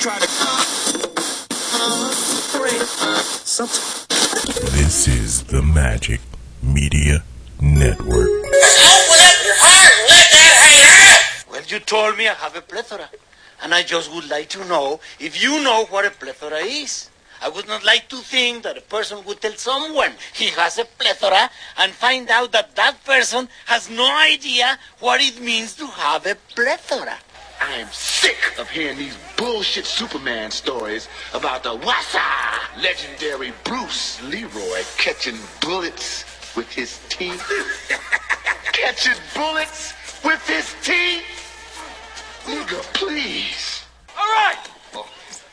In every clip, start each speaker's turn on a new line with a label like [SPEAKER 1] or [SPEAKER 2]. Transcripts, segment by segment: [SPEAKER 1] try to.
[SPEAKER 2] This is the Magic Media Network.
[SPEAKER 1] Well, you told me I have a plethora, and I just would like to know if you know what a plethora is. I would not like to think that a person would tell someone he has a plethora and find out that that person has no idea what it means to have a plethora.
[SPEAKER 3] I am sick of hearing these bullshit Superman stories about the Wassa legendary Bruce Leroy catching bullets with his teeth. catching bullets with his teeth? Nigga, please.
[SPEAKER 4] All right,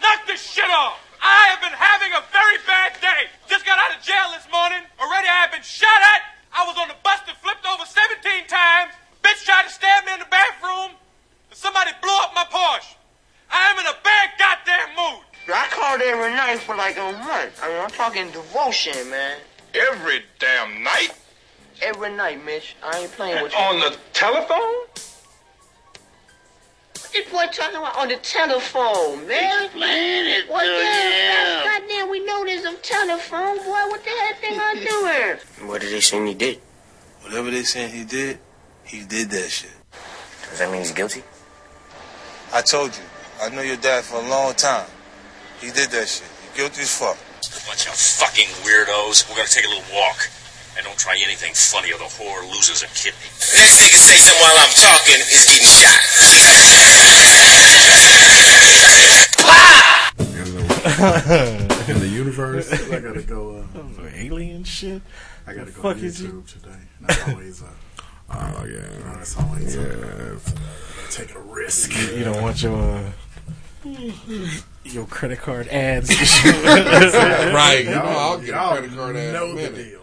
[SPEAKER 4] knock this shit off. I have been having a very bad day. Just got out of jail this morning. Already I have been shot at. I was on the bus that flipped over 17 times. Bitch tried to stab me in the bathroom. And somebody blew up my Porsche. I am in a bad goddamn mood.
[SPEAKER 5] I called every night for like a month. I mean, I'm talking devotion, man.
[SPEAKER 6] Every damn night?
[SPEAKER 5] Every night, Mitch. I ain't playing with you.
[SPEAKER 6] On the telephone?
[SPEAKER 5] This boy talking about on the telephone, man.
[SPEAKER 1] Explain it
[SPEAKER 5] What
[SPEAKER 1] to
[SPEAKER 5] the hell?
[SPEAKER 1] him.
[SPEAKER 5] Goddamn, we know there's a telephone, boy. What the hell thing I
[SPEAKER 7] What did they say he did?
[SPEAKER 8] Whatever they saying he did, he did that shit.
[SPEAKER 7] Does that mean he's guilty?
[SPEAKER 8] I told you, I knew your dad for a long time. He did that shit. He guilty as fuck.
[SPEAKER 9] Bunch of fucking weirdos. We're gonna take a little walk. And don't try anything funny or the whore loses a kidney.
[SPEAKER 10] Next nigga say something while I'm talking is getting shot.
[SPEAKER 11] in the universe. I gotta go. Uh,
[SPEAKER 2] Oh, alien shit.
[SPEAKER 11] I gotta
[SPEAKER 2] The
[SPEAKER 11] go
[SPEAKER 2] fuck
[SPEAKER 11] on
[SPEAKER 2] is
[SPEAKER 11] YouTube today. That's always. Uh,
[SPEAKER 2] Oh yeah.
[SPEAKER 11] that's always.
[SPEAKER 2] Yeah.
[SPEAKER 11] Uh, taking a risk.
[SPEAKER 2] You, you don't want your uh, your credit card ads.
[SPEAKER 11] Right.
[SPEAKER 2] right.
[SPEAKER 11] Y'all-
[SPEAKER 12] I'll get
[SPEAKER 11] y'all
[SPEAKER 12] a credit card ad in
[SPEAKER 11] know
[SPEAKER 12] a
[SPEAKER 11] the
[SPEAKER 12] minute.
[SPEAKER 11] deal.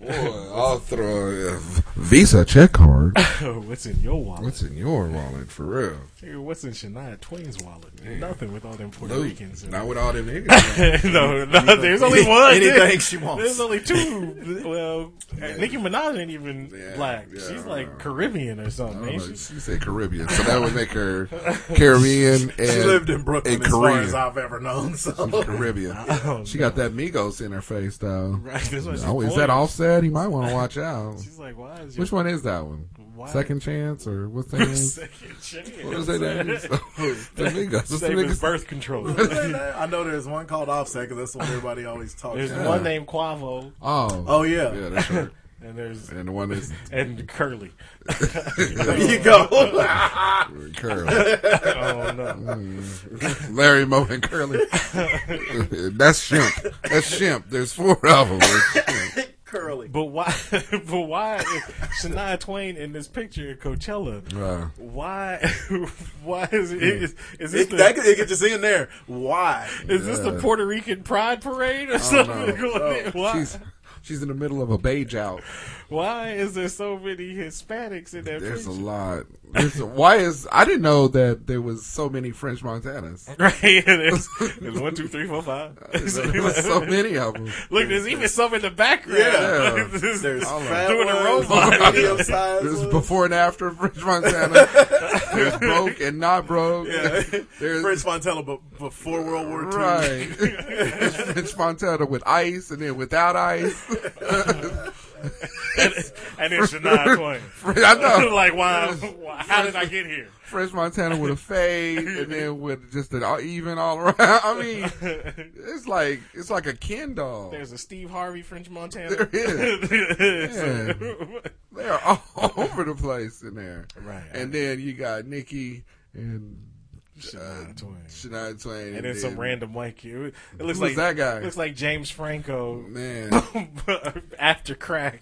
[SPEAKER 12] Boy, I'll throw uh, a Visa check card.
[SPEAKER 2] What's in your wallet?
[SPEAKER 12] What's in your wallet for real?
[SPEAKER 2] Nigga, What's in Shania Twain's wallet? man? Nothing with all them Puerto
[SPEAKER 12] Loot.
[SPEAKER 2] Ricans.
[SPEAKER 12] Not with all them niggas.
[SPEAKER 2] no, no, there's only one.
[SPEAKER 12] Anything
[SPEAKER 2] there.
[SPEAKER 12] she wants.
[SPEAKER 2] There's only two. Well, Nicki Minaj ain't even black. She's like Caribbean or something. ain't she?
[SPEAKER 12] She said Caribbean, so that would make her Caribbean and
[SPEAKER 11] She lived in Brooklyn
[SPEAKER 12] and
[SPEAKER 11] as far
[SPEAKER 12] Korean.
[SPEAKER 11] as I've ever known. So
[SPEAKER 12] She's Caribbean. she got that Migos in her face though.
[SPEAKER 2] Right, that's what she
[SPEAKER 12] oh, is
[SPEAKER 2] pointed.
[SPEAKER 12] that offset? He might want to watch out.
[SPEAKER 2] She's like, why is
[SPEAKER 12] Which
[SPEAKER 2] your-
[SPEAKER 12] one is that one?
[SPEAKER 2] Why-
[SPEAKER 12] Second chance or what's that?
[SPEAKER 2] Second chance.
[SPEAKER 12] What is that? name? the Migos. What's the
[SPEAKER 2] Same as
[SPEAKER 12] niggas-
[SPEAKER 2] birth control.
[SPEAKER 11] I know there's one called Offset because that's what everybody always talks.
[SPEAKER 2] There's
[SPEAKER 11] about.
[SPEAKER 2] one named Quavo,
[SPEAKER 12] Oh.
[SPEAKER 11] Oh yeah.
[SPEAKER 12] Yeah, that's right.
[SPEAKER 2] and there's
[SPEAKER 12] And the one is
[SPEAKER 2] and Curly.
[SPEAKER 11] There you go.
[SPEAKER 12] Curly.
[SPEAKER 2] Oh no.
[SPEAKER 12] Larry Moe and Curly. That's Shimp. That's Shimp. There's four of them.
[SPEAKER 11] Curly.
[SPEAKER 2] But why? But why? Is Shania Twain in this picture at Coachella.
[SPEAKER 12] Right.
[SPEAKER 2] Why? Why is it?
[SPEAKER 12] Hmm.
[SPEAKER 2] Is, is this
[SPEAKER 11] It,
[SPEAKER 2] the,
[SPEAKER 11] that, could- it could just in there. Why?
[SPEAKER 2] is this the Puerto Rican Pride Parade or something? Going
[SPEAKER 12] Oh,
[SPEAKER 2] in? Why?
[SPEAKER 12] She's, she's in the middle of a beige out.
[SPEAKER 2] Why is there so many Hispanics in that
[SPEAKER 12] There's a
[SPEAKER 2] picture?
[SPEAKER 12] lot. There's a- why is I didn't know that there was so many French Montanas.
[SPEAKER 2] Right? There's, there's one, two, three, four, five.
[SPEAKER 12] Uh, There was so many of them.
[SPEAKER 2] Look, there's even some in the background.
[SPEAKER 12] Yeah.
[SPEAKER 2] There's-
[SPEAKER 11] There's
[SPEAKER 12] All of
[SPEAKER 11] fat
[SPEAKER 2] Doing a
[SPEAKER 11] ones,
[SPEAKER 2] robot.
[SPEAKER 11] medium sized
[SPEAKER 12] There's
[SPEAKER 11] ones.
[SPEAKER 12] before and after French Montana. There's broke and not broke.
[SPEAKER 11] Yeah.
[SPEAKER 12] There's
[SPEAKER 11] French Montana, but before World War II.
[SPEAKER 12] Right. There's French Montana with ice and then without ice.
[SPEAKER 2] and it's Shania Twain.
[SPEAKER 12] I know.
[SPEAKER 2] like, why, why? How did I get here?
[SPEAKER 12] French Montana with a fade and then with just an all, even all around. I mean, it's like it's like a Ken doll.
[SPEAKER 2] There's a Steve Harvey French Montana.
[SPEAKER 12] There is.
[SPEAKER 2] So-
[SPEAKER 12] They are all over the place in there.
[SPEAKER 2] Right.
[SPEAKER 12] And then you got Nikki and
[SPEAKER 2] Shania Twain.
[SPEAKER 12] Shania Twain.
[SPEAKER 2] And then some random white kid. It looks
[SPEAKER 12] Who
[SPEAKER 2] like
[SPEAKER 12] is that guy?
[SPEAKER 2] Looks like James Franco
[SPEAKER 12] Man,
[SPEAKER 2] after crack.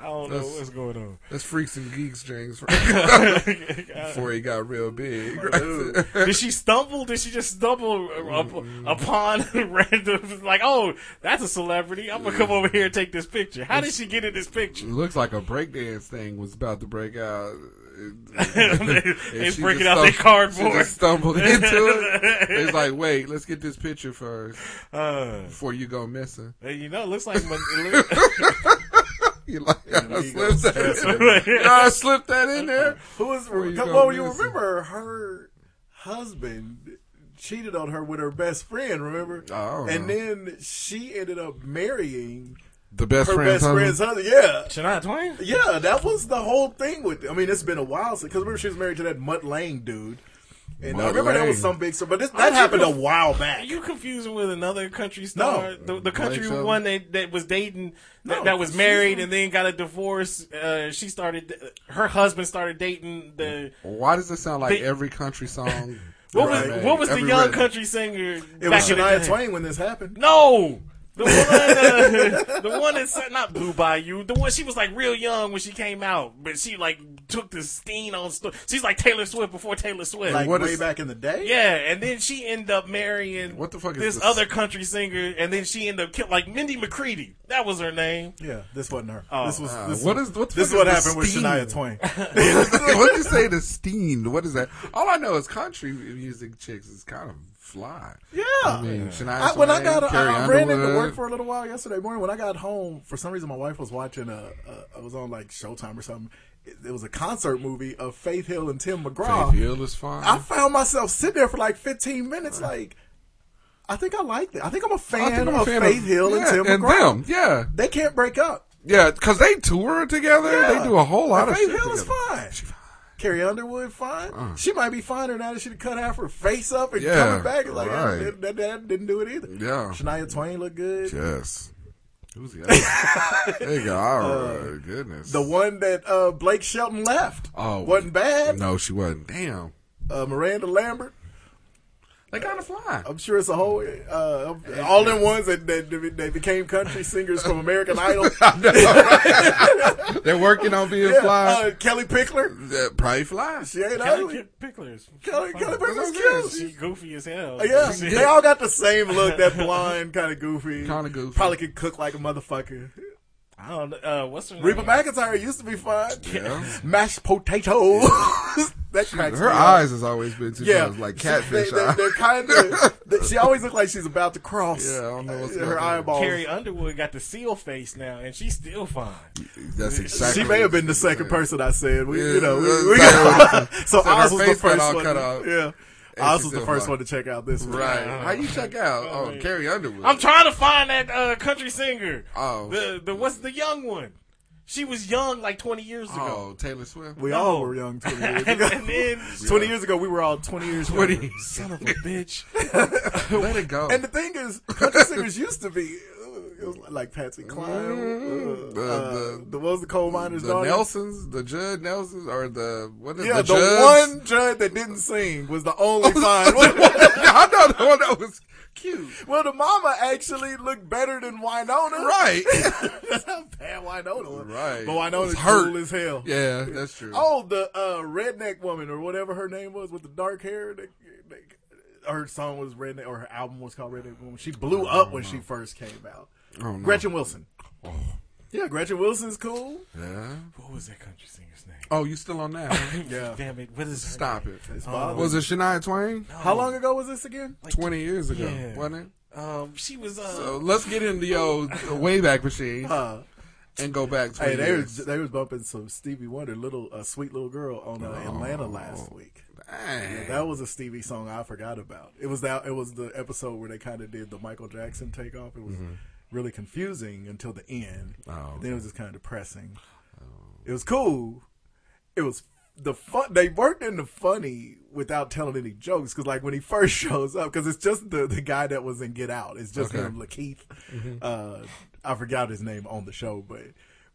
[SPEAKER 2] I
[SPEAKER 12] Mm.
[SPEAKER 2] don't know
[SPEAKER 12] That's-
[SPEAKER 2] what's going on.
[SPEAKER 12] that's Freaks and Geeks, James. Before he got real big.
[SPEAKER 2] did she stumble? Did she just stumble up,
[SPEAKER 12] Mm-hmm.
[SPEAKER 2] upon random? Like, oh, that's a celebrity. I'm gonna come over here and take this picture. How did she get in this
[SPEAKER 12] It
[SPEAKER 2] picture?
[SPEAKER 12] looks like a breakdance thing was about to break out.
[SPEAKER 2] They
[SPEAKER 12] It's
[SPEAKER 2] breaking out their cardboard.
[SPEAKER 12] She just stumbled into it. It's like, wait, let's get this picture first
[SPEAKER 2] Uh,
[SPEAKER 12] before you go missing.
[SPEAKER 2] and you know, it looks like Mon- it look-
[SPEAKER 12] You like, I slipped that in there.
[SPEAKER 2] Right.
[SPEAKER 12] You know, I slipped that in there.
[SPEAKER 11] Who was?
[SPEAKER 12] Where you
[SPEAKER 11] come-
[SPEAKER 12] go
[SPEAKER 11] well, you
[SPEAKER 12] missing?
[SPEAKER 11] remember her husband
[SPEAKER 13] cheated on her with her best friend. Remember?
[SPEAKER 12] Oh,
[SPEAKER 13] and
[SPEAKER 12] no.
[SPEAKER 13] then she ended up marrying
[SPEAKER 12] The best
[SPEAKER 13] her
[SPEAKER 12] friend's
[SPEAKER 13] best
[SPEAKER 12] husband?
[SPEAKER 13] friend's husband. Yeah,
[SPEAKER 2] Shania Twain.
[SPEAKER 13] Yeah, Uh, that was the whole thing with. it. I mean, it's been a while since because remember she was married to that Mutt Lang dude. And I
[SPEAKER 2] Mutt
[SPEAKER 13] remember that was
[SPEAKER 2] Lange.
[SPEAKER 13] some big story, but this, that
[SPEAKER 2] Aren't you
[SPEAKER 13] happened a
[SPEAKER 2] conf-
[SPEAKER 13] while back.
[SPEAKER 2] Are you confusing with another country star? The, the country
[SPEAKER 13] Like so.
[SPEAKER 2] one that, that was dating, that,
[SPEAKER 13] No,
[SPEAKER 2] that was
[SPEAKER 13] she's
[SPEAKER 2] married
[SPEAKER 13] from-
[SPEAKER 2] and then got a divorce. Uh, she started, her husband started dating the.
[SPEAKER 12] Why does it sound like
[SPEAKER 2] They-
[SPEAKER 12] every country song?
[SPEAKER 2] What was
[SPEAKER 12] Right.
[SPEAKER 2] what was
[SPEAKER 12] Every
[SPEAKER 2] the young
[SPEAKER 12] rhythm.
[SPEAKER 2] country singer?
[SPEAKER 13] It
[SPEAKER 2] back
[SPEAKER 13] was
[SPEAKER 2] in the
[SPEAKER 13] Shania
[SPEAKER 2] day?
[SPEAKER 13] Twain when this happened.
[SPEAKER 2] No, the one, uh, the one that said not Blue Bayou. The one she was like real young when she came out, but she like took the steam on. St- She's like Taylor Swift before Taylor Swift,
[SPEAKER 13] Like way back in the day.
[SPEAKER 2] Yeah, and then she ended up marrying what the fuck
[SPEAKER 13] is
[SPEAKER 2] this,
[SPEAKER 13] this?
[SPEAKER 2] other country singer, and then she ended up kill- like Mindy McCready. That was her name.
[SPEAKER 13] Yeah, this wasn't her.
[SPEAKER 2] Oh.
[SPEAKER 13] this was
[SPEAKER 2] Uh,
[SPEAKER 13] this,
[SPEAKER 12] what is what the
[SPEAKER 13] this is
[SPEAKER 12] fuck
[SPEAKER 13] what
[SPEAKER 12] the
[SPEAKER 13] happened with
[SPEAKER 12] steam?
[SPEAKER 13] Shania Twain.
[SPEAKER 12] what did you say? The steam? What is that? All I know is country music chicks is kind of fly.
[SPEAKER 13] Yeah.
[SPEAKER 12] I mean, Shania
[SPEAKER 13] I, when I
[SPEAKER 12] Twain,
[SPEAKER 13] got,
[SPEAKER 12] Carrie
[SPEAKER 13] I, I ran into
[SPEAKER 12] Underwood.
[SPEAKER 13] work for a little while yesterday morning. When I got home, for some reason, my wife was watching. Uh, uh, I was on like Showtime or something. It, it was a concert movie of Faith Hill and Tim McGraw.
[SPEAKER 12] Faith Hill is fine.
[SPEAKER 13] I found myself sitting there for like 15 minutes, like. I think I like that. I think I'm a
[SPEAKER 12] I think
[SPEAKER 13] fan
[SPEAKER 12] I'm a
[SPEAKER 13] of
[SPEAKER 12] fan
[SPEAKER 13] Faith
[SPEAKER 12] of-
[SPEAKER 13] Hill and
[SPEAKER 12] yeah,
[SPEAKER 13] Tim
[SPEAKER 12] and
[SPEAKER 13] McGraw.
[SPEAKER 12] them, yeah.
[SPEAKER 13] they can't break up.
[SPEAKER 12] Yeah, because they tour together.
[SPEAKER 13] Yeah.
[SPEAKER 12] They do a whole lot
[SPEAKER 13] And
[SPEAKER 12] of
[SPEAKER 13] Faith
[SPEAKER 12] shit
[SPEAKER 13] Hill is
[SPEAKER 12] together.
[SPEAKER 13] fine. Carrie Underwood fine.
[SPEAKER 12] Uh.
[SPEAKER 13] She might be finer now that she done cut half her face up and
[SPEAKER 12] Yeah,
[SPEAKER 13] coming back. Like yeah,
[SPEAKER 12] right.
[SPEAKER 13] that, that, that didn't do it either.
[SPEAKER 12] Yeah.
[SPEAKER 13] Shania Twain looked good.
[SPEAKER 12] Yes. Who's the other? there you go. All right.
[SPEAKER 13] Uh,
[SPEAKER 12] Goodness.
[SPEAKER 13] The one that uh, Blake Shelton left
[SPEAKER 12] Oh.
[SPEAKER 13] wasn't bad.
[SPEAKER 12] No, she wasn't. Damn.
[SPEAKER 13] Uh, Miranda Lambert.
[SPEAKER 12] They gotta fly.
[SPEAKER 13] I'm sure it's a whole uh, all them ones that, that they became country singers from American Idol.
[SPEAKER 12] They're working on being
[SPEAKER 13] Yeah,
[SPEAKER 12] fly.
[SPEAKER 13] uh, Kelly Pickler.
[SPEAKER 12] Uh, probably fly.
[SPEAKER 13] She ain't
[SPEAKER 2] Kelly
[SPEAKER 13] ugly.
[SPEAKER 2] Ki- Pickler's
[SPEAKER 13] Kelly, Kelly Pickler's cute.
[SPEAKER 2] She goofy as hell.
[SPEAKER 13] Uh, Yeah,
[SPEAKER 2] She-
[SPEAKER 13] they all got the same look. That blonde, kind of goofy,
[SPEAKER 12] Kinda goofy.
[SPEAKER 13] Probably could cook like a motherfucker.
[SPEAKER 2] I don't know. Uh, what's her
[SPEAKER 13] Reba
[SPEAKER 2] name?
[SPEAKER 13] McIntyre used to be fine.
[SPEAKER 12] Yeah.
[SPEAKER 13] Mashed potatoes. that cracks
[SPEAKER 12] Her
[SPEAKER 13] me up.
[SPEAKER 12] eyes has always been too yeah. like catfish
[SPEAKER 13] She, they,
[SPEAKER 12] eyes.
[SPEAKER 13] are kind of. She always looks like she's about to cross.
[SPEAKER 12] Yeah, I don't know what's
[SPEAKER 13] her
[SPEAKER 12] going on.
[SPEAKER 13] eyeballs.
[SPEAKER 2] Carrie Underwood got the seal face now, and she's still fine.
[SPEAKER 12] That's exactly.
[SPEAKER 13] she may have been the second person I said. We, you know,
[SPEAKER 12] that's
[SPEAKER 13] we, we,
[SPEAKER 12] exactly what I'm saying.
[SPEAKER 13] so
[SPEAKER 12] Said her
[SPEAKER 13] Oz was the
[SPEAKER 12] face got
[SPEAKER 13] first
[SPEAKER 12] all
[SPEAKER 13] one.
[SPEAKER 12] cut off.
[SPEAKER 13] Yeah, Oz
[SPEAKER 12] And she
[SPEAKER 13] was the
[SPEAKER 12] still
[SPEAKER 13] first
[SPEAKER 12] fine.
[SPEAKER 13] one to check out this one.
[SPEAKER 12] Right. How you check out? Oh, Carrie Underwood.
[SPEAKER 2] I'm trying to find that uh, country singer.
[SPEAKER 12] Oh.
[SPEAKER 2] the the what's the young one? She was young like 20 years ago.
[SPEAKER 12] Oh, Taylor Swift.
[SPEAKER 13] We
[SPEAKER 2] No.
[SPEAKER 13] all were young 20 years ago.
[SPEAKER 2] And then-
[SPEAKER 13] 20 years ago, we were all 20 years
[SPEAKER 12] 20
[SPEAKER 13] younger.
[SPEAKER 2] Son of a bitch.
[SPEAKER 12] Let it go.
[SPEAKER 13] And the thing is, country singers used to be uh, it was like Patsy Cline, uh,
[SPEAKER 12] Mm-hmm. The-
[SPEAKER 13] uh,
[SPEAKER 12] the-
[SPEAKER 13] the, what was the coal miner's
[SPEAKER 12] the
[SPEAKER 13] daughter?
[SPEAKER 12] Nelsons, the Judd Nelsons, or the what is
[SPEAKER 13] Yeah, the,
[SPEAKER 12] the, Judds?
[SPEAKER 13] one judge that didn't sing was the only fine one.
[SPEAKER 12] I know the one that was cute.
[SPEAKER 13] Well, the mama actually looked better than Winona.
[SPEAKER 12] Right.
[SPEAKER 13] That's how bad Winona was.
[SPEAKER 12] Right.
[SPEAKER 13] But Winona's
[SPEAKER 12] It's hurt.
[SPEAKER 13] cool as hell.
[SPEAKER 12] Yeah, that's true.
[SPEAKER 13] Oh, the uh, redneck woman or whatever her name was with the dark hair. That, that- her song was redneck, or her album was called Redneck Woman. She blew up when she first came out.
[SPEAKER 12] Oh, no. Oh.
[SPEAKER 13] Gretchen Wilson. Yeah, Gretchen Wilson's cool.
[SPEAKER 12] Yeah.
[SPEAKER 2] What was that country singer's name?
[SPEAKER 12] Oh, you still on that?
[SPEAKER 13] Yeah.
[SPEAKER 2] Damn it! What is her
[SPEAKER 12] Stop it.
[SPEAKER 13] It's bothering
[SPEAKER 12] Was
[SPEAKER 13] me.
[SPEAKER 12] it Shania Twain?
[SPEAKER 13] How long ago was this again?
[SPEAKER 12] Twenty years ago,
[SPEAKER 2] Yeah.
[SPEAKER 12] wasn't
[SPEAKER 2] name? Um, she was. Uh,
[SPEAKER 12] it? So let's get into your Wayback Machine
[SPEAKER 13] Uh,
[SPEAKER 12] and go back twenty
[SPEAKER 13] hey, they
[SPEAKER 12] years.
[SPEAKER 13] was they was bumping some Stevie Wonder, little uh, sweet little girl on uh,
[SPEAKER 12] Oh.
[SPEAKER 13] Atlanta last week. Yeah,
[SPEAKER 12] Dang.
[SPEAKER 13] that was a Stevie song I forgot about. It was that. It was the episode where they kind of did the Michael Jackson takeoff. It was really confusing until the end.
[SPEAKER 12] Oh,
[SPEAKER 13] Then it was just kind of depressing. It was cool. It was the fun. They worked in the funny without telling any jokes because, like, when he first shows up, because it's just the the guy that was in Get Out. It's just
[SPEAKER 12] Okay. Mm-hmm.
[SPEAKER 13] him, Lakeith. Uh, I forgot his name on the show, but.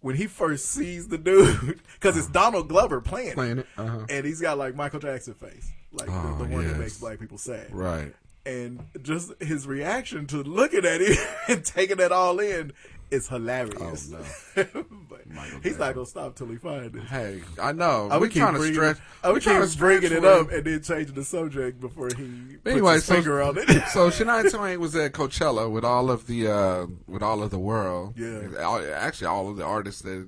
[SPEAKER 13] When he first sees the dude, because it's Donald Glover playing,
[SPEAKER 12] Uh-huh. Playing it, uh-huh.
[SPEAKER 13] and he's got like Michael Jackson face, like
[SPEAKER 12] Oh,
[SPEAKER 13] the, the one
[SPEAKER 12] yes.
[SPEAKER 13] that makes black people sad.
[SPEAKER 12] right.
[SPEAKER 13] And just his reaction to looking at it and taking it all in is
[SPEAKER 12] Oh,
[SPEAKER 13] hilarious. but he's not gonna stop till he finds it.
[SPEAKER 12] Hey, I know.
[SPEAKER 13] I
[SPEAKER 12] we
[SPEAKER 13] Oh, keep
[SPEAKER 12] trying to
[SPEAKER 13] bringing- Oh,
[SPEAKER 12] stretch.
[SPEAKER 13] I
[SPEAKER 12] we
[SPEAKER 13] would
[SPEAKER 12] trying to
[SPEAKER 13] keep bringing
[SPEAKER 12] stretch
[SPEAKER 13] it
[SPEAKER 12] for
[SPEAKER 13] up
[SPEAKER 12] you.
[SPEAKER 13] and then changing the subject before he
[SPEAKER 12] Anyway,
[SPEAKER 13] puts his
[SPEAKER 12] so,
[SPEAKER 13] finger on it.
[SPEAKER 12] so Shania Twain was at Coachella with all of the uh, with all of the world.
[SPEAKER 13] Yeah.
[SPEAKER 12] All- actually, all of the artists that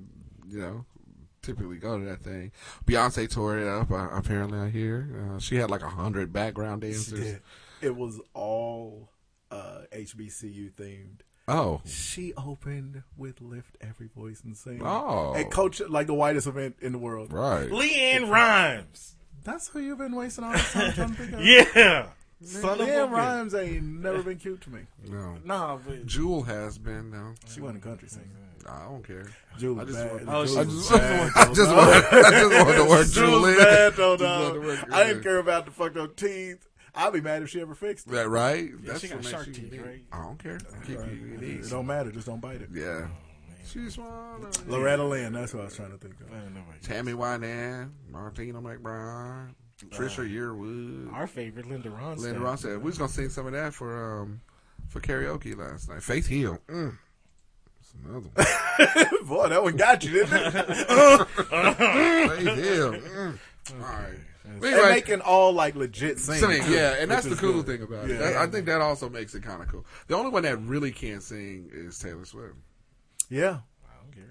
[SPEAKER 12] you know typically go to that thing. Beyonce tore it up. Uh, apparently, I hear uh, she had like a hundred background dancers.
[SPEAKER 13] did. It was all uh, HBCU themed.
[SPEAKER 12] Oh,
[SPEAKER 13] She opened with "Lift Every Voice and Sing."
[SPEAKER 12] Oh.
[SPEAKER 13] and coach like the whitest event in the world.
[SPEAKER 12] right.
[SPEAKER 2] Leanne Rhymes.
[SPEAKER 13] That's who you've been wasting all this time trying to think of.
[SPEAKER 2] Yeah.
[SPEAKER 13] Son of Damn, Rhymes ain't never been cute to me.
[SPEAKER 12] No.
[SPEAKER 13] Nah, but
[SPEAKER 12] Jewel has been though.
[SPEAKER 13] She wasn't a country singer.
[SPEAKER 12] I don't care.
[SPEAKER 13] Jewel
[SPEAKER 12] I just
[SPEAKER 13] bad.
[SPEAKER 12] want.
[SPEAKER 13] Oh,
[SPEAKER 12] I
[SPEAKER 13] she
[SPEAKER 12] just,
[SPEAKER 13] was bad,
[SPEAKER 12] I just
[SPEAKER 13] though,
[SPEAKER 12] want. I just
[SPEAKER 13] dog.
[SPEAKER 12] want the
[SPEAKER 13] She
[SPEAKER 12] word
[SPEAKER 13] was
[SPEAKER 12] Jewel in.
[SPEAKER 13] bad, though,
[SPEAKER 12] Just want
[SPEAKER 13] dog.
[SPEAKER 12] the word
[SPEAKER 13] I
[SPEAKER 12] Jewel in.
[SPEAKER 13] didn't care about the fucked up teeth. I'd be mad if she ever fixed it.
[SPEAKER 12] That right?
[SPEAKER 13] she got
[SPEAKER 12] what makes
[SPEAKER 13] shark
[SPEAKER 12] you
[SPEAKER 13] teeth,
[SPEAKER 12] unique.
[SPEAKER 13] right?
[SPEAKER 12] I don't care. Keep
[SPEAKER 13] Right.
[SPEAKER 12] you
[SPEAKER 13] It
[SPEAKER 12] unique.
[SPEAKER 13] don't matter. Just don't bite it.
[SPEAKER 12] Yeah. She's one. of-
[SPEAKER 13] Loretta Lynn. That's what I was trying to think of.
[SPEAKER 12] Tammy Wynette, Martina McBride, Trisha Yearwood.
[SPEAKER 2] Our favorite, Linda Ronstadt.
[SPEAKER 12] Linda Ronstadt. said We was gonna sing some of that for um for karaoke last night. Faith Hill. Mm. That's another one.
[SPEAKER 13] Boy, that one got you, didn't it?
[SPEAKER 12] Faith Hill. Mm. All right. But
[SPEAKER 13] They're
[SPEAKER 12] anyway-
[SPEAKER 13] making all like legit sing.
[SPEAKER 12] Sing,
[SPEAKER 13] too,
[SPEAKER 12] yeah, and that's the
[SPEAKER 13] which is
[SPEAKER 12] cool
[SPEAKER 13] good.
[SPEAKER 12] thing about it.
[SPEAKER 13] Yeah.
[SPEAKER 12] That- I think that also makes it kind of cool. The only one that really can't sing is Taylor Swift.
[SPEAKER 13] Yeah.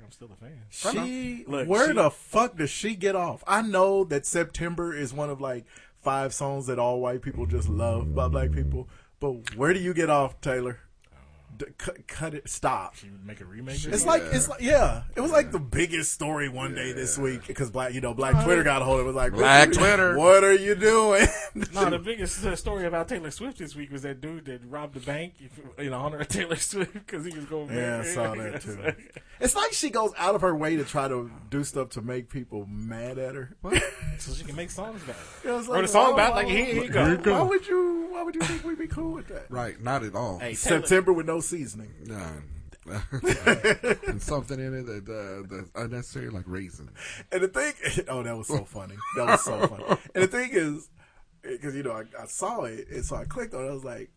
[SPEAKER 2] I'm still a fan.
[SPEAKER 13] She
[SPEAKER 2] Look,
[SPEAKER 13] where
[SPEAKER 2] she-
[SPEAKER 13] the fuck does she get off? I know that September is one of like five songs that all white people just love by black people, but where do you get off, Taylor? D- cut, cut it. Stop.
[SPEAKER 2] Make a remake. or
[SPEAKER 13] It's
[SPEAKER 2] something?
[SPEAKER 13] like it's like yeah. It was like the biggest story one day this week because black you know black Twitter got a hold of it. it was like
[SPEAKER 12] Black
[SPEAKER 13] bitch,
[SPEAKER 12] Twitter.
[SPEAKER 13] What are you doing?
[SPEAKER 2] No, the biggest uh, story about Taylor Swift this week was that dude that robbed the bank if- in honor of Taylor Swift because he was going.
[SPEAKER 13] Yeah, I saw that too. It's like she goes out of her way to try to do stuff to make people mad at her.
[SPEAKER 2] so she can make songs about it.
[SPEAKER 13] It was
[SPEAKER 2] Wrote a
[SPEAKER 13] like, why-
[SPEAKER 2] song about it,
[SPEAKER 13] why-
[SPEAKER 2] like here, here you go.
[SPEAKER 12] Here you go.
[SPEAKER 13] Why would you? Why would you think we'd be cool with that?
[SPEAKER 12] Right, not at all.
[SPEAKER 2] Hey, Taylor-
[SPEAKER 13] September with no seasoning.
[SPEAKER 12] None. and something in it that uh, that's unnecessary, like raisin.
[SPEAKER 13] And the thing, oh, that was so funny. That was so funny. And the thing is, because you know, I, I saw it, and so I clicked on it. I was like,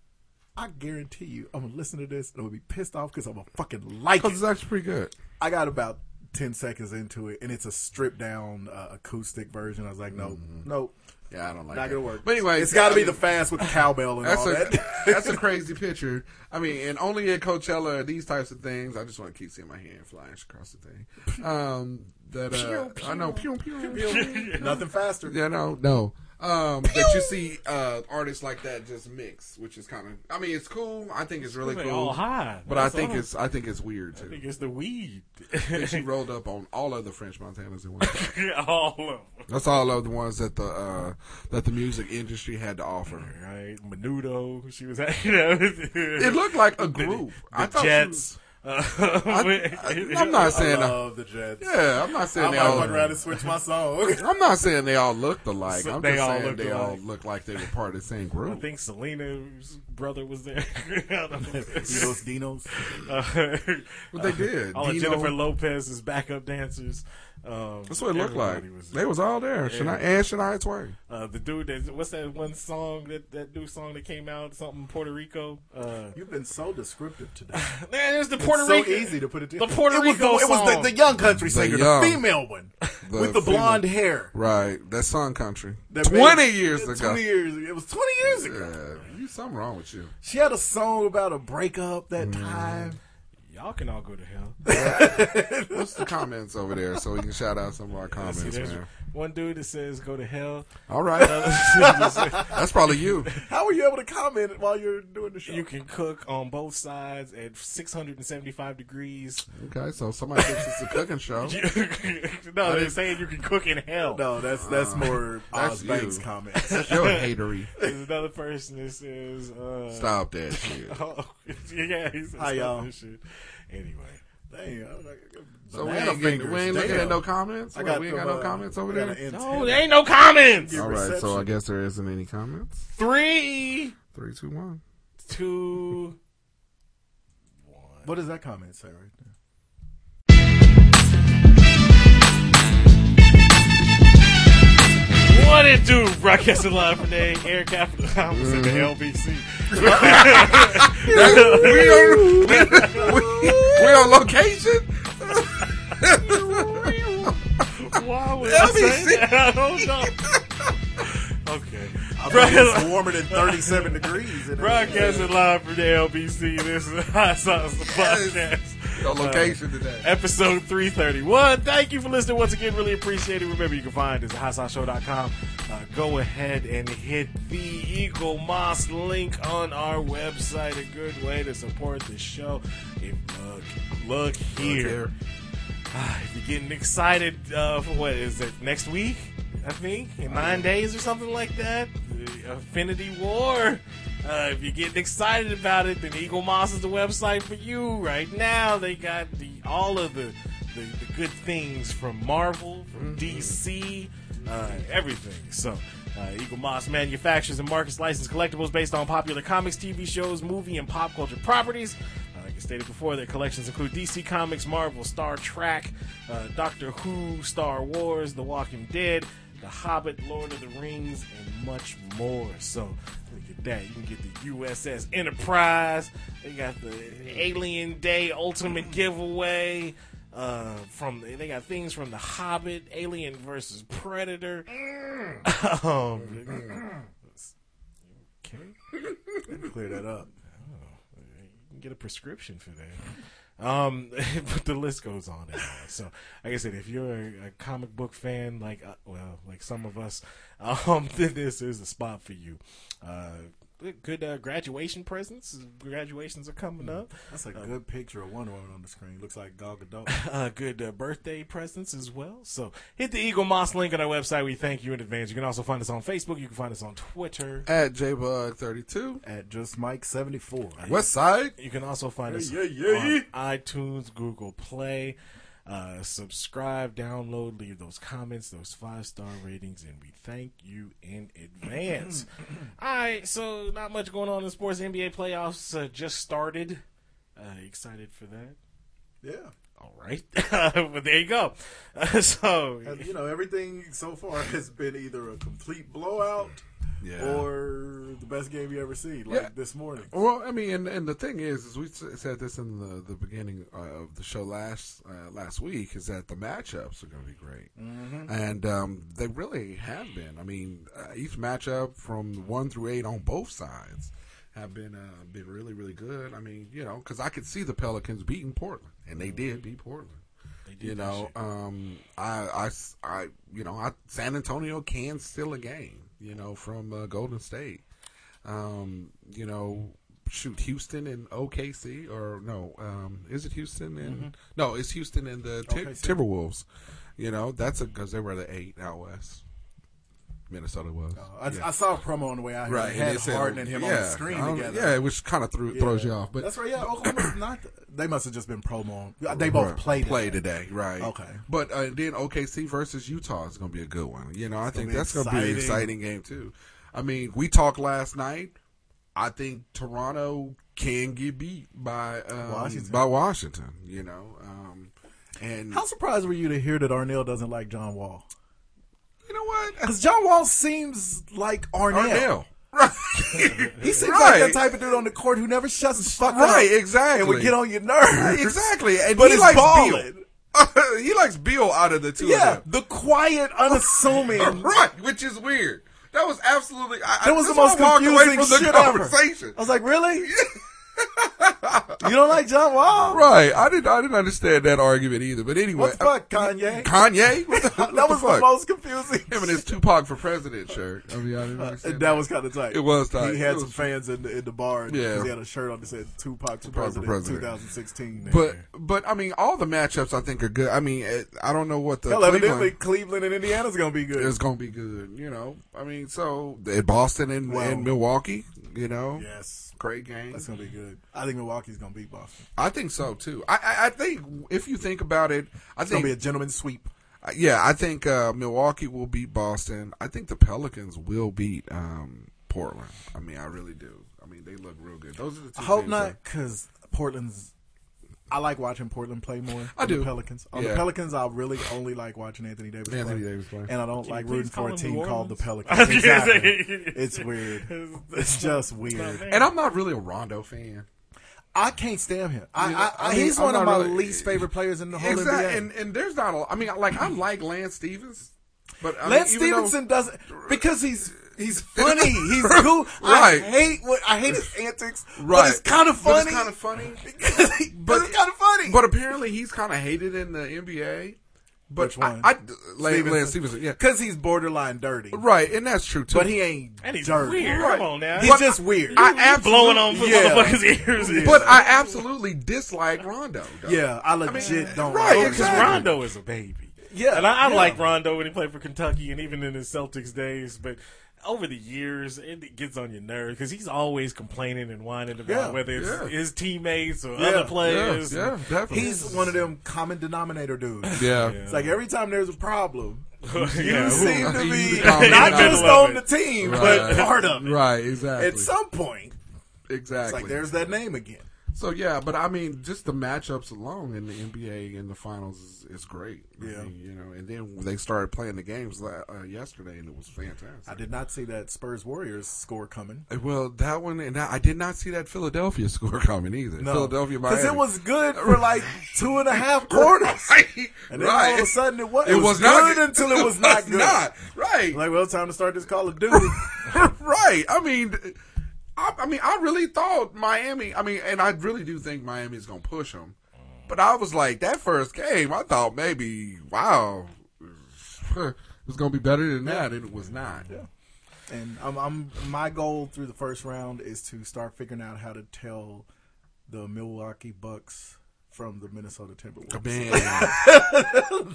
[SPEAKER 13] I guarantee you, I'm gonna listen to this, and I'm gonna be pissed off because I'm gonna fucking like it.
[SPEAKER 12] Because it's Oh, actually pretty good.
[SPEAKER 13] I got about ten seconds into it, and it's a stripped down uh, acoustic version. I was like, nope,
[SPEAKER 2] Mm-hmm.
[SPEAKER 13] nope.
[SPEAKER 12] Yeah, I don't like
[SPEAKER 13] Not
[SPEAKER 12] it.
[SPEAKER 13] gonna work.
[SPEAKER 12] But anyway,
[SPEAKER 13] it's got to
[SPEAKER 12] I
[SPEAKER 13] be
[SPEAKER 12] mean,
[SPEAKER 13] the fast with the cowbell and
[SPEAKER 12] that's
[SPEAKER 13] all
[SPEAKER 12] a,
[SPEAKER 13] that.
[SPEAKER 12] that's a crazy picture. I mean, and only at Coachella, these types of things. I just want to keep seeing my hand flying across the thing. Um, that uh, I know, pew, pew, pew.
[SPEAKER 13] Nothing faster.
[SPEAKER 12] Yeah, no, no. Um, that you see uh, artists like that just mix, which is kind of. I mean, it's cool. I think it's really
[SPEAKER 2] They
[SPEAKER 12] cool.
[SPEAKER 2] all high.
[SPEAKER 12] but
[SPEAKER 2] That's
[SPEAKER 12] I think
[SPEAKER 2] all.
[SPEAKER 12] it's I think it's weird
[SPEAKER 2] I
[SPEAKER 12] too.
[SPEAKER 2] think it's the weed.
[SPEAKER 12] And she rolled up on all of the French Montanas in one. shot.
[SPEAKER 2] all of them.
[SPEAKER 12] That's all of the ones that the uh, that the music industry had to offer.
[SPEAKER 2] Right, Menudo. She was, you know,
[SPEAKER 12] It looked like a group.
[SPEAKER 2] The,
[SPEAKER 12] I thought she
[SPEAKER 2] Jets.
[SPEAKER 12] I, am not saying.
[SPEAKER 13] I love the Jets.
[SPEAKER 12] Yeah, Oh. I'm not saying
[SPEAKER 13] I
[SPEAKER 12] they
[SPEAKER 13] might
[SPEAKER 12] all.
[SPEAKER 13] fuck around and switch my song.
[SPEAKER 12] I'm not saying they all looked alike.
[SPEAKER 2] So
[SPEAKER 12] I'm
[SPEAKER 2] they
[SPEAKER 12] just
[SPEAKER 2] all
[SPEAKER 12] saying
[SPEAKER 2] looked
[SPEAKER 12] they all
[SPEAKER 2] alike.
[SPEAKER 12] looked like they were part of the same
[SPEAKER 2] I
[SPEAKER 12] group.
[SPEAKER 2] think Selena's brother was there.
[SPEAKER 13] Dinos, Dinos.
[SPEAKER 2] Uh,
[SPEAKER 12] Well, they did.
[SPEAKER 2] All of
[SPEAKER 12] Dino-
[SPEAKER 2] Oh, Jennifer Lopez's backup dancers. Um,
[SPEAKER 12] That's what it looked like.
[SPEAKER 2] everybody
[SPEAKER 12] they was all there. Shania and Shania Twain.
[SPEAKER 2] Uh, the dude that what's that one song that that new song that came out something Puerto Rico. Uh,
[SPEAKER 13] You've been so descriptive today.
[SPEAKER 2] man, there's the
[SPEAKER 13] It's
[SPEAKER 2] Puerto
[SPEAKER 13] so
[SPEAKER 2] Rico.
[SPEAKER 13] easy to put it
[SPEAKER 2] The
[SPEAKER 13] together.
[SPEAKER 2] Puerto
[SPEAKER 13] It was
[SPEAKER 2] Rico.
[SPEAKER 13] the- it was the-
[SPEAKER 2] song.
[SPEAKER 13] the young country
[SPEAKER 12] The
[SPEAKER 13] singer, the
[SPEAKER 12] young-
[SPEAKER 13] female one, with the blonde hair.
[SPEAKER 12] Right. That Sun Country.
[SPEAKER 13] That made-
[SPEAKER 12] 20 years ago.
[SPEAKER 13] 20 years. It was 20 years ago.
[SPEAKER 12] Yeah, you something wrong with you.
[SPEAKER 13] She had a song about a breakup
[SPEAKER 12] Mm.
[SPEAKER 13] that time.
[SPEAKER 2] Y'all can all go to hell.
[SPEAKER 12] What's the comments over there so we can shout out some of our
[SPEAKER 2] Let's
[SPEAKER 12] comments,
[SPEAKER 2] see, there's
[SPEAKER 12] man?
[SPEAKER 2] one dude that says go to hell.
[SPEAKER 12] All right. That's probably you.
[SPEAKER 13] How were you able to comment while you're doing the show?
[SPEAKER 2] You can cook on both sides at 675 degrees.
[SPEAKER 12] Okay, so somebody thinks it's a cooking show.
[SPEAKER 2] no, they're saying you can cook in hell.
[SPEAKER 13] no, that's that's more
[SPEAKER 12] Uh, That's
[SPEAKER 13] Oz
[SPEAKER 12] you.
[SPEAKER 13] Banks comments.
[SPEAKER 12] You're hatery.
[SPEAKER 2] There's another person that says, uh,
[SPEAKER 12] Stop that shit.
[SPEAKER 2] Oh, yeah, he says,
[SPEAKER 13] Hi, y'all.
[SPEAKER 2] Stop this shit. Anyway.
[SPEAKER 13] Damn, I was like,
[SPEAKER 12] So we
[SPEAKER 13] banana
[SPEAKER 12] ain't, getting,
[SPEAKER 13] fingers,
[SPEAKER 12] we ain't looking
[SPEAKER 13] damn.
[SPEAKER 12] at no comments.
[SPEAKER 13] I
[SPEAKER 12] What,
[SPEAKER 13] got
[SPEAKER 12] we ain't got
[SPEAKER 13] some,
[SPEAKER 12] no
[SPEAKER 13] uh,
[SPEAKER 12] comments over
[SPEAKER 13] I got
[SPEAKER 12] there.
[SPEAKER 13] an
[SPEAKER 2] No,
[SPEAKER 13] antenna.
[SPEAKER 2] Oh, there ain't no comments.
[SPEAKER 13] Your
[SPEAKER 12] All right, so I
[SPEAKER 13] reception.
[SPEAKER 12] guess there isn't any comments.
[SPEAKER 2] Three,
[SPEAKER 12] Three, two, one.
[SPEAKER 2] two.
[SPEAKER 13] What does that comment say right there?
[SPEAKER 2] What it do? Broadcasting live from the Eric Capital. I was in the
[SPEAKER 12] That's-
[SPEAKER 2] LBC.
[SPEAKER 12] we, on, we, we on location.
[SPEAKER 2] Why would I
[SPEAKER 12] LBC.
[SPEAKER 2] say that? I don't know. Okay.
[SPEAKER 13] I
[SPEAKER 2] Bro-
[SPEAKER 13] mean, it's warmer than 37 degrees. in
[SPEAKER 2] Broadcasting live from the LBC. This is Hot Sauce the Podcast.
[SPEAKER 12] Your
[SPEAKER 2] Uh,
[SPEAKER 12] location today.
[SPEAKER 2] episode 331. Thank you for listening once again. Really appreciate it. Remember, you can find us at HotSauceShow.com. Uh, go ahead and hit the Eagle Moss link on our website. A good way to support the show. If look, look here.
[SPEAKER 12] here.
[SPEAKER 2] Ah, if you're getting excited uh, for what is it next week? I think, in nine days or something like that. The Affinity War. Uh, if you're getting excited about it, then Eagle Moss is the website for you right now. They got the all of the the, the good things from Marvel, from DC, uh, everything. So. Uh, Eagle Moss manufactures and markets licensed collectibles based on popular comics, TV shows, movie, and pop culture properties. Uh, like I stated before, their collections include DC Comics, Marvel, Star Trek, uh, Doctor Who, Star Wars, The Walking Dead, The Hobbit, Lord of the Rings, and much more. So look at that. You can get the USS Enterprise. They got the Alien Day Ultimate Giveaway. Uh, from they got things from The Hobbit, Alien versus Predator. um, okay, Oh,
[SPEAKER 13] Clear that up.
[SPEAKER 2] you can get a prescription for that. Um, but the list goes on. And on. So, like I said, if you're a, a comic book fan, like uh, well, like some of us, um, then this is the spot for you. Uh, good- good uh, graduation presents. Graduations are coming
[SPEAKER 13] Mm.
[SPEAKER 2] up.
[SPEAKER 13] That's a
[SPEAKER 2] Uh,
[SPEAKER 13] good picture of Wonder Woman on the screen. Looks like Gal Gadot.
[SPEAKER 2] uh, good uh, birthday presents as well. So hit the Eagle Moss link on our website. We thank you in advance. You can also find us on Facebook. You can find us on Twitter.
[SPEAKER 12] At JBug32.
[SPEAKER 13] At Just Mike 74.
[SPEAKER 12] West Side.
[SPEAKER 2] You can also find us
[SPEAKER 13] Yeah, yeah, yeah.
[SPEAKER 2] on iTunes, Google Play. Uh, subscribe, download, leave those comments, those five star ratings, and we thank you in advance. All right, so not much going on in sports. NBA playoffs uh, just started. Uh, excited for that.
[SPEAKER 13] Yeah.
[SPEAKER 2] All right, but there you go. so oh,
[SPEAKER 13] And, you know, everything so far has been either a complete blowout
[SPEAKER 12] Yeah.
[SPEAKER 13] or the best game you ever see, like
[SPEAKER 12] Yeah. Oh.
[SPEAKER 13] this morning.
[SPEAKER 12] Well, I mean, and, and the thing is, is we s- said this in the, the beginning uh, of the show last uh, last week, is that the matchups are going to be great,
[SPEAKER 13] Mhm.
[SPEAKER 12] and um, they really have been. I mean, uh, each matchup from one through eight on both sides have been uh, been really really good. I mean, you know, because I could see the Pelicans beating Portland, and they did beat Portland. You know, um, I, I s- I- you know, I, San Antonio can steal a game. You know, from uh, Golden State. Um, you know, shoot, Houston and OKC, or no, um, is it Houston and
[SPEAKER 13] Mhm.
[SPEAKER 12] no, it's Houston and the Ti-
[SPEAKER 13] OKC.
[SPEAKER 12] Timberwolves. You know, that's because they were the eight out west. Minnesota was.
[SPEAKER 13] Oh, I,
[SPEAKER 12] Yeah.
[SPEAKER 13] I saw a promo on the way out here.
[SPEAKER 12] Right,
[SPEAKER 13] Right, had
[SPEAKER 12] it said-
[SPEAKER 13] Harden and him on the
[SPEAKER 12] yeah,
[SPEAKER 13] screen
[SPEAKER 12] I don't-
[SPEAKER 13] together.
[SPEAKER 12] Yeah, which kind of threw, throws you off. But
[SPEAKER 13] that's right. Yeah, Oklahoma's not. They must have just been promo. They both
[SPEAKER 12] Right.
[SPEAKER 13] played
[SPEAKER 12] Play today, right?
[SPEAKER 13] Okay.
[SPEAKER 12] But uh, then OKC versus Utah is going to be a good one. You know, I
[SPEAKER 13] gonna
[SPEAKER 12] think
[SPEAKER 13] be
[SPEAKER 12] that's going to be an
[SPEAKER 13] exciting.
[SPEAKER 12] exciting game too. I mean, we talked last night. I think Toronto can get beat by um,
[SPEAKER 13] Washington.
[SPEAKER 12] by Washington. You know, um, and
[SPEAKER 13] How surprised were you to hear that Arnell doesn't like John Wall?
[SPEAKER 12] You know what?
[SPEAKER 13] Because John Wall seems like Arnell. Right. he seems
[SPEAKER 12] Right.
[SPEAKER 13] like that type of dude on the court who never shuts his fuck up.
[SPEAKER 12] Right, exactly.
[SPEAKER 13] And would get on your nerves.
[SPEAKER 12] Exactly. And
[SPEAKER 13] but
[SPEAKER 12] he
[SPEAKER 13] he's
[SPEAKER 12] likes
[SPEAKER 13] balling.
[SPEAKER 12] Bill. he likes Bill out of the two
[SPEAKER 13] Yeah,
[SPEAKER 12] of them.
[SPEAKER 13] the quiet, unassuming.
[SPEAKER 12] right, which is weird. That was absolutely. I,
[SPEAKER 13] That was the most confusing shit
[SPEAKER 12] conversation.
[SPEAKER 13] ever. I was like, really? you don't like John Wall?
[SPEAKER 12] Right. I didn't. I didn't understand that argument either. But anyway,
[SPEAKER 13] What the fuck, Kanye?
[SPEAKER 12] Kanye. What the, what
[SPEAKER 13] that was
[SPEAKER 12] the,
[SPEAKER 13] the,
[SPEAKER 12] fuck?
[SPEAKER 13] most confusing.
[SPEAKER 12] Him and his Tupac for president shirt. I mean, I didn't
[SPEAKER 13] And
[SPEAKER 12] understand
[SPEAKER 13] that, was kind of tight.
[SPEAKER 12] It was tight.
[SPEAKER 13] He had
[SPEAKER 12] It was-
[SPEAKER 13] some fans in the, in the bar.
[SPEAKER 12] Yeah.
[SPEAKER 13] Yeah, he had a shirt on that said Tupac, for
[SPEAKER 12] Tupac for
[SPEAKER 13] president,
[SPEAKER 12] president.
[SPEAKER 13] 2016.
[SPEAKER 12] But but I mean, all the matchups I think are good. I mean, eh, I don't know what the
[SPEAKER 13] Hell, evidently
[SPEAKER 12] Cleveland-
[SPEAKER 13] Cleveland and Indiana's gonna be good.
[SPEAKER 12] It's gonna be good, you know. I mean, so at Boston and,
[SPEAKER 13] Well-
[SPEAKER 12] and Milwaukee, you know.
[SPEAKER 13] Yes,
[SPEAKER 12] great game.
[SPEAKER 13] That's gonna be good. I think Milwaukee's gonna beat Boston.
[SPEAKER 12] I think so too. I, I, I think if you think about it, I
[SPEAKER 13] It's
[SPEAKER 12] think
[SPEAKER 13] gonna be a gentleman's sweep.
[SPEAKER 12] Uh, yeah, I think uh, Milwaukee will beat Boston. I think the Pelicans will beat um, Portland. I mean, I really do. I mean, they look real good. Those are the two.
[SPEAKER 13] I hope
[SPEAKER 12] teams
[SPEAKER 13] not, because Portland's. I like watching Portland play more. than
[SPEAKER 12] I do.
[SPEAKER 13] The Pelicans. On
[SPEAKER 12] Yeah.
[SPEAKER 13] the Pelicans, I really only like watching Anthony Davis.
[SPEAKER 12] Anthony
[SPEAKER 13] play.
[SPEAKER 12] Davis play.
[SPEAKER 13] And I don't
[SPEAKER 12] Can you
[SPEAKER 13] like
[SPEAKER 12] please
[SPEAKER 13] rooting
[SPEAKER 12] call
[SPEAKER 13] for a
[SPEAKER 12] him
[SPEAKER 13] team
[SPEAKER 12] New
[SPEAKER 13] called the
[SPEAKER 12] Orleans?
[SPEAKER 13] Pelicans.
[SPEAKER 12] I was gonna say-
[SPEAKER 13] Exactly. it's weird. It's just weird.
[SPEAKER 12] And I'm not really a Rondo fan.
[SPEAKER 13] I can't stand him. I,
[SPEAKER 12] Yeah,
[SPEAKER 13] I,
[SPEAKER 12] I
[SPEAKER 13] I,
[SPEAKER 12] mean,
[SPEAKER 13] he's
[SPEAKER 12] I'm
[SPEAKER 13] one of
[SPEAKER 12] not
[SPEAKER 13] my
[SPEAKER 12] really-
[SPEAKER 13] least favorite players in the whole
[SPEAKER 12] Exact-
[SPEAKER 13] NBA.
[SPEAKER 12] And and there's not a. I mean, like I like Lance Stevens, but I
[SPEAKER 13] Lance
[SPEAKER 12] mean, even though-
[SPEAKER 13] Stevenson doesn't because he's he's funny. He's cool. I
[SPEAKER 12] Right.
[SPEAKER 13] hate what I hate his antics. But
[SPEAKER 12] Right.
[SPEAKER 13] it's kind of
[SPEAKER 12] But
[SPEAKER 13] funny.
[SPEAKER 12] it's kinda funny.
[SPEAKER 13] but it's kind of funny.
[SPEAKER 12] But apparently, he's kind of hated in the NBA. But
[SPEAKER 13] Which one?
[SPEAKER 12] I, I, Lance Stevenson. Lance Stevenson, yeah,
[SPEAKER 13] because he's borderline dirty,
[SPEAKER 12] right? And that's true too.
[SPEAKER 13] But he ain't
[SPEAKER 12] And he's
[SPEAKER 13] dirty.
[SPEAKER 12] weird. Come Right. on now.
[SPEAKER 13] He's
[SPEAKER 12] But
[SPEAKER 13] just weird.
[SPEAKER 12] I absolutely- yeah. But I absolutely dislike Rondo. though.
[SPEAKER 13] Yeah, I legit don't
[SPEAKER 12] Right,
[SPEAKER 13] like him.
[SPEAKER 12] exactly.
[SPEAKER 2] Rondo is a baby.
[SPEAKER 13] Yeah,
[SPEAKER 2] and I, I
[SPEAKER 13] yeah.
[SPEAKER 2] like Rondo when he played for Kentucky, and even in his Celtics days. But over the years, it gets on your nerves because he's always complaining and whining about
[SPEAKER 13] Yeah,
[SPEAKER 2] whether it's
[SPEAKER 13] yeah.
[SPEAKER 2] his teammates or
[SPEAKER 13] Yeah,
[SPEAKER 2] other players.
[SPEAKER 12] yeah,
[SPEAKER 2] And
[SPEAKER 12] definitely.
[SPEAKER 13] He's one of them common denominator dudes.
[SPEAKER 12] Yeah.
[SPEAKER 13] It's like every time there's a problem, you
[SPEAKER 12] Yeah, who-
[SPEAKER 13] seem to
[SPEAKER 12] you
[SPEAKER 13] be
[SPEAKER 12] the common
[SPEAKER 13] not just
[SPEAKER 12] denominator.
[SPEAKER 13] on the team, but
[SPEAKER 12] Right.
[SPEAKER 13] part of it.
[SPEAKER 12] Right, exactly.
[SPEAKER 13] At some point,
[SPEAKER 12] Exactly.
[SPEAKER 13] it's like there's that name again.
[SPEAKER 12] So yeah, but I mean, just the matchups alone in the NBA in the finals is, is great. I
[SPEAKER 13] Yeah.
[SPEAKER 12] mean, you know, and then when they started playing the games la- uh, yesterday, and it was fantastic.
[SPEAKER 13] I did not see that Spurs Warriors score coming.
[SPEAKER 12] Uh, Well, that one, and I I did not see that Philadelphia score coming either. Philadelphia,
[SPEAKER 13] because
[SPEAKER 12] Miami.
[SPEAKER 13] it was good for like two and a half quarters, right, and then all of
[SPEAKER 12] right.
[SPEAKER 13] a sudden it was. It,
[SPEAKER 12] It
[SPEAKER 13] was,
[SPEAKER 12] was not
[SPEAKER 13] good
[SPEAKER 12] good.
[SPEAKER 13] until it
[SPEAKER 12] It
[SPEAKER 13] was not
[SPEAKER 12] was
[SPEAKER 13] good.
[SPEAKER 12] not. Right,
[SPEAKER 13] like well, time to start this Call of Duty.
[SPEAKER 12] right. I mean, I, I mean, I really thought Miami. I mean, and I really do think Miami's going to push them. But I was like, that first game, I thought maybe, wow, it was going to be better than that, and it was not.
[SPEAKER 13] Yeah. and I'm, I'm my goal through the first round is to start figuring out how to tell the Milwaukee Bucks from the Minnesota Timberwolves.
[SPEAKER 12] Man.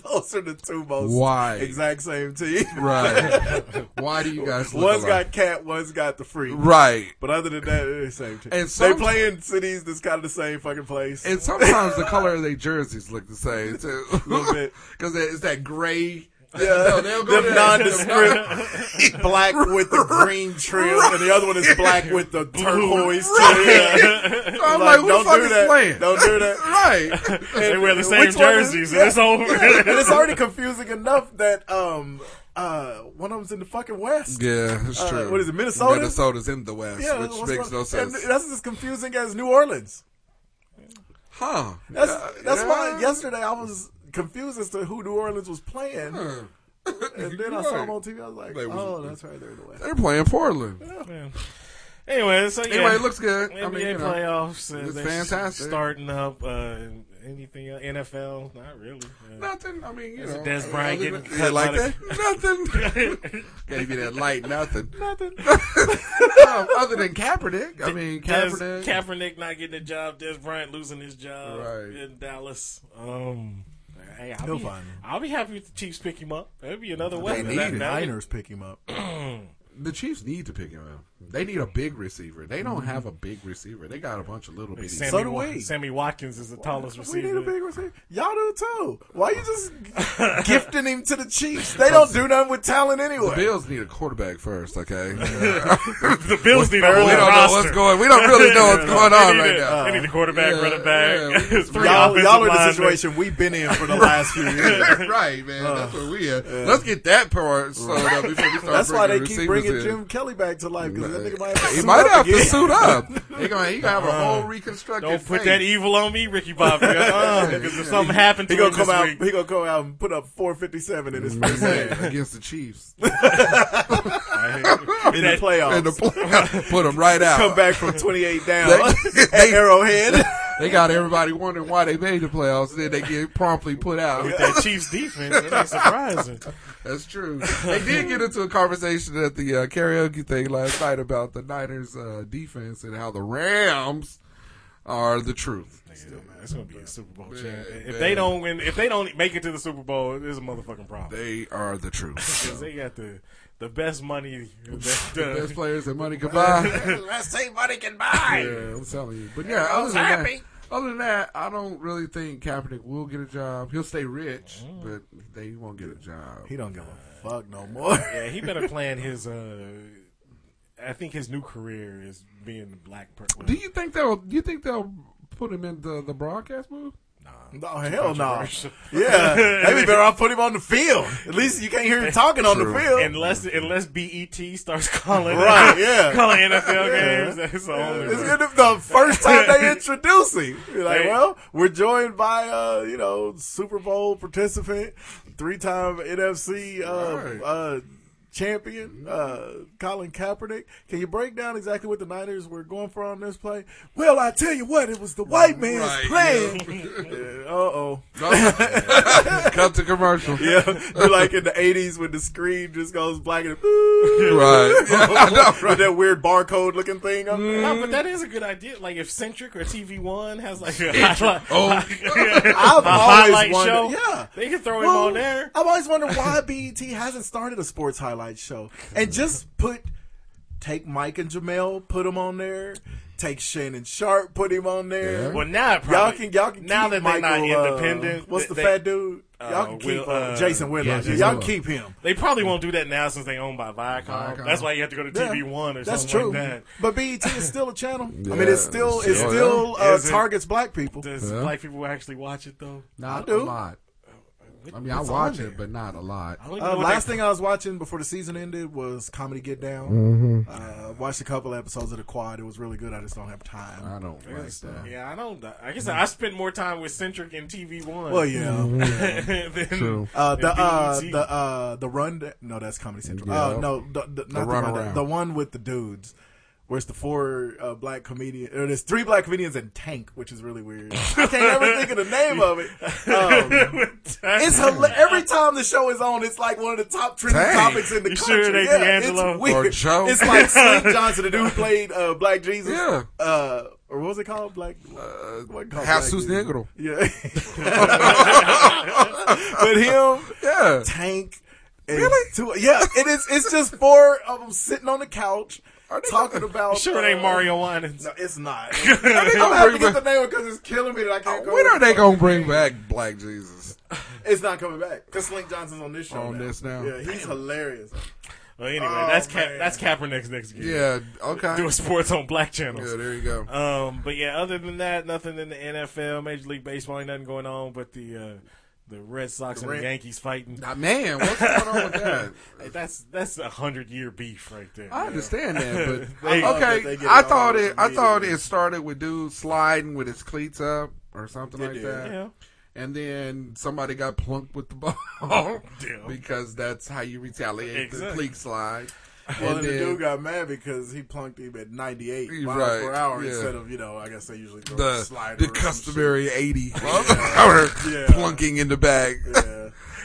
[SPEAKER 13] Those are the two most
[SPEAKER 12] Why?
[SPEAKER 13] exact same team.
[SPEAKER 12] Right. Why do you guys look
[SPEAKER 13] One's
[SPEAKER 12] alike?
[SPEAKER 13] got cat, one's got the freak.
[SPEAKER 12] Right.
[SPEAKER 13] But other than that, it's the same team.
[SPEAKER 12] And
[SPEAKER 13] they
[SPEAKER 12] some-
[SPEAKER 13] play in cities that's kind of the same fucking place.
[SPEAKER 12] And sometimes the color of their jerseys look the same too,
[SPEAKER 13] Little bit.
[SPEAKER 12] because it's that gray.
[SPEAKER 13] Yeah,
[SPEAKER 12] No, they'll go
[SPEAKER 13] them
[SPEAKER 12] there.
[SPEAKER 13] nondescript black with the green trim, and the other one is black with the turquoise trim.
[SPEAKER 2] Right.
[SPEAKER 13] Yeah.
[SPEAKER 2] So I'm like, who the
[SPEAKER 13] don't
[SPEAKER 2] fuck
[SPEAKER 13] do
[SPEAKER 2] is
[SPEAKER 13] that.
[SPEAKER 2] playing?
[SPEAKER 13] Don't do that.
[SPEAKER 12] Right.
[SPEAKER 2] They wear the
[SPEAKER 13] which
[SPEAKER 2] same
[SPEAKER 13] one is-
[SPEAKER 2] jerseys, and it's over.
[SPEAKER 13] Yeah, and it's already confusing enough that um uh one of them's in the fucking west.
[SPEAKER 12] Yeah, that's
[SPEAKER 13] Uh,
[SPEAKER 12] true.
[SPEAKER 13] what is it, Minnesota?
[SPEAKER 12] Minnesota's in the West,
[SPEAKER 13] Yeah,
[SPEAKER 12] which
[SPEAKER 13] what's
[SPEAKER 12] makes
[SPEAKER 13] wrong-
[SPEAKER 12] no sense.
[SPEAKER 13] And that's as confusing as New Orleans.
[SPEAKER 12] Huh?
[SPEAKER 13] That's
[SPEAKER 12] Yeah,
[SPEAKER 13] that's
[SPEAKER 12] yeah.
[SPEAKER 13] why yesterday I was confused as to who New Orleans was playing. And then I saw them on TV. I was like,
[SPEAKER 12] They was-
[SPEAKER 13] oh, that's right, they're in the West.
[SPEAKER 12] They're playing Portland.
[SPEAKER 2] Anyway, so yeah.
[SPEAKER 12] Anyway, it looks good.
[SPEAKER 2] NBA
[SPEAKER 12] I mean, you know,
[SPEAKER 2] playoffs. uh,
[SPEAKER 12] it's
[SPEAKER 2] they're
[SPEAKER 12] fantastic.
[SPEAKER 2] Starting up. Uh, anything else? NFL? Not really. uh,
[SPEAKER 12] Nothing. I mean, you
[SPEAKER 2] is
[SPEAKER 12] know,
[SPEAKER 2] it Des Bryant
[SPEAKER 12] other
[SPEAKER 2] getting
[SPEAKER 12] than- yeah,
[SPEAKER 2] cut
[SPEAKER 12] like
[SPEAKER 2] by the-
[SPEAKER 12] that. nothing. Gave you that light. Nothing.
[SPEAKER 13] Nothing.
[SPEAKER 12] Um, other than Kaepernick, I mean,
[SPEAKER 2] Des-
[SPEAKER 12] Kaepernick.
[SPEAKER 2] Kaepernick not getting a job. Des Bryant losing his job
[SPEAKER 12] Right.
[SPEAKER 2] in Dallas. Um, hey, I'll
[SPEAKER 13] He'll
[SPEAKER 2] be,
[SPEAKER 13] find him.
[SPEAKER 2] I'll be happy if the Chiefs pick him up. That'd be another
[SPEAKER 13] They
[SPEAKER 2] way.
[SPEAKER 13] need
[SPEAKER 2] That-
[SPEAKER 13] the
[SPEAKER 2] that would-
[SPEAKER 13] Niners pick him up.
[SPEAKER 12] the Chiefs need to pick him up. They need a big receiver. They don't have a big receiver. They got a bunch of little bitty.
[SPEAKER 2] Mm-hmm. Sammy,
[SPEAKER 13] So do
[SPEAKER 2] Wa-
[SPEAKER 13] we.
[SPEAKER 2] Sammy Watkins is the tallest
[SPEAKER 13] We
[SPEAKER 2] receiver.
[SPEAKER 13] need a big receiver. Y'all do too. Why you just gifting him to the Chiefs? They don't do nothing with talent
[SPEAKER 12] The
[SPEAKER 13] anyway.
[SPEAKER 12] Bills need a quarterback first, okay?
[SPEAKER 2] the Bills need a
[SPEAKER 12] we
[SPEAKER 2] whole
[SPEAKER 12] don't know
[SPEAKER 2] roster.
[SPEAKER 12] what's going. We don't really know what's going
[SPEAKER 2] They
[SPEAKER 12] on
[SPEAKER 2] need
[SPEAKER 12] right
[SPEAKER 2] a-
[SPEAKER 12] now.
[SPEAKER 2] They need a quarterback,
[SPEAKER 12] Yeah,
[SPEAKER 2] running back.
[SPEAKER 12] yeah.
[SPEAKER 13] y'all,
[SPEAKER 2] three offensive
[SPEAKER 13] y'all are in the
[SPEAKER 2] linemen.
[SPEAKER 13] situation we've been in for the last few years.
[SPEAKER 12] right, man. That's what we are. Let's get that part sorted out before we start.
[SPEAKER 13] That's why they
[SPEAKER 12] bringing
[SPEAKER 13] keep
[SPEAKER 12] receivers
[SPEAKER 13] bringing
[SPEAKER 12] in.
[SPEAKER 13] Jim Kelly back to life because that nigga might have to
[SPEAKER 12] He
[SPEAKER 13] suit
[SPEAKER 12] might
[SPEAKER 13] up
[SPEAKER 12] have to
[SPEAKER 13] again.
[SPEAKER 12] suit up. He gonna, he gonna have a whole reconstructed.
[SPEAKER 2] Don't put
[SPEAKER 12] face.
[SPEAKER 2] that e- evil on me, Ricky Bobby. Uh, Because if something happened to
[SPEAKER 13] He gonna
[SPEAKER 2] him
[SPEAKER 13] come
[SPEAKER 2] this
[SPEAKER 13] out.
[SPEAKER 2] week,
[SPEAKER 13] He gonna come out and put up 457 in his
[SPEAKER 12] Mm-hmm.
[SPEAKER 13] first game
[SPEAKER 12] Man, against the Chiefs
[SPEAKER 13] in the playoffs.
[SPEAKER 12] in the playoff. Put them right out.
[SPEAKER 13] Come back from 28 down
[SPEAKER 12] They-
[SPEAKER 13] at Arrowhead.
[SPEAKER 12] They got everybody wondering why they made the playoffs. Then they get promptly put out.
[SPEAKER 2] with that Chiefs defense, it ain't surprising.
[SPEAKER 12] That's true. They did get into a conversation at the uh, karaoke thing last night about the Niners uh, defense and how the Rams are the truth.
[SPEAKER 2] It's gonna be a Super Bowl champ. If
[SPEAKER 12] man.
[SPEAKER 2] they don't win, if they don't make it to the Super Bowl, there's a motherfucking problem.
[SPEAKER 12] They are the truth.
[SPEAKER 2] 'Cause they got the the best money, the best,
[SPEAKER 12] the best
[SPEAKER 2] uh,
[SPEAKER 12] players that money could buy.
[SPEAKER 13] Let's say money can buy.
[SPEAKER 12] Yeah, I'm telling you. But yeah, other than that, other than that, I don't really think Kaepernick will get a job. He'll stay rich, but they won't get a job.
[SPEAKER 13] Mm. He don't give a fuck no more.
[SPEAKER 2] yeah, he better plan his. uh I think his new career is being the black person.
[SPEAKER 12] Do you think they'll? Do you think they'll put him in the, the broadcast move?
[SPEAKER 13] No, hell no.
[SPEAKER 2] controversial.
[SPEAKER 13] Yeah, maybe better off put him on the field. At least you can't hear him talking on the
[SPEAKER 12] True.
[SPEAKER 13] field.
[SPEAKER 2] Unless unless BET starts calling
[SPEAKER 13] Right, yeah.
[SPEAKER 2] calling NFL
[SPEAKER 13] Yeah.
[SPEAKER 2] games. That's the
[SPEAKER 12] uh,
[SPEAKER 2] only
[SPEAKER 13] It's
[SPEAKER 2] way.
[SPEAKER 13] gonna be the first time they introduce him. You're like,
[SPEAKER 2] They-
[SPEAKER 13] well, we're joined by uh, you know Super Bowl participant, three time NFC uh,
[SPEAKER 12] Right.
[SPEAKER 13] uh, champion, uh, Colin Kaepernick. Can you break down exactly what the Niners were going for on this play? Well, I tell you what, it was the white man's
[SPEAKER 12] Right,
[SPEAKER 13] plan.
[SPEAKER 12] yeah.
[SPEAKER 13] Uh oh.
[SPEAKER 12] Cut to commercial.
[SPEAKER 13] Yeah. You're like in the 80s when the screen just goes black and.
[SPEAKER 12] Right. I know,
[SPEAKER 13] With that weird barcode looking thing up there.
[SPEAKER 2] No, but that is a good idea. Like if Centric or TV One has like a
[SPEAKER 13] Centric.
[SPEAKER 2] highlight,
[SPEAKER 13] Oh.
[SPEAKER 2] a
[SPEAKER 13] I've always
[SPEAKER 2] highlight
[SPEAKER 13] wondered-
[SPEAKER 2] show,
[SPEAKER 13] yeah.
[SPEAKER 2] they can throw him
[SPEAKER 13] Well,
[SPEAKER 2] on there.
[SPEAKER 13] I've always wondered why BET hasn't started a sports highlight show and just put take Mike and Jamel, put them on there. Take Shannon Sharp, put him on there.
[SPEAKER 2] Well, now it
[SPEAKER 13] y'all
[SPEAKER 2] probably-
[SPEAKER 13] can y'all can
[SPEAKER 2] now
[SPEAKER 13] keep
[SPEAKER 2] that they're not
[SPEAKER 13] Michael, uh,
[SPEAKER 2] independent,
[SPEAKER 13] what's
[SPEAKER 2] th-
[SPEAKER 13] the
[SPEAKER 2] they-
[SPEAKER 13] fat dude? Y'all
[SPEAKER 2] Uh,
[SPEAKER 13] can
[SPEAKER 2] Will,
[SPEAKER 13] keep uh,
[SPEAKER 2] uh,
[SPEAKER 13] Jason Whitlock.
[SPEAKER 2] yeah,
[SPEAKER 13] y'all
[SPEAKER 2] Jason
[SPEAKER 13] can keep him.
[SPEAKER 2] They probably won't do that now since they owned by Viacom. That's why you have to go to TV One or
[SPEAKER 13] That's
[SPEAKER 2] something
[SPEAKER 13] true.
[SPEAKER 2] like that.
[SPEAKER 13] But BET is still a channel. I mean,
[SPEAKER 2] Yeah,
[SPEAKER 13] it's still
[SPEAKER 2] it's
[SPEAKER 13] it's still
[SPEAKER 2] still- Yeah.
[SPEAKER 13] uh,
[SPEAKER 2] Is it-
[SPEAKER 13] targets black people.
[SPEAKER 2] Does black people actually watch it though?
[SPEAKER 13] Not I do. a
[SPEAKER 12] lot. I mean,
[SPEAKER 13] It's
[SPEAKER 12] I watch
[SPEAKER 13] on
[SPEAKER 12] it, but not a lot.
[SPEAKER 2] I don't even
[SPEAKER 13] Uh,
[SPEAKER 2] know what
[SPEAKER 13] last
[SPEAKER 2] that-
[SPEAKER 13] thing I was watching before the season ended was Comedy Get Down.
[SPEAKER 12] Mhm.
[SPEAKER 13] Uh, watched a couple episodes of The Quad. It was really good. I just don't have time.
[SPEAKER 2] Uh,
[SPEAKER 13] I
[SPEAKER 12] don't
[SPEAKER 2] Yeah, I don't. I guess I spend more time with Centric and TV One.
[SPEAKER 13] Well, yeah.
[SPEAKER 2] Mm-hmm. than-
[SPEAKER 13] Uh, the
[SPEAKER 2] than
[SPEAKER 13] uh,
[SPEAKER 2] BET.
[SPEAKER 13] the uh, the run. No, that's Comedy Central.
[SPEAKER 2] Yeah.
[SPEAKER 13] Uh, no, the, the,
[SPEAKER 2] The
[SPEAKER 13] not the,
[SPEAKER 2] Run
[SPEAKER 13] one, that-
[SPEAKER 2] Around.
[SPEAKER 13] the one with the dudes. Where it's the four uh, black comedians, or there's three black comedians and Tank, which is really weird. I can't ever think of the name of it. Um, it's hila- every time the show is on, it's like one of the top trending
[SPEAKER 12] Tank.
[SPEAKER 13] topics in the
[SPEAKER 2] You
[SPEAKER 13] country.
[SPEAKER 2] sure it ain't
[SPEAKER 13] yeah,
[SPEAKER 2] D'Angelo?
[SPEAKER 13] it's weird.
[SPEAKER 12] Or Joe?
[SPEAKER 13] It's like Slim Johnson, the dude who played uh, Black Jesus.
[SPEAKER 12] Yeah.
[SPEAKER 13] Uh, or what was it called? Black. what called
[SPEAKER 12] Jesus
[SPEAKER 13] Black Jesus?
[SPEAKER 12] Negro.
[SPEAKER 13] Yeah. but him,
[SPEAKER 12] yeah,
[SPEAKER 13] Tank. and Two, yeah, it is. It's just four of them sitting on the couch talking about.
[SPEAKER 2] sure it ain't
[SPEAKER 13] uh,
[SPEAKER 2] Mario Winans.
[SPEAKER 13] No, it's not. I'm happy to get the name because it's killing me that I can't go.
[SPEAKER 12] Uh, When are they gonna bring back Black Jesus?
[SPEAKER 13] It's not coming back because Slink Johnson's on this show.
[SPEAKER 12] On
[SPEAKER 13] now.
[SPEAKER 12] this now?
[SPEAKER 13] Yeah, he's hilarious.
[SPEAKER 2] Well, anyway,
[SPEAKER 13] Oh,
[SPEAKER 2] that's Ka-
[SPEAKER 13] man.
[SPEAKER 2] that's Kaepernick's next game.
[SPEAKER 12] Yeah, okay.
[SPEAKER 2] Doing sports on black channels.
[SPEAKER 12] Yeah, there you go.
[SPEAKER 13] Uh,
[SPEAKER 2] Um, but yeah, other than that, nothing in the NFL, Major League Baseball, ain't nothing going on. But the uh, the Red Sox
[SPEAKER 12] The
[SPEAKER 2] and
[SPEAKER 12] Red-
[SPEAKER 2] the Yankees fighting.
[SPEAKER 12] Nah, man, what's going on with that?
[SPEAKER 2] Hey, that's that's a hundred year beef right there.
[SPEAKER 12] I understand that, but
[SPEAKER 2] They-
[SPEAKER 12] okay. I thought it. I thought it started with dude sliding with his cleats up or something
[SPEAKER 2] It
[SPEAKER 12] like
[SPEAKER 2] did.
[SPEAKER 12] that.
[SPEAKER 2] Yeah.
[SPEAKER 12] And then somebody got plunked with the ball
[SPEAKER 2] Damn.
[SPEAKER 12] because that's how you retaliate the
[SPEAKER 13] Exactly.
[SPEAKER 12] cleat slide.
[SPEAKER 13] Well,
[SPEAKER 12] and
[SPEAKER 13] and the
[SPEAKER 12] then
[SPEAKER 13] dude got mad because he plunked him at 98
[SPEAKER 12] You're
[SPEAKER 13] miles
[SPEAKER 12] right,
[SPEAKER 13] per hour
[SPEAKER 12] yeah.
[SPEAKER 13] instead of, you know, I guess they usually throw a
[SPEAKER 12] the
[SPEAKER 13] slider.
[SPEAKER 12] the
[SPEAKER 13] or some
[SPEAKER 12] customary
[SPEAKER 13] shit.
[SPEAKER 12] eighty miles per
[SPEAKER 13] Yeah.
[SPEAKER 12] hour
[SPEAKER 13] Yeah.
[SPEAKER 12] plunking in the back.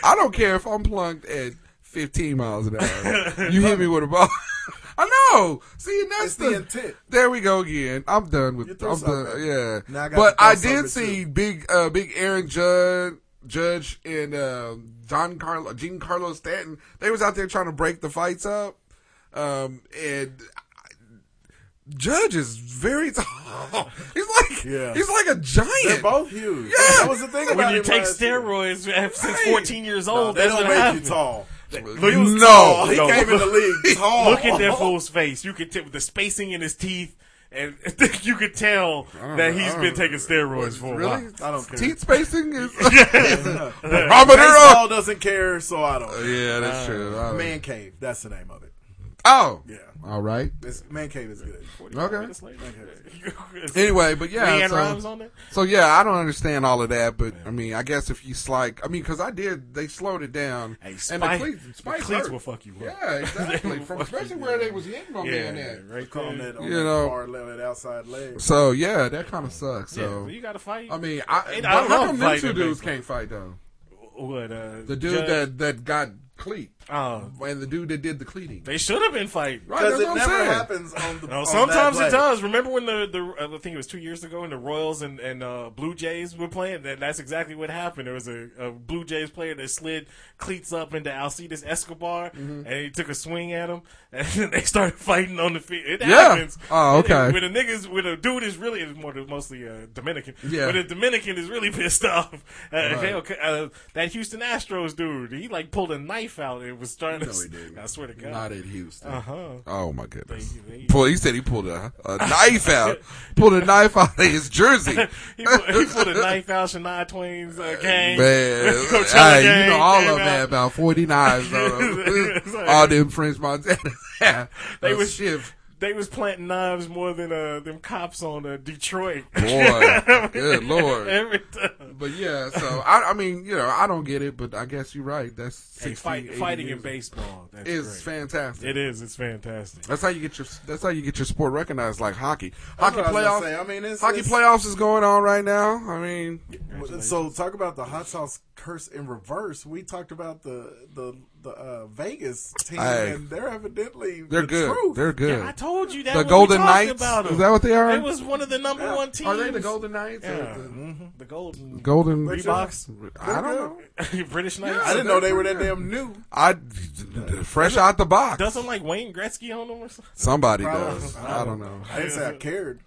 [SPEAKER 12] I don't care if I'm plunked at fifteen miles an hour. you hit me with a ball. I know. See, and that's
[SPEAKER 13] It's the intent.
[SPEAKER 12] There we go again. I'm done with.
[SPEAKER 13] You
[SPEAKER 12] I'm
[SPEAKER 13] threw
[SPEAKER 12] done.
[SPEAKER 13] something.
[SPEAKER 12] Yeah,
[SPEAKER 13] Now I gotta
[SPEAKER 12] but
[SPEAKER 13] throw
[SPEAKER 12] I
[SPEAKER 13] something
[SPEAKER 12] did see big, uh, big Aaron Judd, Judge, and um John Carlo, Gene Carlos Stanton. They was out there trying to break the fights up, um, and. I- Judge is very tall. He's like
[SPEAKER 13] Yeah.
[SPEAKER 12] he's like a giant.
[SPEAKER 13] They're both huge.
[SPEAKER 12] Yeah.
[SPEAKER 13] That was the thing about
[SPEAKER 2] when you
[SPEAKER 13] him
[SPEAKER 2] take
[SPEAKER 13] last year.
[SPEAKER 2] steroids since
[SPEAKER 13] Right.
[SPEAKER 2] 14 years
[SPEAKER 13] No,
[SPEAKER 2] old,
[SPEAKER 13] they
[SPEAKER 2] that's
[SPEAKER 13] don't
[SPEAKER 2] what
[SPEAKER 13] make
[SPEAKER 2] happened.
[SPEAKER 13] you tall. Oh,
[SPEAKER 2] Look, he was
[SPEAKER 12] No.
[SPEAKER 2] tall.
[SPEAKER 12] He
[SPEAKER 2] No.
[SPEAKER 12] came in the
[SPEAKER 13] league tall.
[SPEAKER 2] Look at that fool's face. You could tell with the spacing in his teeth, and you could tell
[SPEAKER 12] don't
[SPEAKER 2] that
[SPEAKER 12] know.
[SPEAKER 2] he's
[SPEAKER 12] I
[SPEAKER 2] been
[SPEAKER 12] don't-
[SPEAKER 2] taking steroids for a
[SPEAKER 12] Really?
[SPEAKER 2] while.
[SPEAKER 13] I don't care.
[SPEAKER 12] Teeth spacing is
[SPEAKER 13] Yeah.
[SPEAKER 12] barometer.
[SPEAKER 13] Baseball
[SPEAKER 12] of-
[SPEAKER 13] doesn't care, so I don't. care.
[SPEAKER 2] Uh,
[SPEAKER 12] Yeah, that's true. I-
[SPEAKER 13] Man Cave. That's the name of it.
[SPEAKER 12] Oh,
[SPEAKER 13] Yeah.
[SPEAKER 12] All right.
[SPEAKER 13] It's, Man Cave is good.
[SPEAKER 12] Okay.
[SPEAKER 13] Man Cave.
[SPEAKER 12] Anyway, but yeah,
[SPEAKER 2] Leanne
[SPEAKER 12] so,
[SPEAKER 2] Rhymes on there?
[SPEAKER 12] so yeah, I don't understand all of that, but I mean, I guess if you slide, I mean, because I did, they slowed it down, and the
[SPEAKER 2] Spike-
[SPEAKER 12] cleats,
[SPEAKER 2] the
[SPEAKER 12] spikes
[SPEAKER 2] cleats
[SPEAKER 12] hurt.
[SPEAKER 2] will fuck you up.
[SPEAKER 12] Yeah, exactly.
[SPEAKER 2] They
[SPEAKER 12] From
[SPEAKER 2] will fuck
[SPEAKER 12] especially
[SPEAKER 2] you
[SPEAKER 12] where
[SPEAKER 2] up.
[SPEAKER 12] they was hitting on me
[SPEAKER 2] Yeah,
[SPEAKER 12] and that.
[SPEAKER 2] right
[SPEAKER 13] Calling
[SPEAKER 2] there.
[SPEAKER 13] that on
[SPEAKER 12] You
[SPEAKER 13] that
[SPEAKER 12] know.
[SPEAKER 13] far left, that outside leg.
[SPEAKER 12] So yeah, that kind of sucks.
[SPEAKER 2] Yeah,
[SPEAKER 12] So
[SPEAKER 2] so you gotta fight.
[SPEAKER 12] I mean, I,
[SPEAKER 2] Ain't- I
[SPEAKER 12] how
[SPEAKER 2] don't know
[SPEAKER 12] come
[SPEAKER 2] if
[SPEAKER 12] them
[SPEAKER 2] fighting
[SPEAKER 12] two dudes
[SPEAKER 2] baseball.
[SPEAKER 12] can't fight though?
[SPEAKER 2] What? Uh,
[SPEAKER 12] The dude
[SPEAKER 2] Judge-
[SPEAKER 12] that that got cleat,
[SPEAKER 2] Oh.
[SPEAKER 12] and the dude that did the cleating.
[SPEAKER 2] they should have been fighting.
[SPEAKER 12] Right, that's
[SPEAKER 13] it
[SPEAKER 12] what I'm
[SPEAKER 13] never
[SPEAKER 12] saying.
[SPEAKER 13] happens on the.
[SPEAKER 2] No,
[SPEAKER 13] on that
[SPEAKER 2] sometimes
[SPEAKER 13] play.
[SPEAKER 2] it does. Remember when the, the uh, I think it was two years ago, and the Royals and, and uh, Blue Jays were playing. That that's exactly what happened. There was a, a Blue Jays player that slid cleats up into Alcides Escobar,
[SPEAKER 12] Mm-hmm.
[SPEAKER 2] and he took a swing at him, and then they started fighting on the field. It
[SPEAKER 12] Yeah.
[SPEAKER 2] happens.
[SPEAKER 12] Oh, okay.
[SPEAKER 2] When a niggas, when a dude is really it's more mostly uh, Dominican.
[SPEAKER 12] Yeah.
[SPEAKER 2] When a Dominican is really pissed off, uh,
[SPEAKER 12] Right.
[SPEAKER 2] hell, uh, that Houston Astros dude, he like pulled a knife out and was starting.
[SPEAKER 12] No,
[SPEAKER 2] to,
[SPEAKER 12] he didn't.
[SPEAKER 2] I swear to God,
[SPEAKER 12] Not at Houston.
[SPEAKER 2] Uh huh.
[SPEAKER 12] Oh my goodness!
[SPEAKER 2] They- they-
[SPEAKER 12] Pull, he said he pulled a, a knife out, pulled a knife out of his jersey. Man,
[SPEAKER 2] he, put, he put a knife out Shania Twain's uh, gang. Coachella
[SPEAKER 12] hey,
[SPEAKER 2] gang
[SPEAKER 12] you know all
[SPEAKER 2] came
[SPEAKER 12] of that
[SPEAKER 2] out.
[SPEAKER 12] about forty knives, on them.
[SPEAKER 2] It's like-
[SPEAKER 12] all them French Montana.
[SPEAKER 2] They
[SPEAKER 12] they
[SPEAKER 2] was-
[SPEAKER 12] shift.
[SPEAKER 2] they was planting knives more than uh, them cops on uh, Detroit.
[SPEAKER 12] Boy, good lord.
[SPEAKER 2] Every time.
[SPEAKER 12] But yeah, so I, I mean, you know, I don't get it, but I guess you're right. That's 60,
[SPEAKER 2] Hey, fight,
[SPEAKER 12] 80
[SPEAKER 2] fighting in
[SPEAKER 12] years.
[SPEAKER 2] baseball that's
[SPEAKER 12] is
[SPEAKER 2] great.
[SPEAKER 12] fantastic.
[SPEAKER 2] It is. It's fantastic.
[SPEAKER 12] That's how you get your. That's how you get your sport recognized, like hockey.
[SPEAKER 13] That's
[SPEAKER 12] Hockey
[SPEAKER 13] what I was gonna
[SPEAKER 12] playoffs.
[SPEAKER 13] say. I mean, it's-
[SPEAKER 12] hockey
[SPEAKER 13] it's-
[SPEAKER 12] playoffs is going on right now. I mean,
[SPEAKER 13] So talk about the hot sauce curse in reverse. We talked about the the the uh, Vegas team,
[SPEAKER 12] Hey.
[SPEAKER 13] and they're evidently
[SPEAKER 12] They're
[SPEAKER 13] the
[SPEAKER 12] good.
[SPEAKER 13] Truth.
[SPEAKER 12] They're good. Yeah, I
[SPEAKER 2] told you that
[SPEAKER 12] The
[SPEAKER 2] when we
[SPEAKER 12] Golden
[SPEAKER 2] talked
[SPEAKER 12] Knights?
[SPEAKER 2] about 'em.
[SPEAKER 12] Is that what they are?
[SPEAKER 2] It was one of the number
[SPEAKER 12] Yeah.
[SPEAKER 2] one teams.
[SPEAKER 12] Are they the Golden Knights or
[SPEAKER 2] Yeah.
[SPEAKER 12] the-
[SPEAKER 2] Mhm. The Golden
[SPEAKER 12] Golden-
[SPEAKER 2] Reeboks.
[SPEAKER 12] I don't
[SPEAKER 2] know. British Knights.
[SPEAKER 13] Yeah, I didn't know they were that damn new.
[SPEAKER 12] I fresh out the box.
[SPEAKER 2] Doesn't like Wayne Gretzky on them or something.
[SPEAKER 12] Somebody does. I don't know.
[SPEAKER 13] I didn't say I cared.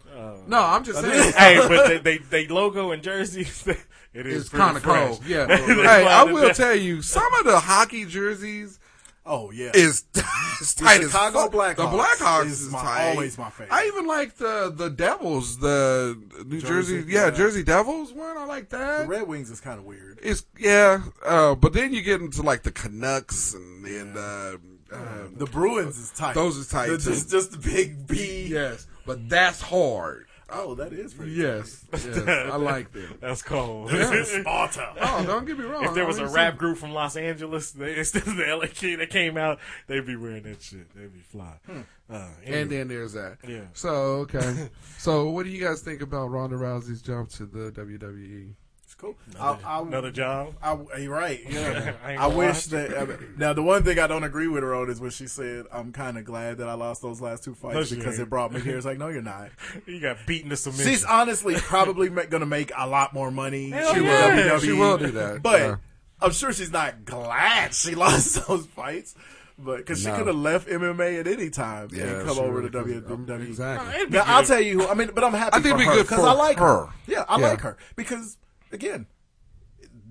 [SPEAKER 12] No, I'm just saying.
[SPEAKER 2] hey, but they, they they logo and jerseys. It is
[SPEAKER 12] It's
[SPEAKER 2] pretty
[SPEAKER 12] kind of
[SPEAKER 2] fresh.
[SPEAKER 12] cold. Yeah.
[SPEAKER 2] That's
[SPEAKER 12] hey,
[SPEAKER 2] why
[SPEAKER 12] I
[SPEAKER 2] the-
[SPEAKER 12] will tell you, some of the hockey jerseys.
[SPEAKER 13] Oh yeah,
[SPEAKER 12] is is tight
[SPEAKER 13] the
[SPEAKER 12] as
[SPEAKER 13] Chicago
[SPEAKER 12] fuck.
[SPEAKER 13] Blackhawks
[SPEAKER 12] The Blackhawks
[SPEAKER 13] is
[SPEAKER 12] is,
[SPEAKER 13] my-
[SPEAKER 12] tight.
[SPEAKER 13] always my favorite.
[SPEAKER 12] I even like the the Devils, the New Jersey,
[SPEAKER 13] Jersey,
[SPEAKER 12] yeah,
[SPEAKER 13] yeah.
[SPEAKER 12] Jersey Devils one. I like that.
[SPEAKER 13] The Red Wings is kind of weird.
[SPEAKER 12] It's yeah, uh, but then you get into like the Canucks and and uh, um,
[SPEAKER 13] The Bruins is tight.
[SPEAKER 12] Those is tight.
[SPEAKER 13] The-
[SPEAKER 12] too.
[SPEAKER 13] just- just the big B.
[SPEAKER 12] Yes, but that's hard.
[SPEAKER 13] Oh, that is pretty.
[SPEAKER 12] Yes, yes, I like that.
[SPEAKER 2] That's cold.
[SPEAKER 12] Yes.
[SPEAKER 2] Small town.
[SPEAKER 12] Oh, don't get me wrong.
[SPEAKER 2] If there was
[SPEAKER 12] I
[SPEAKER 2] a
[SPEAKER 12] mean,
[SPEAKER 2] rap
[SPEAKER 12] some-
[SPEAKER 2] group from Los Angeles, they, instead of the LA kid that came out, they'd be wearing that shit. They'd be fly. Uh,
[SPEAKER 12] Hmm. And then there's that.
[SPEAKER 2] Yeah.
[SPEAKER 12] So okay. so what do you guys think about Ronda Rousey's jump to the E? WWE?
[SPEAKER 13] It's cool.
[SPEAKER 2] Another- another job.
[SPEAKER 13] I, you're right. Yeah.
[SPEAKER 2] I
[SPEAKER 13] I,
[SPEAKER 2] ain't gonna
[SPEAKER 13] wish
[SPEAKER 2] lie.
[SPEAKER 13] that. I mean, now, the one thing I don't agree with her on is when she said, "I'm kind of glad that I lost those last two
[SPEAKER 2] No,
[SPEAKER 13] fights
[SPEAKER 2] she
[SPEAKER 13] because
[SPEAKER 2] ain't.
[SPEAKER 13] it brought me here." It's like, no, you're not.
[SPEAKER 2] you got beaten to submission.
[SPEAKER 13] She's honestly probably ma- gonna make a lot more money.
[SPEAKER 2] Hell
[SPEAKER 13] with
[SPEAKER 2] yeah.
[SPEAKER 13] WWE,
[SPEAKER 12] She will do that,
[SPEAKER 13] E. But
[SPEAKER 12] yeah.
[SPEAKER 13] I'm sure she's not glad she lost those fights. But because she
[SPEAKER 12] No.
[SPEAKER 13] could have left MMA at any time
[SPEAKER 12] Yeah,
[SPEAKER 13] and come
[SPEAKER 12] she
[SPEAKER 13] over to
[SPEAKER 12] really could've.
[SPEAKER 13] WWE.
[SPEAKER 12] Exactly.
[SPEAKER 2] it'd be
[SPEAKER 13] Now I'll
[SPEAKER 2] good.
[SPEAKER 13] tell you. who- I mean, but I'm happy.
[SPEAKER 12] I think
[SPEAKER 13] for
[SPEAKER 12] it'd be
[SPEAKER 13] her,
[SPEAKER 12] good
[SPEAKER 13] 'cause
[SPEAKER 12] for
[SPEAKER 13] I like her.
[SPEAKER 12] her.
[SPEAKER 13] Yeah, I
[SPEAKER 12] Yeah.
[SPEAKER 13] like her because again,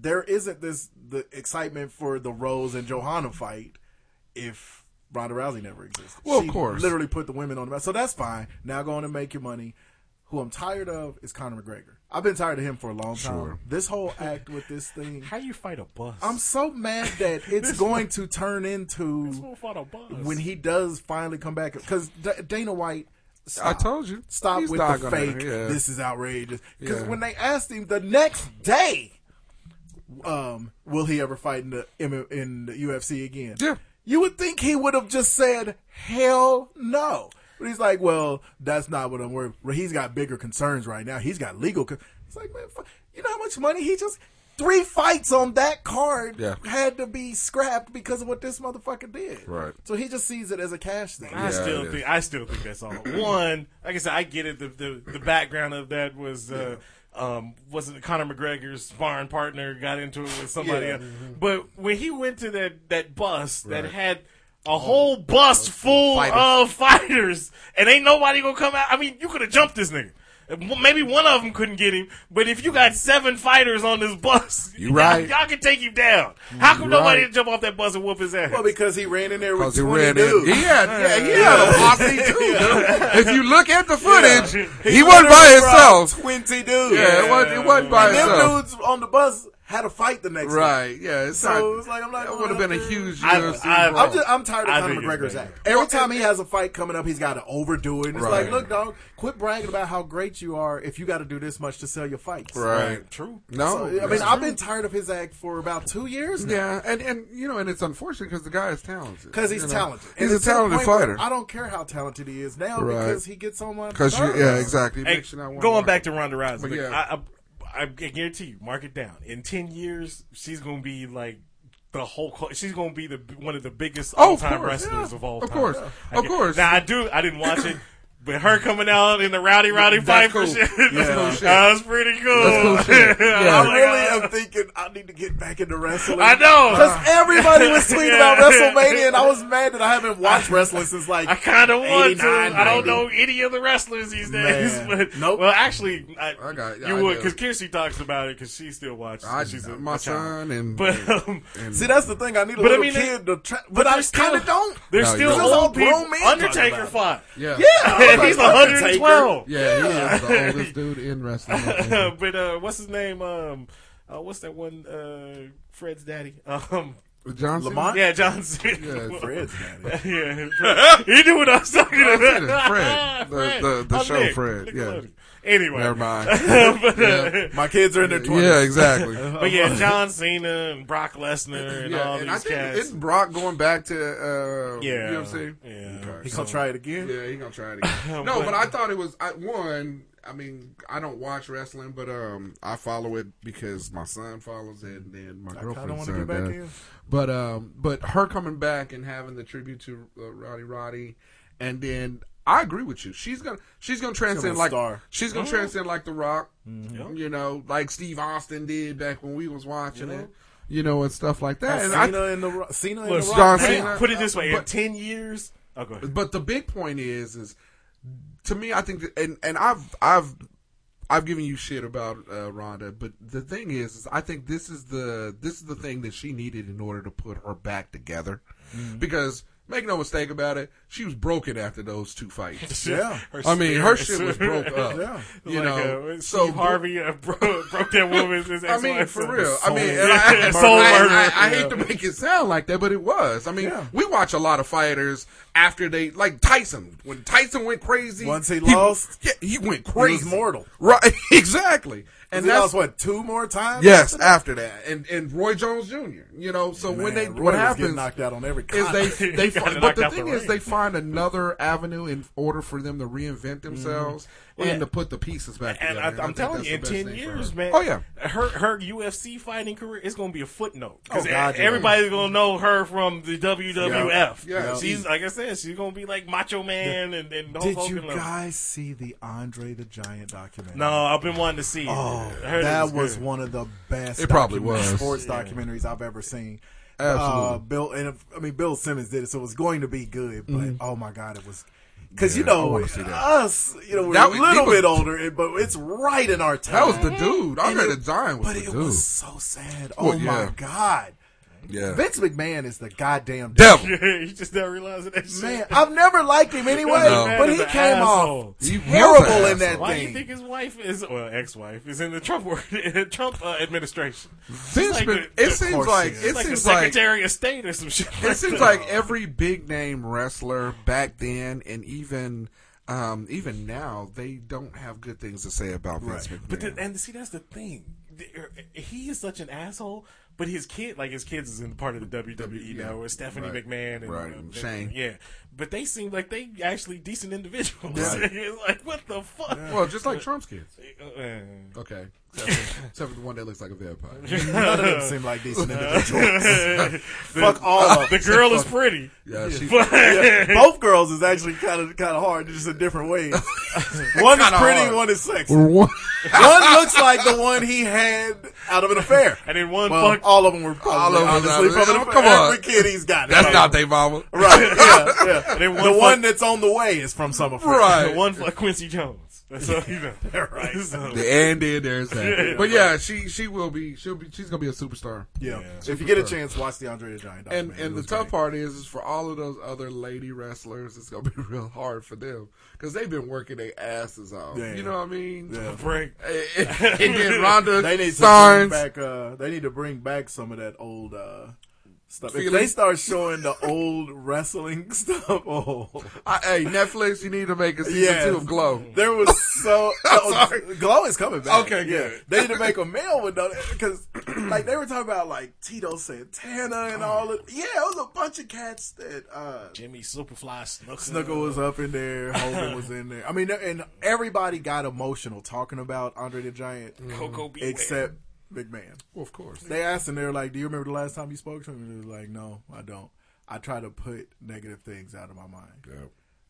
[SPEAKER 13] there isn't this the excitement for the Rose and Johanna fight if Ronda Rousey never existed.
[SPEAKER 12] Well, of
[SPEAKER 13] She
[SPEAKER 12] course.
[SPEAKER 13] literally put the women on the map, so that's fine. Now go on and make your money. Who I'm tired of is Conor McGregor. I've been tired of him for a long time.
[SPEAKER 12] Sure.
[SPEAKER 13] This whole act with this thing.
[SPEAKER 2] How you fight a bus?
[SPEAKER 13] I'm so mad that it's going to turn into
[SPEAKER 2] This fool fought a bus.
[SPEAKER 13] when he does finally come back because Dana White. Stop.
[SPEAKER 12] told you.
[SPEAKER 13] Stop
[SPEAKER 12] He's
[SPEAKER 13] with
[SPEAKER 12] not
[SPEAKER 13] the
[SPEAKER 12] gonna-
[SPEAKER 13] fake.
[SPEAKER 12] yeah.
[SPEAKER 13] This is outrageous. Because
[SPEAKER 12] Yeah.
[SPEAKER 13] when they asked him the next day, um, will he ever fight in the M- in the UFC again?
[SPEAKER 12] Yeah.
[SPEAKER 13] You would think he would have just said hell no, but he's like, well, that's not what I'm worried. Well, He's got bigger concerns right now. He's got legal. Con- it's like, man, fu- you know how much money he just. Three fights on that card
[SPEAKER 12] Yeah.
[SPEAKER 13] had to be scrapped because of what this motherfucker did.
[SPEAKER 12] Right.
[SPEAKER 13] So he just sees it as a cash thing.
[SPEAKER 2] I
[SPEAKER 12] Yeah,
[SPEAKER 2] still
[SPEAKER 12] it is.
[SPEAKER 2] think I still think that's all. One, like I said, I get it. The the, the background of that was uh, um, wasn't it Conor McGregor's sparring partner got into it with somebody
[SPEAKER 13] Yeah.
[SPEAKER 2] else. But when he went to that that bus that had a whole bus full of fighters, and ain't nobody gonna come out. I mean, you could have jumped this nigga. Maybe one of them couldn't get him, but if you got seven fighters on this bus,
[SPEAKER 12] You
[SPEAKER 2] y'all-
[SPEAKER 12] right.
[SPEAKER 2] Y'all, can take him down. How come
[SPEAKER 12] You
[SPEAKER 2] nobody
[SPEAKER 12] right.
[SPEAKER 2] jump off that bus and whoop his ass?
[SPEAKER 13] Well, because he ran in there with
[SPEAKER 12] Because he
[SPEAKER 13] 20
[SPEAKER 12] ran in.
[SPEAKER 13] dudes.
[SPEAKER 12] He had, yeah, he had a posse too. If you look at the footage, he, wasn't by
[SPEAKER 13] literally brought
[SPEAKER 12] himself.
[SPEAKER 13] 20 dudes.
[SPEAKER 12] Yeah, it wasn't, it wasn't by
[SPEAKER 13] and them
[SPEAKER 12] himself.
[SPEAKER 13] dudes on the bus had a fight the next
[SPEAKER 12] Right, yeah. It's
[SPEAKER 13] So
[SPEAKER 12] not,
[SPEAKER 13] it was like, oh, I'm not
[SPEAKER 12] that
[SPEAKER 13] going
[SPEAKER 12] would have been a
[SPEAKER 13] out there.
[SPEAKER 12] huge
[SPEAKER 2] I-
[SPEAKER 12] UFC
[SPEAKER 2] I-
[SPEAKER 13] day. I'm
[SPEAKER 12] brawl.
[SPEAKER 13] just I'm tired of
[SPEAKER 2] I
[SPEAKER 13] Conor
[SPEAKER 2] think it's
[SPEAKER 13] McGregor's
[SPEAKER 2] better.
[SPEAKER 13] act. Every time he has a fight coming up, he's got to overdo it. It's like,
[SPEAKER 12] Right.
[SPEAKER 13] look, dog, quit bragging about how great you are if you got to do this much to sell your fights.
[SPEAKER 12] right.
[SPEAKER 2] True.
[SPEAKER 13] So,
[SPEAKER 12] No.
[SPEAKER 13] I mean, I've been tired of his act for about two years now.
[SPEAKER 12] Yeah, and, and you know, and it's unfortunate because the guy is talented.
[SPEAKER 13] Because he's
[SPEAKER 12] you know.
[SPEAKER 13] talented.
[SPEAKER 12] He's
[SPEAKER 13] And
[SPEAKER 12] a
[SPEAKER 13] it's to the
[SPEAKER 12] talented
[SPEAKER 13] point where
[SPEAKER 12] fighter.
[SPEAKER 13] I don't care how talented he is now
[SPEAKER 12] Right.
[SPEAKER 13] because he gets on my
[SPEAKER 12] Because you,
[SPEAKER 13] nerves.
[SPEAKER 12] yeah, exactly.
[SPEAKER 2] Hey,
[SPEAKER 12] Makes you not
[SPEAKER 2] going
[SPEAKER 12] wanna watch.
[SPEAKER 2] back to Ronda Rousey,
[SPEAKER 12] But
[SPEAKER 2] look,
[SPEAKER 12] yeah.
[SPEAKER 2] I, I, I guarantee you, mark it down. In ten years, she's gonna be like the whole. co- She's gonna be the one of the biggest
[SPEAKER 12] Oh,
[SPEAKER 2] all
[SPEAKER 12] of
[SPEAKER 2] time
[SPEAKER 12] course,
[SPEAKER 2] wrestlers
[SPEAKER 12] yeah.
[SPEAKER 2] of all
[SPEAKER 12] Of
[SPEAKER 2] time.
[SPEAKER 12] course,
[SPEAKER 2] I
[SPEAKER 12] of
[SPEAKER 2] get-
[SPEAKER 12] course.
[SPEAKER 2] Now I do. I didn't watch it. But her coming out in the rowdy rowdy
[SPEAKER 12] That's
[SPEAKER 2] fight for
[SPEAKER 12] cool.
[SPEAKER 2] shit,
[SPEAKER 12] That's cool shit.
[SPEAKER 2] that was pretty cool.
[SPEAKER 12] That's cool shit. Yeah.
[SPEAKER 2] I was
[SPEAKER 13] I
[SPEAKER 2] like,
[SPEAKER 13] really am thinking I need to get back into wrestling.
[SPEAKER 2] I know.
[SPEAKER 12] Uh-huh.
[SPEAKER 13] Because everybody was tweeting about
[SPEAKER 2] Yeah.
[SPEAKER 13] WrestleMania, and I was mad that I haven't watched wrestling since like
[SPEAKER 2] I kind of want to.
[SPEAKER 13] 89,
[SPEAKER 2] I don't
[SPEAKER 13] 90.
[SPEAKER 2] know any of the wrestlers these days.
[SPEAKER 13] Man.
[SPEAKER 2] But,
[SPEAKER 13] Nope.
[SPEAKER 2] Well, actually, I,
[SPEAKER 12] I got-
[SPEAKER 2] you
[SPEAKER 12] I
[SPEAKER 2] would
[SPEAKER 12] do.
[SPEAKER 2] because Kirsty talks about it because she still watches.
[SPEAKER 12] I,
[SPEAKER 2] she's a,
[SPEAKER 12] my
[SPEAKER 2] a child.
[SPEAKER 12] son and
[SPEAKER 2] But um,
[SPEAKER 13] See, that's the thing. I need a
[SPEAKER 2] But I
[SPEAKER 13] little
[SPEAKER 2] mean,
[SPEAKER 13] kid to try, but,
[SPEAKER 2] but
[SPEAKER 13] I
[SPEAKER 2] they're still-
[SPEAKER 13] kind of don't.
[SPEAKER 2] they're
[SPEAKER 12] No, you're
[SPEAKER 2] still
[SPEAKER 13] right.
[SPEAKER 2] old
[SPEAKER 13] This is all
[SPEAKER 2] people.
[SPEAKER 13] grown men talking
[SPEAKER 2] Undertaker
[SPEAKER 13] about it.
[SPEAKER 2] fought.
[SPEAKER 12] yeah,
[SPEAKER 13] I was
[SPEAKER 2] He's
[SPEAKER 13] like,
[SPEAKER 2] 112.
[SPEAKER 12] yeah, he is the oldest dude in wrestling. I think.
[SPEAKER 2] but uh, what's his name? Um, uh, what's that one? Uh, Fred's daddy. Um,
[SPEAKER 12] John Cena?
[SPEAKER 2] Lamont? Yeah, John Cena.
[SPEAKER 12] Yeah, Fred's
[SPEAKER 2] not it. yeah, he knew what I was talking
[SPEAKER 12] John
[SPEAKER 2] about.
[SPEAKER 12] Cena, Fred. The- the- the
[SPEAKER 2] I'm
[SPEAKER 12] show Fred, yeah.
[SPEAKER 2] Nickelodeon. Anyway,
[SPEAKER 12] Never mind.
[SPEAKER 2] But, uh,
[SPEAKER 12] Yeah. My kids are in their Yeah, 20s. exactly.
[SPEAKER 2] but yeah, John Cena and Brock Lesnar and
[SPEAKER 12] Yeah,
[SPEAKER 2] all
[SPEAKER 12] and I
[SPEAKER 2] these
[SPEAKER 12] think-
[SPEAKER 2] cats.
[SPEAKER 12] Isn't Brock going back to? Uh, you know what I'm saying?
[SPEAKER 2] Yeah.
[SPEAKER 12] Okay.
[SPEAKER 13] He gonna try it again?
[SPEAKER 12] Yeah, he gonna try it again. no, but I thought it was I, one. I mean, I don't watch wrestling, but um, I follow it because my son follows it, and then my
[SPEAKER 13] I kinda
[SPEAKER 12] girlfriend
[SPEAKER 13] wanna
[SPEAKER 12] son
[SPEAKER 13] get back
[SPEAKER 12] does.
[SPEAKER 13] in.
[SPEAKER 12] But um, but her coming back and having the tribute to uh, Roddy Roddy, and then I agree with you. She's gonna she's gonna
[SPEAKER 13] gonna
[SPEAKER 12] transcend
[SPEAKER 13] be a
[SPEAKER 12] like
[SPEAKER 13] star.
[SPEAKER 12] she's gonna
[SPEAKER 13] Mhm.
[SPEAKER 12] transcend like The Rock,
[SPEAKER 13] Mhm.
[SPEAKER 12] you know, like Steve Austin did back when we was watching
[SPEAKER 13] Yeah.
[SPEAKER 12] it, you know, and stuff like that. And I-
[SPEAKER 13] Cena and the Ro- Cena and
[SPEAKER 12] Look,
[SPEAKER 13] the Rock.
[SPEAKER 12] John
[SPEAKER 13] Hey,
[SPEAKER 12] Cena- uh,
[SPEAKER 13] put it this way, in
[SPEAKER 12] but-
[SPEAKER 13] ten years. Oh, go ahead.
[SPEAKER 12] But the big point is, is to me, I think, that, and and I've I've I've given you shit about uh, Rhonda, but the thing is, is I think this is the this is the thing that she needed in order to put her back together,
[SPEAKER 2] Mm-hmm.
[SPEAKER 13] Mhm.
[SPEAKER 12] because. Make no mistake about it, she was broken after those two fights.
[SPEAKER 2] Yeah. Her
[SPEAKER 12] I mean, her
[SPEAKER 2] spirit.
[SPEAKER 12] shit was broke up.
[SPEAKER 2] Yeah.
[SPEAKER 12] You
[SPEAKER 2] Like,
[SPEAKER 12] know,
[SPEAKER 2] uh,
[SPEAKER 12] so
[SPEAKER 2] Steve Harvey, uh, bro- broke that woman's- his
[SPEAKER 12] I mean,
[SPEAKER 2] ex-wife.
[SPEAKER 12] for real. I
[SPEAKER 2] Soul
[SPEAKER 12] mean,
[SPEAKER 2] murder.
[SPEAKER 12] and I,
[SPEAKER 2] Soul murder.
[SPEAKER 12] I, I, I hate
[SPEAKER 2] Yeah.
[SPEAKER 12] to make it sound like that, but it was. I mean,
[SPEAKER 2] Yeah.
[SPEAKER 12] we watch a lot of fighters after they like Tyson. When Tyson went crazy,
[SPEAKER 13] Once he lost,
[SPEAKER 12] yeah, he went
[SPEAKER 13] was
[SPEAKER 12] crazy,
[SPEAKER 13] mortal.
[SPEAKER 12] right? exactly.
[SPEAKER 13] And
[SPEAKER 12] And
[SPEAKER 13] he
[SPEAKER 12] that's
[SPEAKER 13] lost what two more times?
[SPEAKER 12] Yes, after that, and and Roy Jones Jr. You know, so
[SPEAKER 13] Man,
[SPEAKER 12] when they
[SPEAKER 13] Roy
[SPEAKER 12] what
[SPEAKER 13] was getting
[SPEAKER 12] happens
[SPEAKER 13] knocked out on every
[SPEAKER 12] is they
[SPEAKER 13] continent.
[SPEAKER 12] they
[SPEAKER 13] He got
[SPEAKER 12] find, but
[SPEAKER 13] knocked
[SPEAKER 12] the
[SPEAKER 13] out the
[SPEAKER 12] thing is
[SPEAKER 13] ring.
[SPEAKER 12] they find another avenue in order for them to
[SPEAKER 13] Mm-hmm.
[SPEAKER 12] reinvent themselves
[SPEAKER 2] Well,
[SPEAKER 12] and
[SPEAKER 2] yeah.
[SPEAKER 12] to put the pieces back
[SPEAKER 2] And
[SPEAKER 12] together.
[SPEAKER 2] I,
[SPEAKER 12] and I
[SPEAKER 2] I'm
[SPEAKER 12] think
[SPEAKER 2] telling
[SPEAKER 12] that's
[SPEAKER 2] you, in
[SPEAKER 12] the best
[SPEAKER 2] ten
[SPEAKER 12] thing for
[SPEAKER 2] years,
[SPEAKER 12] her.
[SPEAKER 2] man.
[SPEAKER 12] Oh yeah,
[SPEAKER 2] her her UFC fighting career is going to be a footnote because
[SPEAKER 12] Oh, God, yeah.
[SPEAKER 2] everybody's going to know her from the
[SPEAKER 13] Yeah.
[SPEAKER 2] WWF.
[SPEAKER 13] Yeah.
[SPEAKER 2] She's like I said, she's going to be like Macho Man and and Hulk
[SPEAKER 13] Did
[SPEAKER 2] Hogan
[SPEAKER 13] you
[SPEAKER 2] level.
[SPEAKER 13] guys see the Andre the Giant documentary?
[SPEAKER 2] No, I've been wanting to see. it.
[SPEAKER 13] Oh,
[SPEAKER 2] I heard it
[SPEAKER 13] that
[SPEAKER 2] was
[SPEAKER 13] was,
[SPEAKER 2] good.
[SPEAKER 13] one of the best.
[SPEAKER 12] It probably
[SPEAKER 13] document-
[SPEAKER 12] was.
[SPEAKER 13] sports
[SPEAKER 12] Yeah.
[SPEAKER 13] documentaries I've ever seen.
[SPEAKER 12] Absolutely.
[SPEAKER 13] Uh, Bill and I mean Bill Simmons did it, so it was going to be good. But
[SPEAKER 12] Mhm.
[SPEAKER 13] oh my god, it was because you
[SPEAKER 12] Yeah, I
[SPEAKER 13] know
[SPEAKER 12] wanna see that.
[SPEAKER 13] us, you know, we're
[SPEAKER 12] That
[SPEAKER 13] a
[SPEAKER 12] was-
[SPEAKER 13] little
[SPEAKER 12] he was-
[SPEAKER 13] bit older, but it's right in our time.
[SPEAKER 12] That was the dude. I
[SPEAKER 13] And
[SPEAKER 12] heard
[SPEAKER 13] it-
[SPEAKER 12] the giant was
[SPEAKER 13] but
[SPEAKER 12] the
[SPEAKER 13] it
[SPEAKER 12] dude.
[SPEAKER 13] was so sad. Oh
[SPEAKER 12] Well, yeah.
[SPEAKER 13] my god.
[SPEAKER 12] Yeah.
[SPEAKER 13] Vince McMahon is the goddamn
[SPEAKER 12] Devil.
[SPEAKER 2] Yeah, you just not realizing that shit.
[SPEAKER 13] Man, I've never liked him anyway,
[SPEAKER 12] No.
[SPEAKER 13] but he
[SPEAKER 2] He's an
[SPEAKER 13] came
[SPEAKER 2] asshole.
[SPEAKER 13] off terrible in that
[SPEAKER 2] Why do you
[SPEAKER 13] thing.
[SPEAKER 2] think his wife is, well, ex-wife is in the Trump wor- Trump uh, administration?
[SPEAKER 12] Vince Mc- it seems like- it
[SPEAKER 2] it's like the
[SPEAKER 12] seems like-
[SPEAKER 2] Secretary of State or some shit.
[SPEAKER 12] it seems like every big name wrestler back then and even um, even now they don't have good things to say about Vince McMahon.
[SPEAKER 2] But the, and see, that's the thing. The- er, He is such an asshole. But his kid, like his kids, is in part of the WWE
[SPEAKER 12] Yeah.
[SPEAKER 2] now, with Stephanie
[SPEAKER 12] Right.
[SPEAKER 2] McMahon and
[SPEAKER 12] Right.
[SPEAKER 2] uh,
[SPEAKER 12] Shane.
[SPEAKER 2] Yeah, but they seem like they actually decent individuals.
[SPEAKER 12] Right.
[SPEAKER 2] It's like what the fuck?
[SPEAKER 12] Well, just like Trump's kids.
[SPEAKER 2] Uh,
[SPEAKER 12] Okay, except for, except for the one that looks like a vampire.
[SPEAKER 13] None of them seem like decent
[SPEAKER 2] The-
[SPEAKER 13] individuals. Fuck all of
[SPEAKER 2] the
[SPEAKER 13] them.
[SPEAKER 2] girl is pretty.
[SPEAKER 12] Yeah, she-
[SPEAKER 13] But- yeah, both girls is actually kind of kind of hard, just in different ways. one is
[SPEAKER 12] Kinda
[SPEAKER 13] pretty,
[SPEAKER 12] hard.
[SPEAKER 13] one is sexy.
[SPEAKER 12] Or one-
[SPEAKER 13] one looks like the one he had out of an affair,
[SPEAKER 2] and then one
[SPEAKER 13] Well,
[SPEAKER 2] fuck-
[SPEAKER 13] all of them were probably
[SPEAKER 12] All of them,
[SPEAKER 13] honestly from an
[SPEAKER 12] oh,
[SPEAKER 13] affair.
[SPEAKER 12] come on.
[SPEAKER 13] Every kid he's got.
[SPEAKER 12] That's not they mama.
[SPEAKER 13] Right, yeah, yeah.
[SPEAKER 2] And then
[SPEAKER 13] the
[SPEAKER 2] one fuck-
[SPEAKER 13] one that's on the way is from some affair.
[SPEAKER 12] Right.
[SPEAKER 2] The one for Quincy Jones. That's all you know. right.
[SPEAKER 12] The end in there's that. But yeah, she she will be she'll be she's gonna be a superstar.
[SPEAKER 13] Yeah. If you get a
[SPEAKER 12] Superstar.
[SPEAKER 13] chance, watch the Andre the Giant.
[SPEAKER 12] And
[SPEAKER 13] documentary. It
[SPEAKER 12] and the
[SPEAKER 13] was
[SPEAKER 12] tough
[SPEAKER 13] great.
[SPEAKER 12] part is, is for all of those other lady wrestlers, it's gonna be real hard for them because they've been working their asses off.
[SPEAKER 13] Yeah.
[SPEAKER 12] You know what I mean?
[SPEAKER 13] Yeah.
[SPEAKER 2] Break.
[SPEAKER 12] And, and then Ronda
[SPEAKER 13] they need to bring
[SPEAKER 12] signs.
[SPEAKER 13] back. Uh, they need to bring back some of that old uh, stuff. If
[SPEAKER 12] Feeling.
[SPEAKER 13] they start showing the old wrestling stuff, oh
[SPEAKER 12] I, hey Netflix, you need to make a season
[SPEAKER 13] Yes.
[SPEAKER 12] two of Glow.
[SPEAKER 13] There was so oh, Glow is coming back.
[SPEAKER 12] Okay, good.
[SPEAKER 13] They need to make a male with because like they were talking about like Tito Santana and all of yeah, it was a bunch of cats that uh
[SPEAKER 2] Jimmy Superfly Snooker.
[SPEAKER 13] Snooker was up in there, Hogan was in there. I mean, and everybody got emotional talking about Andre the Giant,
[SPEAKER 2] Coco Beware.
[SPEAKER 13] except McMahon.
[SPEAKER 12] Well, of course.
[SPEAKER 13] They asked him, they were like, "Do you remember the last time you spoke to him?" And he was like, "No, I don't. I try to put negative things out of my mind."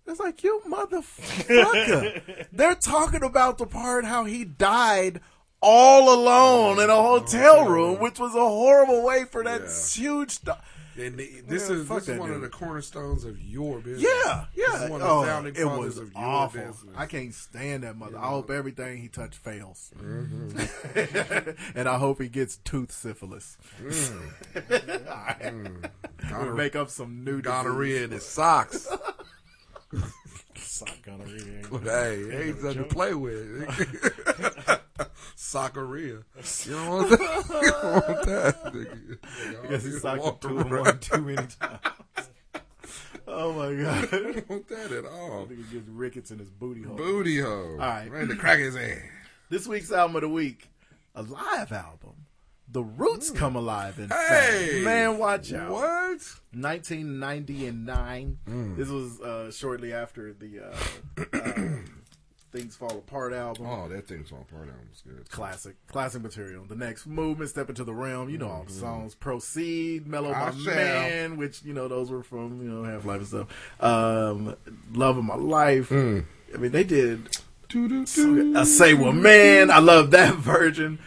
[SPEAKER 13] It's like you motherfucker. They're talking about the part how he died all alone in a hotel room, which was a horrible way for that huge stuff.
[SPEAKER 12] And the- this
[SPEAKER 13] Man,
[SPEAKER 12] is
[SPEAKER 13] fuck
[SPEAKER 12] this is
[SPEAKER 13] that
[SPEAKER 12] one of
[SPEAKER 13] dude.
[SPEAKER 12] the cornerstones of your business.
[SPEAKER 13] Yeah, yeah.
[SPEAKER 12] This is one of the
[SPEAKER 13] oh,
[SPEAKER 12] founding
[SPEAKER 13] it
[SPEAKER 12] fathers
[SPEAKER 13] was
[SPEAKER 12] of your
[SPEAKER 13] awful.
[SPEAKER 12] business.
[SPEAKER 13] I can't stand that mother.
[SPEAKER 12] You
[SPEAKER 13] I
[SPEAKER 12] know.
[SPEAKER 13] hope everything he touched fails,
[SPEAKER 12] Mhm.
[SPEAKER 13] and I hope he gets tooth syphilis.
[SPEAKER 12] Mm.
[SPEAKER 13] Alright.
[SPEAKER 12] Gonorrhea-
[SPEAKER 13] We'll make up some new
[SPEAKER 12] gonorrhea
[SPEAKER 13] disease.
[SPEAKER 12] in his socks.
[SPEAKER 2] Sock gonorrhea.
[SPEAKER 12] hey, it ain't nothing to play with. Socceria. You know what I'm saying? You know what I'm saying? Nigga,
[SPEAKER 13] Because he
[SPEAKER 12] nigga,
[SPEAKER 13] socked
[SPEAKER 12] walk
[SPEAKER 13] the two and
[SPEAKER 12] around.
[SPEAKER 13] one too many times. Oh my god!
[SPEAKER 12] I don't want that at all.
[SPEAKER 13] That nigga gets rickets in his booty hole.
[SPEAKER 12] Booty hole.
[SPEAKER 13] All right,
[SPEAKER 12] Right in the crack of his ass.
[SPEAKER 13] This week's album of the week, a live album. The Roots come alive in
[SPEAKER 12] Mm. Hey!
[SPEAKER 13] fact. man, watch out!
[SPEAKER 12] What?
[SPEAKER 13] 1990 and nine.
[SPEAKER 12] Mm.
[SPEAKER 13] This was uh, shortly after the uh, uh, Things Fall Apart album.
[SPEAKER 12] Oh, that thing's on part album was good.
[SPEAKER 13] Classic, classic material. The next movement, step into the realm. You know all the songs. Proceed, mellow
[SPEAKER 12] Mm-hmm. I
[SPEAKER 13] my
[SPEAKER 12] shall.
[SPEAKER 13] man, which you know those were from you know half life and stuff. Um, love of my life.
[SPEAKER 12] Mm.
[SPEAKER 13] I mean, they did. I say, well, man, I love that version.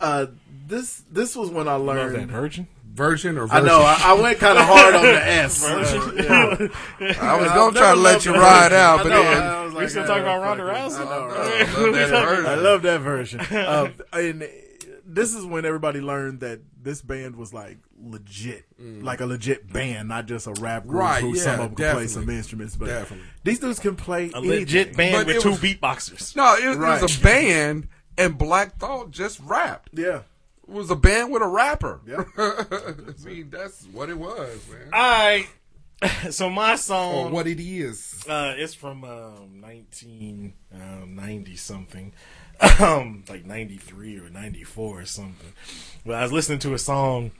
[SPEAKER 13] Uh, this this was when I learned
[SPEAKER 2] that
[SPEAKER 13] virgin.
[SPEAKER 12] Version or
[SPEAKER 13] I know I, I went kind of hard on the S.
[SPEAKER 2] Virgin?
[SPEAKER 13] Uh, yeah.
[SPEAKER 12] I was
[SPEAKER 13] I've
[SPEAKER 12] gonna try
[SPEAKER 13] never
[SPEAKER 12] to let
[SPEAKER 13] loved
[SPEAKER 12] you
[SPEAKER 13] that
[SPEAKER 12] ride
[SPEAKER 13] version.
[SPEAKER 12] out,
[SPEAKER 13] I
[SPEAKER 12] but
[SPEAKER 13] know,
[SPEAKER 12] then-
[SPEAKER 13] I was
[SPEAKER 2] We
[SPEAKER 13] like,
[SPEAKER 2] still talking
[SPEAKER 13] uh,
[SPEAKER 2] about Ronda
[SPEAKER 13] fuck it.
[SPEAKER 2] Rousey?
[SPEAKER 13] I know,
[SPEAKER 2] I
[SPEAKER 13] right?
[SPEAKER 2] love that version.
[SPEAKER 13] I love that version. Uh, and this is when everybody learned that this band was like legit,
[SPEAKER 12] Mm.
[SPEAKER 13] like a legit band, not just a rap group
[SPEAKER 12] Right,
[SPEAKER 13] who
[SPEAKER 12] yeah,
[SPEAKER 13] some of them can play
[SPEAKER 12] definitely.
[SPEAKER 13] some instruments. But
[SPEAKER 12] Definitely.
[SPEAKER 13] these dudes can play
[SPEAKER 2] A legit
[SPEAKER 13] anything.
[SPEAKER 2] band
[SPEAKER 12] But
[SPEAKER 2] with
[SPEAKER 12] it
[SPEAKER 2] two
[SPEAKER 12] was-
[SPEAKER 2] beatboxers.
[SPEAKER 12] No, it, it was
[SPEAKER 13] Right.
[SPEAKER 12] a band, and Black Thought just rapped.
[SPEAKER 13] Yeah.
[SPEAKER 12] It was a band with a rapper.
[SPEAKER 13] Yeah.
[SPEAKER 12] I mean, that's what it was, man.
[SPEAKER 2] All right. So my song,
[SPEAKER 12] Or Oh, what it is.
[SPEAKER 2] uh, it's from um, 1990 something, um, like 93 or 94 or something. But I was listening to a song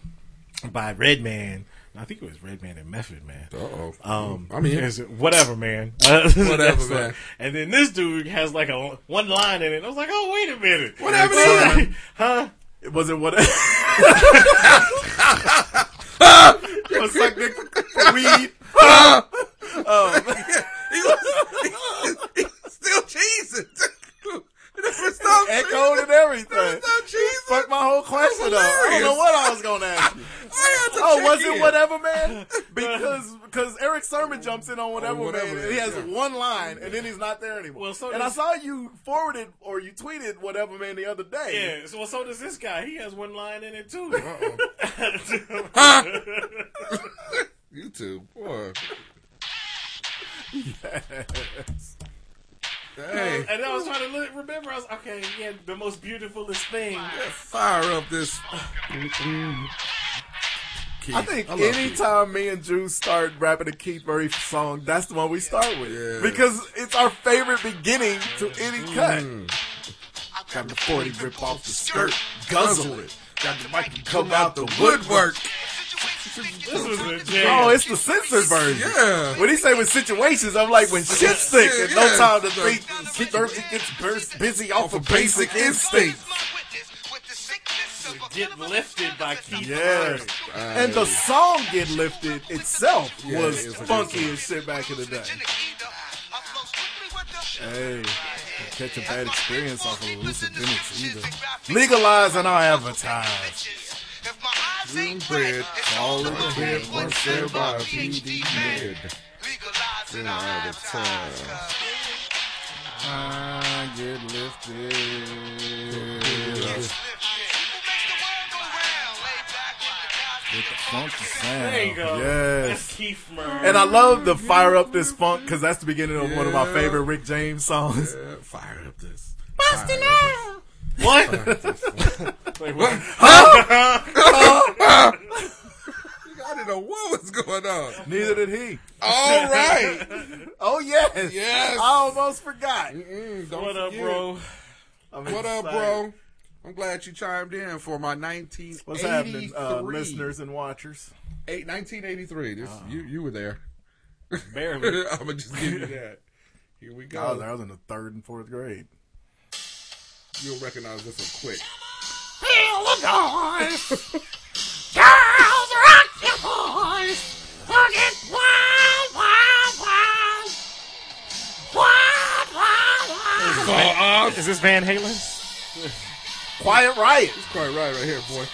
[SPEAKER 2] by Redman. I think it was Redman and Method Man.
[SPEAKER 12] Uh-oh.
[SPEAKER 2] Um,
[SPEAKER 12] I'm in.
[SPEAKER 2] it's- Whatever, man.
[SPEAKER 12] Whatever,
[SPEAKER 2] That's
[SPEAKER 12] man.
[SPEAKER 2] like- and then this dude has like a one line in it. I was like, oh wait a minute.
[SPEAKER 12] What happened to
[SPEAKER 2] Like, huh?
[SPEAKER 13] It wasn't what.
[SPEAKER 12] that?
[SPEAKER 13] was like Nick weed.
[SPEAKER 12] he, was, he was still cheesing.
[SPEAKER 13] Echoed and everything.
[SPEAKER 12] No cheesing.
[SPEAKER 13] Fuck my whole question up. I don't know what
[SPEAKER 12] hilarious.
[SPEAKER 13] I was gonna ask you.
[SPEAKER 12] I had to
[SPEAKER 13] Oh,
[SPEAKER 12] check
[SPEAKER 13] was it
[SPEAKER 12] in.
[SPEAKER 13] whatever, man? Because because Eric Sermon jumps in on whatever,
[SPEAKER 12] On whatever,
[SPEAKER 13] man, and he has
[SPEAKER 12] yeah.
[SPEAKER 13] one line, and then he's not there anymore.
[SPEAKER 2] Well, so
[SPEAKER 13] and I
[SPEAKER 2] does-
[SPEAKER 13] saw you forwarded or you tweeted whatever, man, the other day.
[SPEAKER 2] Yeah. So, well, so does this guy. He has one line in it too.
[SPEAKER 12] You two, boy. Hey,
[SPEAKER 2] And I was trying to look, remember. I was okay. Yeah, the most beautifulest thing.
[SPEAKER 12] fire up this.
[SPEAKER 13] I think
[SPEAKER 12] love Keith.
[SPEAKER 13] anytime me and Drew start rapping a Keith Murray song, that's the one we start with
[SPEAKER 12] Yeah.
[SPEAKER 13] because it's our favorite beginning to any cut. Mm. Got the forty, rip off the skirt, guzzle it. Got the mic, and come out the woodwork.
[SPEAKER 2] This was a jam.
[SPEAKER 13] Oh, it's the censored version.
[SPEAKER 12] Yeah.
[SPEAKER 13] When he say with situations, I'm like when shit's sick and no
[SPEAKER 12] Yeah.
[SPEAKER 13] time to think. Keith Murphy gets burst busy off of basic instinct.
[SPEAKER 2] Get lifted by Keith.
[SPEAKER 13] Yes.
[SPEAKER 2] Murray.
[SPEAKER 13] And the song Get Lifted itself
[SPEAKER 12] Yeah,
[SPEAKER 13] was
[SPEAKER 12] it's a good
[SPEAKER 13] funky
[SPEAKER 12] song.
[SPEAKER 13] as shit back in the day. Hey, catch a bad experience off of Lucid Minutes either. Legalize and I'll advertise.
[SPEAKER 12] Green bread, all the bread, once there by PD med. Then I had a time.
[SPEAKER 13] I get lifted. With the funky sound.
[SPEAKER 2] There you go.
[SPEAKER 13] Yes.
[SPEAKER 2] That's Keith Murray.
[SPEAKER 13] And I love the fire up this funk because that's the beginning of one of my
[SPEAKER 12] Yeah.
[SPEAKER 13] favorite Rick James songs.
[SPEAKER 12] Yeah, fire up this.
[SPEAKER 2] what? Wait, what?
[SPEAKER 12] I didn't know what was going on.
[SPEAKER 13] Neither did he.
[SPEAKER 12] All right.
[SPEAKER 13] Oh yes,
[SPEAKER 12] Yes.
[SPEAKER 13] I almost forgot.
[SPEAKER 12] Mm-mm, don't
[SPEAKER 2] What up,
[SPEAKER 12] forget.
[SPEAKER 2] bro?
[SPEAKER 13] I'm
[SPEAKER 12] What up,
[SPEAKER 13] excited.
[SPEAKER 12] bro? I'm glad you chimed in for my 1983.
[SPEAKER 13] What's happening, uh, listeners Uh-huh. and watchers?
[SPEAKER 12] Eight, 1983. This, you, you were there. I'm
[SPEAKER 2] Barely.
[SPEAKER 12] going to just give you that. Here we
[SPEAKER 13] I was, I
[SPEAKER 12] go.
[SPEAKER 13] was in the third and fourth grade.
[SPEAKER 12] You'll recognize this one quick.
[SPEAKER 2] Is this Van Halen?
[SPEAKER 13] Quiet Riot.
[SPEAKER 12] It's quite right right here, boy.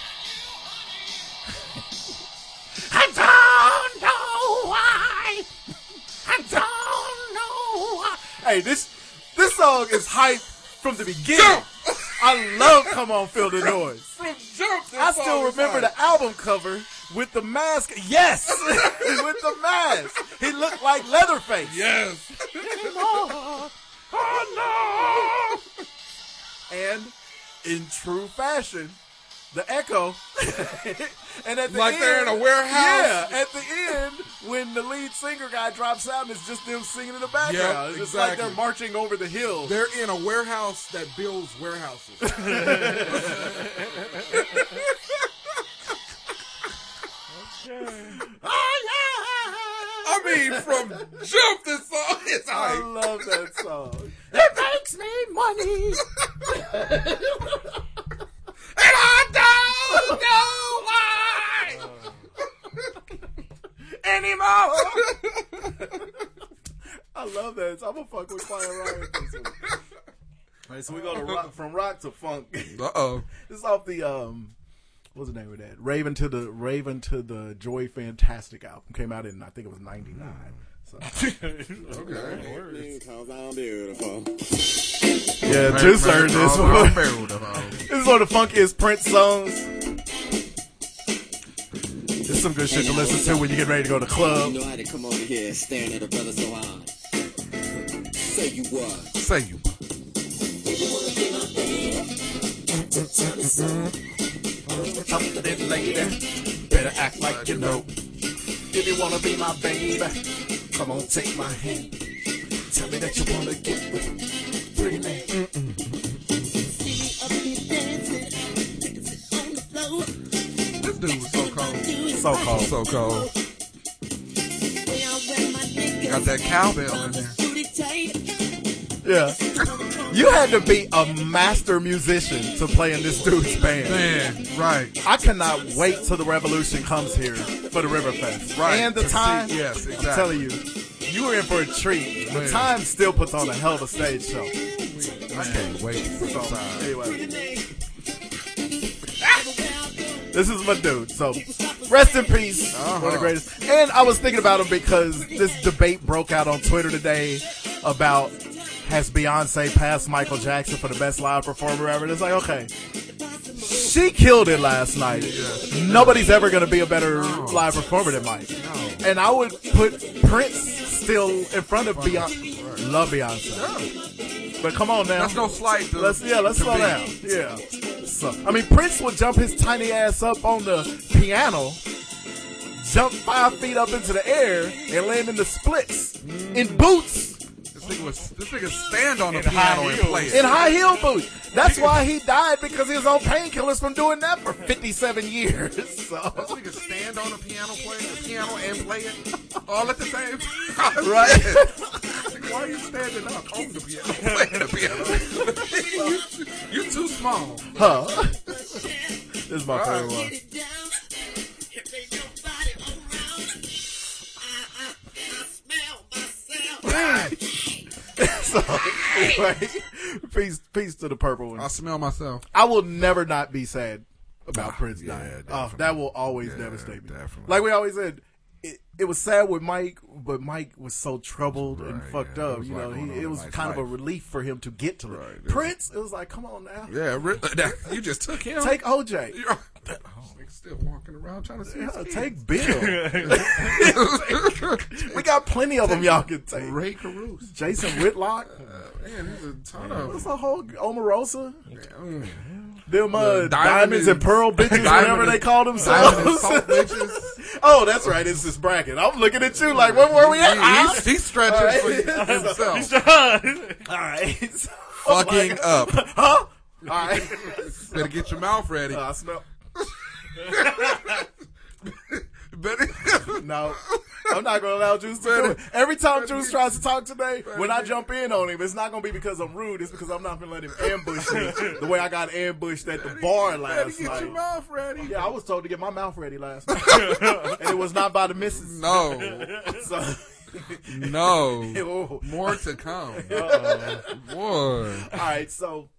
[SPEAKER 13] Hey, this this song is hype from the beginning. I love "Come On Feel the Noise."
[SPEAKER 12] From jump.
[SPEAKER 13] I still remember the album cover with the mask. Yes, with the mask. He looked like Leatherface.
[SPEAKER 12] Yes.
[SPEAKER 13] Oh no! And in true fashion. The echo, and at the
[SPEAKER 12] Like
[SPEAKER 13] end,
[SPEAKER 12] they're in a
[SPEAKER 13] Yeah,
[SPEAKER 12] warehouse?
[SPEAKER 13] at the end when the lead singer guy drops out, and it's just them singing in the background.
[SPEAKER 12] Yeah,
[SPEAKER 13] it's just like
[SPEAKER 12] exactly.
[SPEAKER 13] they're marching over the hill.
[SPEAKER 12] They're in a warehouse that builds warehouses.
[SPEAKER 13] Ah, I
[SPEAKER 12] mean, from jump, this song is
[SPEAKER 13] I love that song.
[SPEAKER 12] It makes me money. and I don't know why.
[SPEAKER 13] Anymore. I love that. I'm gonna fuck with Fire Rock. with this one. All right, so we go to rock from rock to funk.
[SPEAKER 12] Uh oh.
[SPEAKER 13] This is off the um, what's the name of that? Raven to the Raven to the Joy Fantastic album came out in I think it was '99. So.
[SPEAKER 14] Okay. Cause I'm beautiful.
[SPEAKER 13] yeah, Juice earned this one. this is one of the funkiest Prince songs. This is some good shit to listen to when you get ready to go to the club.
[SPEAKER 14] You know how to come over here staring at a brother so hard. Say you what?
[SPEAKER 12] Say you.
[SPEAKER 14] Better act like you know. If you wanna be my baby, come on, take my hand. Tell me that you wanna get with pretty man.
[SPEAKER 12] This dude was so cold.
[SPEAKER 13] So cold.
[SPEAKER 12] So cold. Got that cowbell in there.
[SPEAKER 13] Yeah. You had to be a master musician to play in this dude's band.
[SPEAKER 12] Man, right.
[SPEAKER 13] I cannot wait till the revolution comes here for the Riverfest.
[SPEAKER 12] Right.
[SPEAKER 13] And the
[SPEAKER 12] To see-
[SPEAKER 13] time.
[SPEAKER 12] yes, exactly.
[SPEAKER 13] I'm telling you, you were in for a treat. The
[SPEAKER 12] Man.
[SPEAKER 13] time still puts on a hell of a stage show.
[SPEAKER 12] I can't wait for this time.
[SPEAKER 13] Anyway. This is my dude. So rest in peace. One of the greatest. And I was thinking about him because this debate broke out on Twitter today about has Beyonce passed Michael Jackson for the best live performer ever? And it's like, okay. She killed it last night. Nobody's ever going to be a better live performer than Mike. And I would put Prince still in front of Beyonce. Love Beyonce. But come on now.
[SPEAKER 12] That's no slight to-
[SPEAKER 13] Let's, yeah, let's
[SPEAKER 12] to
[SPEAKER 13] slow
[SPEAKER 12] Bey.
[SPEAKER 13] down. Yeah. So, I mean, Prince would jump his tiny ass up on the piano, jump five feet up into the air, and land in the splits in boots.
[SPEAKER 12] This nigga, was, this nigga stand on the piano and play it.
[SPEAKER 13] In high heel boots. That's why he died because he was on painkillers from doing that for 57 years. So.
[SPEAKER 12] This nigga stand on the piano, play the piano and play it all at the same time.
[SPEAKER 13] Right.
[SPEAKER 12] Nigga, Why are you standing up on the piano, playing the piano? Nigga, you, you're too small.
[SPEAKER 13] Huh. This is my favorite one. so, anyway, peace, peace to the purple one.
[SPEAKER 12] I smell myself.
[SPEAKER 13] I will never not be sad about
[SPEAKER 12] Ah,
[SPEAKER 13] Prince
[SPEAKER 12] yeah,
[SPEAKER 13] dying. Oh,
[SPEAKER 12] definitely.
[SPEAKER 13] that will always
[SPEAKER 12] Yeah,
[SPEAKER 13] devastate me.
[SPEAKER 12] definitely.
[SPEAKER 13] Like we always said, it, it was sad with Mike, but Mike was so troubled and fucked
[SPEAKER 12] yeah, it
[SPEAKER 13] up.
[SPEAKER 12] was
[SPEAKER 13] You
[SPEAKER 12] a lot
[SPEAKER 13] know,
[SPEAKER 12] going
[SPEAKER 13] he,
[SPEAKER 12] on
[SPEAKER 13] it
[SPEAKER 12] in
[SPEAKER 13] was
[SPEAKER 12] Mike's
[SPEAKER 13] kind of a
[SPEAKER 12] life.
[SPEAKER 13] relief for him to get to the Prince. It was like, come on now,
[SPEAKER 12] Yeah, re- you just took him.
[SPEAKER 13] take OJ.
[SPEAKER 12] You're- Oh, nigga still walking around trying to see his
[SPEAKER 13] Yeah,
[SPEAKER 12] kids.
[SPEAKER 13] take Bill. we got plenty of them y'all can take.
[SPEAKER 12] Ray Caruso.
[SPEAKER 13] Jason Whitlock.
[SPEAKER 12] Man, there's a ton
[SPEAKER 13] What's
[SPEAKER 12] of
[SPEAKER 13] the whole Omarosa?
[SPEAKER 12] them.
[SPEAKER 13] Them uh,
[SPEAKER 12] Diamond
[SPEAKER 13] diamonds and
[SPEAKER 12] and-
[SPEAKER 13] pearl bitches,
[SPEAKER 12] Diamond
[SPEAKER 13] whatever
[SPEAKER 12] and-
[SPEAKER 13] they call
[SPEAKER 12] diamond and
[SPEAKER 13] themselves.
[SPEAKER 12] salt
[SPEAKER 13] oh, that's right. It's this bracket. I'm looking at you like, where were we at?
[SPEAKER 12] Yeah, he's-
[SPEAKER 13] Huh?
[SPEAKER 12] he's stretching
[SPEAKER 13] All right.
[SPEAKER 12] for himself. He's
[SPEAKER 13] All right. So,
[SPEAKER 12] Fucking
[SPEAKER 13] like-
[SPEAKER 12] up.
[SPEAKER 13] Huh? All right.
[SPEAKER 12] Better get your mouth ready.
[SPEAKER 13] Uh, I smell.
[SPEAKER 12] Better.
[SPEAKER 13] No, I'm not gonna allow Juice to do it. Every time Juice tries to talk today, when I jump in on him, it's not gonna be because I'm rude. It's because I'm not gonna let him ambush me the way I got ambushed at the bar
[SPEAKER 12] Better
[SPEAKER 13] last
[SPEAKER 12] get your
[SPEAKER 13] night.
[SPEAKER 12] mouth ready.
[SPEAKER 13] Yeah, I was told to get my mouth ready last night, and it was not by the missus.
[SPEAKER 12] No.
[SPEAKER 13] So, oh,
[SPEAKER 12] No.
[SPEAKER 13] Ew.
[SPEAKER 12] More to come. Boy.
[SPEAKER 13] all right. So,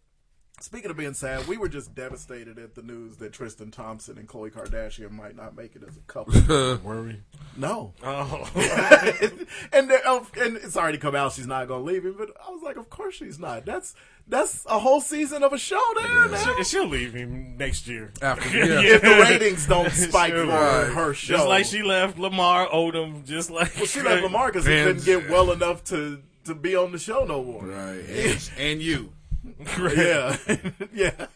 [SPEAKER 13] speaking of being sad, we were just devastated at the news that Tristan Thompson and Khloe Kardashian might not make it as a couple.
[SPEAKER 2] Were we?
[SPEAKER 13] No.
[SPEAKER 2] Oh.
[SPEAKER 13] and they're- oh, and it's already come out she's not gonna leave him, but I was like, of course she's not. That's that's a whole season of a show there. now.
[SPEAKER 2] She- She'll leave him next year.
[SPEAKER 12] After
[SPEAKER 2] Yeah.
[SPEAKER 13] If the ratings don't spike
[SPEAKER 2] Sure.
[SPEAKER 13] for her show,
[SPEAKER 2] Just like she left Lamar Odom, just like
[SPEAKER 13] well, she left Lamar because he couldn't
[SPEAKER 12] Vince.
[SPEAKER 13] get well enough to to be on the show no more.
[SPEAKER 12] Right. And, and you.
[SPEAKER 13] Right. Yeah, yeah.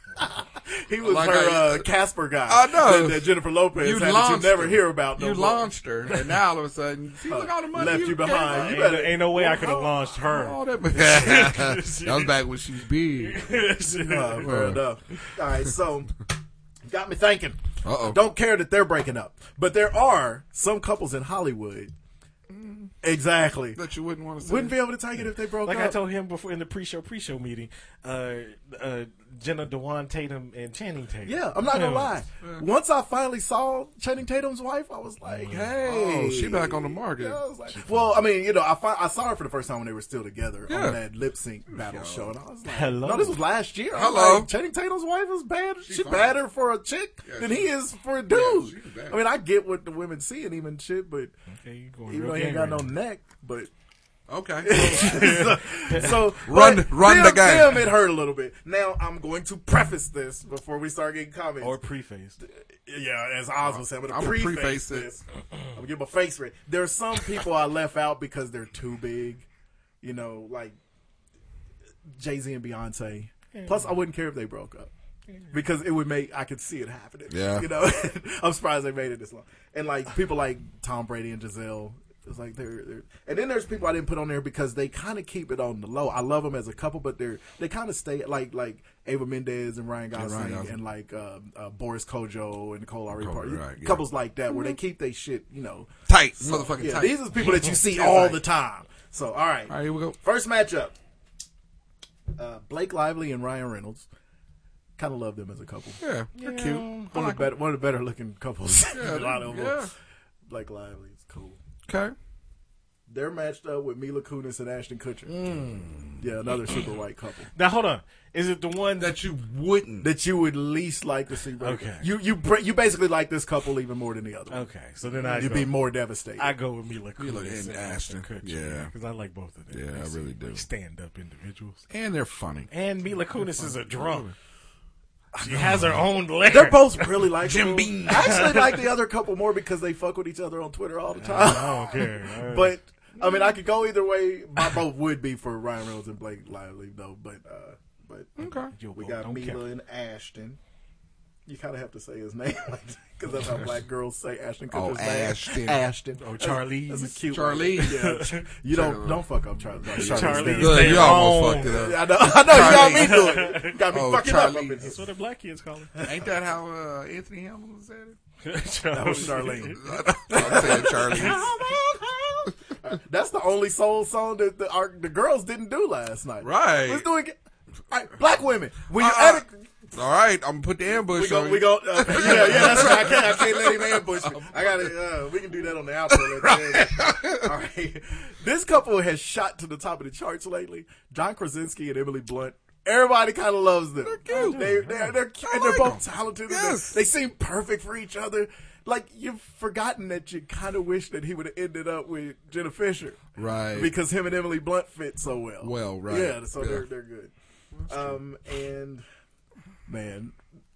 [SPEAKER 13] he was
[SPEAKER 12] Like
[SPEAKER 13] her
[SPEAKER 12] I-
[SPEAKER 13] uh, Casper guy.
[SPEAKER 12] I know.
[SPEAKER 13] that, that Jennifer Lopez
[SPEAKER 12] You
[SPEAKER 13] had that
[SPEAKER 12] launched
[SPEAKER 13] you never
[SPEAKER 12] her.
[SPEAKER 13] hear about. No
[SPEAKER 12] You
[SPEAKER 13] more.
[SPEAKER 12] launched her, and now all of a sudden, see, look all the money
[SPEAKER 13] left
[SPEAKER 12] Uh, you
[SPEAKER 13] you behind.
[SPEAKER 12] gave
[SPEAKER 13] You
[SPEAKER 12] her.
[SPEAKER 13] better, ain't no way I could have launched her.
[SPEAKER 12] All that, that was back when she was big.
[SPEAKER 13] Uh, fair
[SPEAKER 12] Uh.
[SPEAKER 13] enough. All right, so got me thinking.
[SPEAKER 12] Uh-oh.
[SPEAKER 13] Don't care that they're breaking up, but there are some couples in Hollywood. Exactly.
[SPEAKER 12] That you wouldn't want to see.
[SPEAKER 13] Wouldn't be able to take it if they broke
[SPEAKER 2] like
[SPEAKER 13] up.
[SPEAKER 2] I told him before in the pre-show pre-show meeting, uh, uh, Jenna Dewan Tatum and Channing Tatum.
[SPEAKER 13] Yeah, I'm not gonna
[SPEAKER 2] Yeah.
[SPEAKER 13] lie. Once I finally saw Channing Tatum's wife, I was like, "Hey,
[SPEAKER 12] Oh, she back on the market.
[SPEAKER 13] Yeah, I was like- well, I mean, you know, I, fi- I saw her for the first time when they were still together
[SPEAKER 12] Yeah.
[SPEAKER 13] on that lip sync battle show, and I was like,
[SPEAKER 2] Hello.
[SPEAKER 13] "No, this was last year." I was
[SPEAKER 12] Hello.
[SPEAKER 13] like, Channing Tatum's wife is bad. She,
[SPEAKER 12] fine.
[SPEAKER 13] badder for a chick
[SPEAKER 12] Yeah,
[SPEAKER 13] than
[SPEAKER 12] she-
[SPEAKER 13] he is for a dude.
[SPEAKER 12] she's bad.
[SPEAKER 13] I mean, I get what the women see in him and shit, but
[SPEAKER 2] Okay, you going
[SPEAKER 13] even
[SPEAKER 2] real
[SPEAKER 13] though he ain't got
[SPEAKER 2] gang
[SPEAKER 13] no
[SPEAKER 2] right
[SPEAKER 13] neck, but
[SPEAKER 12] Okay.
[SPEAKER 13] so, so
[SPEAKER 12] Run-
[SPEAKER 13] but
[SPEAKER 12] run the
[SPEAKER 13] them-
[SPEAKER 12] game.
[SPEAKER 13] them, it hurt a little bit. Now I'm going to preface this before we start getting comments.
[SPEAKER 2] or preface.
[SPEAKER 13] yeah, as Oswald said, I'm gonna
[SPEAKER 12] I'ma
[SPEAKER 13] preface,
[SPEAKER 12] preface it.
[SPEAKER 13] this. I'm gonna give my face rate. There are some people I left out because they're too big. You know, like Jay Z and Beyonce. Plus, I wouldn't care if they broke up because it would make I could see it happening.
[SPEAKER 12] Yeah.
[SPEAKER 13] you know, I'm surprised they made it this long. And like people like Tom Brady and Giselle. It's like they're, they're, and then there's people I didn't put on there because they kind of keep it on the low. I love them as a couple, but they're they kind of stay like like Ava Mendez and Ryan
[SPEAKER 12] Ryan
[SPEAKER 13] Gosling and,
[SPEAKER 12] Gosling.
[SPEAKER 13] like um, uh, Boris Kojo and Nicole Ari
[SPEAKER 12] Kojo,
[SPEAKER 13] Parker,
[SPEAKER 12] right, yeah.
[SPEAKER 13] couples like that where they keep they shit you know
[SPEAKER 12] Tight, motherfucking
[SPEAKER 13] yeah,
[SPEAKER 12] tight.
[SPEAKER 13] These are people that you see
[SPEAKER 12] Yeah,
[SPEAKER 13] all
[SPEAKER 12] tight.
[SPEAKER 13] the time. So all right,
[SPEAKER 12] All right, here we go.
[SPEAKER 13] First matchup: uh, Blake Lively and Ryan Reynolds. Kind of love them as a couple.
[SPEAKER 12] Yeah, they're cute. I
[SPEAKER 13] One of
[SPEAKER 12] like
[SPEAKER 13] the better, one of the better looking couples.
[SPEAKER 12] Yeah,
[SPEAKER 13] a lot of them.
[SPEAKER 12] yeah.
[SPEAKER 13] Blake Lively is cool.
[SPEAKER 12] Okay.
[SPEAKER 13] They're matched up with Mila Kunis and Ashton Kutcher.
[SPEAKER 12] Mm.
[SPEAKER 13] Yeah, another super white couple
[SPEAKER 2] Now hold on, is it the one
[SPEAKER 12] That you wouldn't.
[SPEAKER 13] that you would least like to see. break up.
[SPEAKER 2] Okay.
[SPEAKER 13] you you br- you basically like this couple even more than the other. one.
[SPEAKER 2] Okay, so then I
[SPEAKER 13] you'd
[SPEAKER 2] go,
[SPEAKER 13] be more devastated.
[SPEAKER 2] I go with Mila Kunis
[SPEAKER 12] Mila and Ashton, yeah.
[SPEAKER 2] because I like both of them.
[SPEAKER 12] Yeah, I really
[SPEAKER 2] They seem like
[SPEAKER 12] do.
[SPEAKER 2] stand-up individuals.
[SPEAKER 12] And they're funny.
[SPEAKER 2] And Mila Kunis is a drunk. She has her own lair.
[SPEAKER 13] They're both really like
[SPEAKER 12] Jim Beam.
[SPEAKER 13] I actually like the other couple more because they fuck with each other on Twitter all the time.
[SPEAKER 2] I don't care.
[SPEAKER 13] But I mean, I could go either way. My vote would be for Ryan Reynolds and Blake Lively, though. But uh, but
[SPEAKER 12] Okay.
[SPEAKER 2] Your
[SPEAKER 13] we
[SPEAKER 2] vote
[SPEAKER 13] got
[SPEAKER 2] don't
[SPEAKER 13] Mila
[SPEAKER 2] count.
[SPEAKER 13] and Ashton. You kind of have to say his name because that's how black girls say Ashton.
[SPEAKER 12] Oh,
[SPEAKER 13] Kutcher's name.
[SPEAKER 12] Ashton.
[SPEAKER 13] Ashton.
[SPEAKER 2] Oh,
[SPEAKER 13] That's-
[SPEAKER 2] Charlize.
[SPEAKER 13] That's a cute.
[SPEAKER 12] Charlize.
[SPEAKER 13] Yeah. You don't don't fuck up Charlie.
[SPEAKER 2] Charlize.
[SPEAKER 13] Charlie.
[SPEAKER 12] Good,
[SPEAKER 2] They
[SPEAKER 12] you almost
[SPEAKER 2] own.
[SPEAKER 12] fucked it up.
[SPEAKER 13] I know. I know. You
[SPEAKER 12] Charlize.
[SPEAKER 13] got me doing it. Got me
[SPEAKER 12] Oh,
[SPEAKER 13] fucking up. Up in
[SPEAKER 12] Charlize.
[SPEAKER 13] here.
[SPEAKER 2] That's what the black kids call her.
[SPEAKER 12] Ain't that how uh, Anthony Hamilton said it?
[SPEAKER 2] that
[SPEAKER 13] was Charlene.
[SPEAKER 12] I'm saying Charlie.
[SPEAKER 2] Oh,
[SPEAKER 13] That's the only soul song that the, our, the girls didn't do last night.
[SPEAKER 12] Right.
[SPEAKER 13] Let's do it. All right, black women. When you
[SPEAKER 12] Uh-uh.
[SPEAKER 13] edit,
[SPEAKER 12] All right, I'm gonna put the ambush
[SPEAKER 13] we go,
[SPEAKER 12] on
[SPEAKER 13] we
[SPEAKER 12] you.
[SPEAKER 13] go. Uh, yeah, yeah, that's right. I can't, I can't let him ambush me. I got to. Uh, we can do that on the outro. Right. All right. This couple has shot to the top of the charts lately. John Krasinski and Emily Blunt. Everybody kind of loves them. They're
[SPEAKER 12] cute.
[SPEAKER 13] They, they're, they're cute.
[SPEAKER 12] I
[SPEAKER 13] and they're
[SPEAKER 12] like
[SPEAKER 13] both
[SPEAKER 12] them.
[SPEAKER 13] talented. and
[SPEAKER 12] Yes.
[SPEAKER 13] They, they seem perfect for each other. Like you've forgotten that you kind of wish that he would have ended up with Jenna Fisher,
[SPEAKER 12] Right.
[SPEAKER 13] Because him and Emily Blunt fit so well.
[SPEAKER 12] Well, right.
[SPEAKER 13] Yeah, so they're
[SPEAKER 12] Yeah.
[SPEAKER 13] they're good. Um, and man,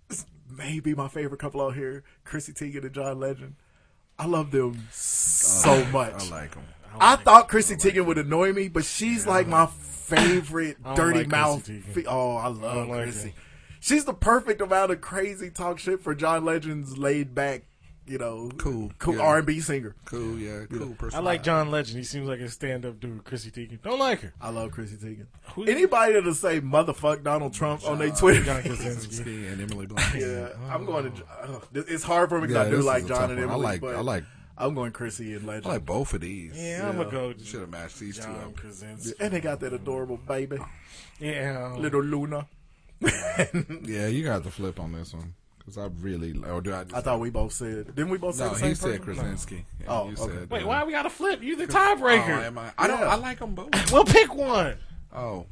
[SPEAKER 13] this may be my favorite couple out here, Chrissy Teigen and John Legend. I love them so much.
[SPEAKER 12] Oh, I like him.
[SPEAKER 13] I thought Chrissy Teigen would annoy me, but she's like my favorite
[SPEAKER 2] I don't
[SPEAKER 13] dirty
[SPEAKER 2] like
[SPEAKER 13] mouth.
[SPEAKER 2] Chrissy Teigen.
[SPEAKER 13] fe- oh, I
[SPEAKER 2] I
[SPEAKER 13] love
[SPEAKER 2] don't like
[SPEAKER 13] Chrissy.
[SPEAKER 2] her.
[SPEAKER 13] She's the perfect amount of crazy talk shit for John Legend's laid back, you know,
[SPEAKER 12] Cool,
[SPEAKER 13] cool
[SPEAKER 12] yeah.
[SPEAKER 13] R and B singer.
[SPEAKER 12] Cool, yeah, cool person.
[SPEAKER 2] I like John Legend. He seems like a stand-up dude. Chrissy Teigen. Don't like her.
[SPEAKER 13] I love Chrissy Teigen.
[SPEAKER 2] Who-
[SPEAKER 13] Anybody that'll say motherfuck Donald Trump on their Twitter,
[SPEAKER 2] John
[SPEAKER 13] feed-
[SPEAKER 2] Krasinski.
[SPEAKER 12] and Emily Blunt.
[SPEAKER 13] yeah, I'm going to. Uh, it's hard for me because
[SPEAKER 12] Oh. Yeah,
[SPEAKER 13] I do
[SPEAKER 12] this
[SPEAKER 13] like
[SPEAKER 12] is a
[SPEAKER 13] John
[SPEAKER 12] tough
[SPEAKER 13] and
[SPEAKER 12] one. I
[SPEAKER 13] Emily.
[SPEAKER 12] like-
[SPEAKER 13] but
[SPEAKER 12] I like-
[SPEAKER 13] I'm going Chrissy and Legend.
[SPEAKER 12] I like both of these.
[SPEAKER 2] Yeah, I'm gonna go.
[SPEAKER 12] Should have matched these two.
[SPEAKER 2] John
[SPEAKER 12] Up.
[SPEAKER 2] Krasinski.
[SPEAKER 13] and they got that adorable baby,
[SPEAKER 2] Yeah.
[SPEAKER 13] little Luna.
[SPEAKER 12] Yeah, you got to flip on this one because I really. Or do I? Just,
[SPEAKER 13] I thought we both said. Didn't we both say
[SPEAKER 12] no,
[SPEAKER 13] the
[SPEAKER 12] he
[SPEAKER 13] same
[SPEAKER 12] said
[SPEAKER 13] person?
[SPEAKER 12] Krasinski. Yeah,
[SPEAKER 13] Oh,
[SPEAKER 12] you
[SPEAKER 13] okay.
[SPEAKER 12] said,
[SPEAKER 2] Wait,
[SPEAKER 12] uh,
[SPEAKER 2] why we gotta flip? You the
[SPEAKER 12] oh,
[SPEAKER 2] tiebreaker.
[SPEAKER 12] am I, I don't.
[SPEAKER 13] Yeah.
[SPEAKER 12] I like them both.
[SPEAKER 2] We'll pick one.
[SPEAKER 12] Oh,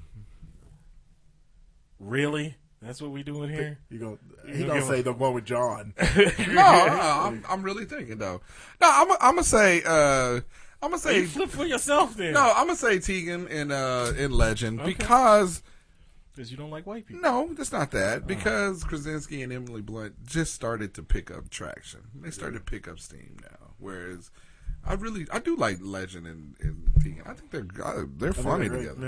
[SPEAKER 2] Really? That's what we doing here?
[SPEAKER 13] You going
[SPEAKER 2] You
[SPEAKER 13] he gonna
[SPEAKER 2] give
[SPEAKER 13] say
[SPEAKER 2] him-
[SPEAKER 13] the one with John.
[SPEAKER 12] no, no, I'm, I'm really thinking though. No, I'm. I'm gonna say. Uh, I'm gonna say.
[SPEAKER 2] You flip for yourself then.
[SPEAKER 12] No, I'm gonna say Tegan in uh in Legend because
[SPEAKER 2] Because you don't like white people.
[SPEAKER 12] No, that's not that. Because Krasinski and Emily Blunt just started to pick up traction. They started to pick up steam now. Whereas I really I do like Legend and, and Tegan. I think they're uh, they're funny
[SPEAKER 13] Great,
[SPEAKER 12] together.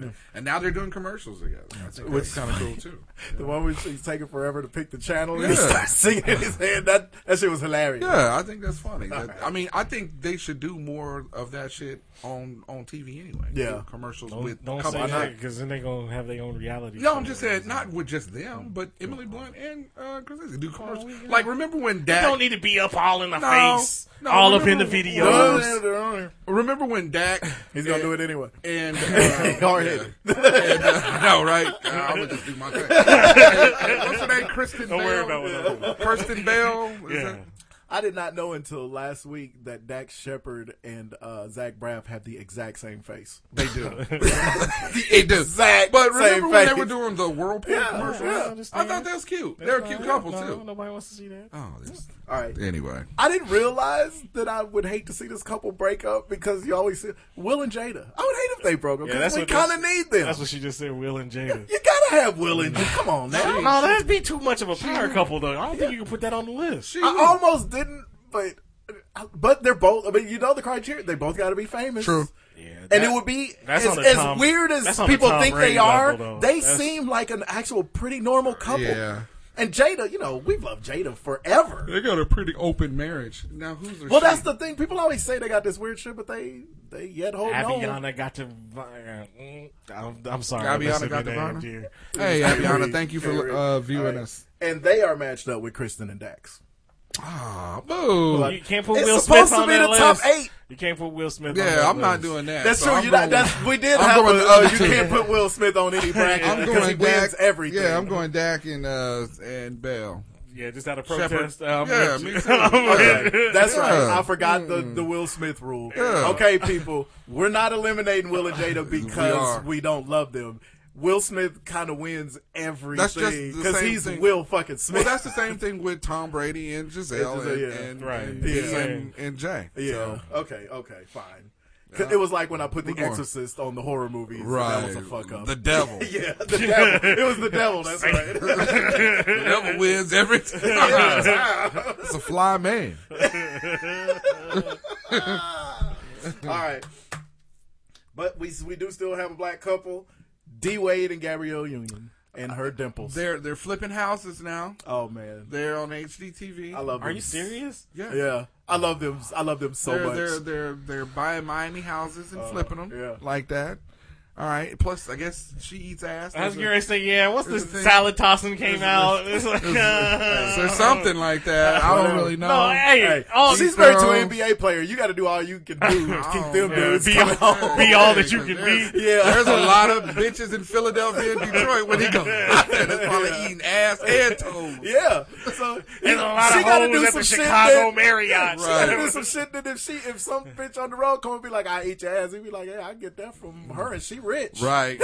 [SPEAKER 13] Yeah.
[SPEAKER 12] And now they're doing commercials together. I think that's kind of cool too.
[SPEAKER 13] The one where she's taking forever to pick the channel and he
[SPEAKER 12] Yeah.
[SPEAKER 13] starts singing in his head. That that shit was hilarious.
[SPEAKER 12] Yeah, I think that's funny. That- I mean, I think they should do more of that shit on on TV anyway.
[SPEAKER 2] Yeah.
[SPEAKER 12] Do commercials
[SPEAKER 2] Don't,
[SPEAKER 12] with
[SPEAKER 2] don't
[SPEAKER 12] come
[SPEAKER 2] say
[SPEAKER 12] on,
[SPEAKER 2] that because then they're gonna have their own reality.
[SPEAKER 12] No,
[SPEAKER 2] show.
[SPEAKER 12] I'm just saying, not with just them, but Emily Blunt and uh, Chris Isaac do commercials. like, remember when Dak?
[SPEAKER 2] don't need to be up all in the face,
[SPEAKER 12] no,
[SPEAKER 2] all up in the
[SPEAKER 12] remember-
[SPEAKER 2] videos.
[SPEAKER 12] Remember when Dak?
[SPEAKER 13] He's gonna do it anyway.
[SPEAKER 12] And uh,
[SPEAKER 13] Hard headed.
[SPEAKER 12] no, right? Uh, I'm gonna just do my thing. And- and what's her name? Kristen
[SPEAKER 13] Don't
[SPEAKER 12] Bell.
[SPEAKER 13] worry about what I'm doing.
[SPEAKER 12] Kristen Bell. Is
[SPEAKER 13] Yeah.
[SPEAKER 12] that-
[SPEAKER 13] I did not know until last week that Dax Shepard and uh, Zach Braff have the exact same face.
[SPEAKER 12] They do.
[SPEAKER 13] the
[SPEAKER 12] It does.
[SPEAKER 13] exact
[SPEAKER 12] But remember
[SPEAKER 13] same
[SPEAKER 12] when
[SPEAKER 13] face.
[SPEAKER 12] they were doing the Whirlpool
[SPEAKER 13] Yeah,
[SPEAKER 12] commercials?
[SPEAKER 13] yeah.
[SPEAKER 12] I thought that was cute. They're a cute couple too.
[SPEAKER 2] Nobody wants to see that.
[SPEAKER 12] Oh, this-
[SPEAKER 13] All right.
[SPEAKER 12] Anyway,
[SPEAKER 13] I didn't realize that I would hate to see this couple break up because you always see Will and Jada. I would hate if they broke up
[SPEAKER 2] Yeah,
[SPEAKER 13] because
[SPEAKER 2] that's
[SPEAKER 13] we
[SPEAKER 2] what
[SPEAKER 13] kind of
[SPEAKER 2] that's-
[SPEAKER 13] need them.
[SPEAKER 2] That's what she just said. Will and Jada.
[SPEAKER 13] You gotta have Will and Jada. Come on now.
[SPEAKER 2] No, no, that'd be too much of a power couple, though. I don't think you can put that on the list.
[SPEAKER 13] I almost didn't, but but they're both. I mean, you know the criteria. They both got to be famous.
[SPEAKER 12] True.
[SPEAKER 13] and
[SPEAKER 2] that-
[SPEAKER 13] it would be
[SPEAKER 2] that's
[SPEAKER 13] as,
[SPEAKER 2] on a
[SPEAKER 13] as
[SPEAKER 2] Tom-
[SPEAKER 13] weird as
[SPEAKER 2] that's on a
[SPEAKER 13] people
[SPEAKER 2] Tom
[SPEAKER 13] think
[SPEAKER 2] Brady
[SPEAKER 13] they are.
[SPEAKER 2] level, though.
[SPEAKER 13] they
[SPEAKER 2] That's-
[SPEAKER 13] seem like an actual pretty normal couple.
[SPEAKER 12] Yeah.
[SPEAKER 13] And Jada, you know, we've loved Jada forever.
[SPEAKER 12] they got a pretty open marriage. Now, who's their
[SPEAKER 13] Well,
[SPEAKER 12] she?
[SPEAKER 13] that's the thing. People always say they got this weird shit, but they they yet hold on.
[SPEAKER 2] Aviana got to. mm, I'm, I'm sorry. I messed
[SPEAKER 12] Aviana
[SPEAKER 2] up
[SPEAKER 12] got the
[SPEAKER 2] your name,
[SPEAKER 12] vinyl?
[SPEAKER 2] dear.
[SPEAKER 12] Hey, Aviana, thank you for uh, viewing us.
[SPEAKER 13] And they are matched up with Kristen and Dax.
[SPEAKER 12] Ah, boo.
[SPEAKER 2] You can't put
[SPEAKER 13] It's
[SPEAKER 2] Will Smith
[SPEAKER 13] supposed to
[SPEAKER 2] on
[SPEAKER 13] be
[SPEAKER 2] that
[SPEAKER 13] the top
[SPEAKER 2] list.
[SPEAKER 13] eight.
[SPEAKER 2] You can't put Will Smith. on
[SPEAKER 12] Yeah,
[SPEAKER 2] that
[SPEAKER 12] I'm not
[SPEAKER 2] list.
[SPEAKER 12] doing that.
[SPEAKER 13] That's
[SPEAKER 12] so
[SPEAKER 13] true.
[SPEAKER 12] I'm
[SPEAKER 13] You're not,
[SPEAKER 12] going-
[SPEAKER 13] that's, we did
[SPEAKER 12] I'm
[SPEAKER 13] have
[SPEAKER 12] going
[SPEAKER 13] a,
[SPEAKER 12] with
[SPEAKER 13] uh,
[SPEAKER 12] the
[SPEAKER 13] you
[SPEAKER 12] two.
[SPEAKER 13] can't put Will Smith on any bracket
[SPEAKER 12] I'm
[SPEAKER 13] because he
[SPEAKER 12] going
[SPEAKER 13] wins
[SPEAKER 12] Dak.
[SPEAKER 13] everything.
[SPEAKER 12] Yeah, I'm going Dak and uh and Bell.
[SPEAKER 2] Yeah, just out of
[SPEAKER 12] Shepherd.
[SPEAKER 2] protest. Um,
[SPEAKER 12] Yeah, me too.
[SPEAKER 13] Okay, that's
[SPEAKER 12] Yeah. Mm.
[SPEAKER 13] right. I forgot the, the Will Smith rule.
[SPEAKER 12] Yeah.
[SPEAKER 13] Okay, people, we're not eliminating Will and Jada
[SPEAKER 12] are.
[SPEAKER 13] because we, don't love them. Will Smith kind of wins
[SPEAKER 12] That's just
[SPEAKER 13] everything
[SPEAKER 12] the
[SPEAKER 13] because
[SPEAKER 12] same
[SPEAKER 13] he's
[SPEAKER 12] thing.
[SPEAKER 13] Will fucking Smith.
[SPEAKER 12] Well, that's the same thing with Tom Brady and Giselle
[SPEAKER 13] It's just a-
[SPEAKER 12] and,
[SPEAKER 13] yeah.
[SPEAKER 12] and,
[SPEAKER 2] Right.
[SPEAKER 12] and,
[SPEAKER 13] Yeah.
[SPEAKER 12] Dee and, and Jay.
[SPEAKER 13] yeah.
[SPEAKER 12] So,
[SPEAKER 13] Okay. Okay. Fine. 'Cause It was like when I put The
[SPEAKER 12] We're going.
[SPEAKER 13] Exorcist on the horror movies. and
[SPEAKER 12] right.
[SPEAKER 13] That was a fuck up.
[SPEAKER 12] The devil.
[SPEAKER 13] yeah, the devil. It was the devil. That's right.
[SPEAKER 12] the devil wins every time. it's a fly man.
[SPEAKER 13] All right. But we we do still have a black couple, D Wade and Gabrielle Union, and her dimples.
[SPEAKER 12] They're they're flipping houses now.
[SPEAKER 13] Oh man,
[SPEAKER 12] They're on HDTV.
[SPEAKER 13] I love.
[SPEAKER 2] Are
[SPEAKER 13] them.
[SPEAKER 2] you serious?
[SPEAKER 12] Yeah.
[SPEAKER 13] Yeah, I love them. I love them so
[SPEAKER 12] they're,
[SPEAKER 13] much. Uh,
[SPEAKER 12] They're they're they're buying Miami houses and flipping them
[SPEAKER 13] yeah.
[SPEAKER 12] like that. All right. Plus, I guess she eats ass.
[SPEAKER 2] I was
[SPEAKER 12] There's a-
[SPEAKER 2] gonna say, yeah. What's
[SPEAKER 12] There's
[SPEAKER 2] this
[SPEAKER 12] a thing-
[SPEAKER 2] salad tossing came
[SPEAKER 12] there's-
[SPEAKER 2] out? It's like, uh,
[SPEAKER 12] So something like that. I don't really know.
[SPEAKER 2] No, hey,
[SPEAKER 13] Hey,
[SPEAKER 2] all
[SPEAKER 13] she's
[SPEAKER 12] these
[SPEAKER 13] married to
[SPEAKER 12] girls-
[SPEAKER 13] an NBA player. You got to do all you can do to keep them
[SPEAKER 2] yeah,
[SPEAKER 13] dudes
[SPEAKER 2] be,
[SPEAKER 13] coming home.
[SPEAKER 2] be all that you can
[SPEAKER 12] There's-
[SPEAKER 2] be.
[SPEAKER 13] Yeah.
[SPEAKER 12] There's a lot of bitches in Philadelphia and Detroit when he goes out there that's probably eating ass and toes.
[SPEAKER 13] Yeah, so
[SPEAKER 2] There's a lot of
[SPEAKER 13] gotta
[SPEAKER 2] hoes at the
[SPEAKER 13] shit
[SPEAKER 2] Chicago
[SPEAKER 13] that-
[SPEAKER 2] Marriott.
[SPEAKER 13] She gotta do some shit that if she if some bitch on the road come and be like, I eat your ass, he'd be like, Hey, I get that from her and she rich.
[SPEAKER 12] Right.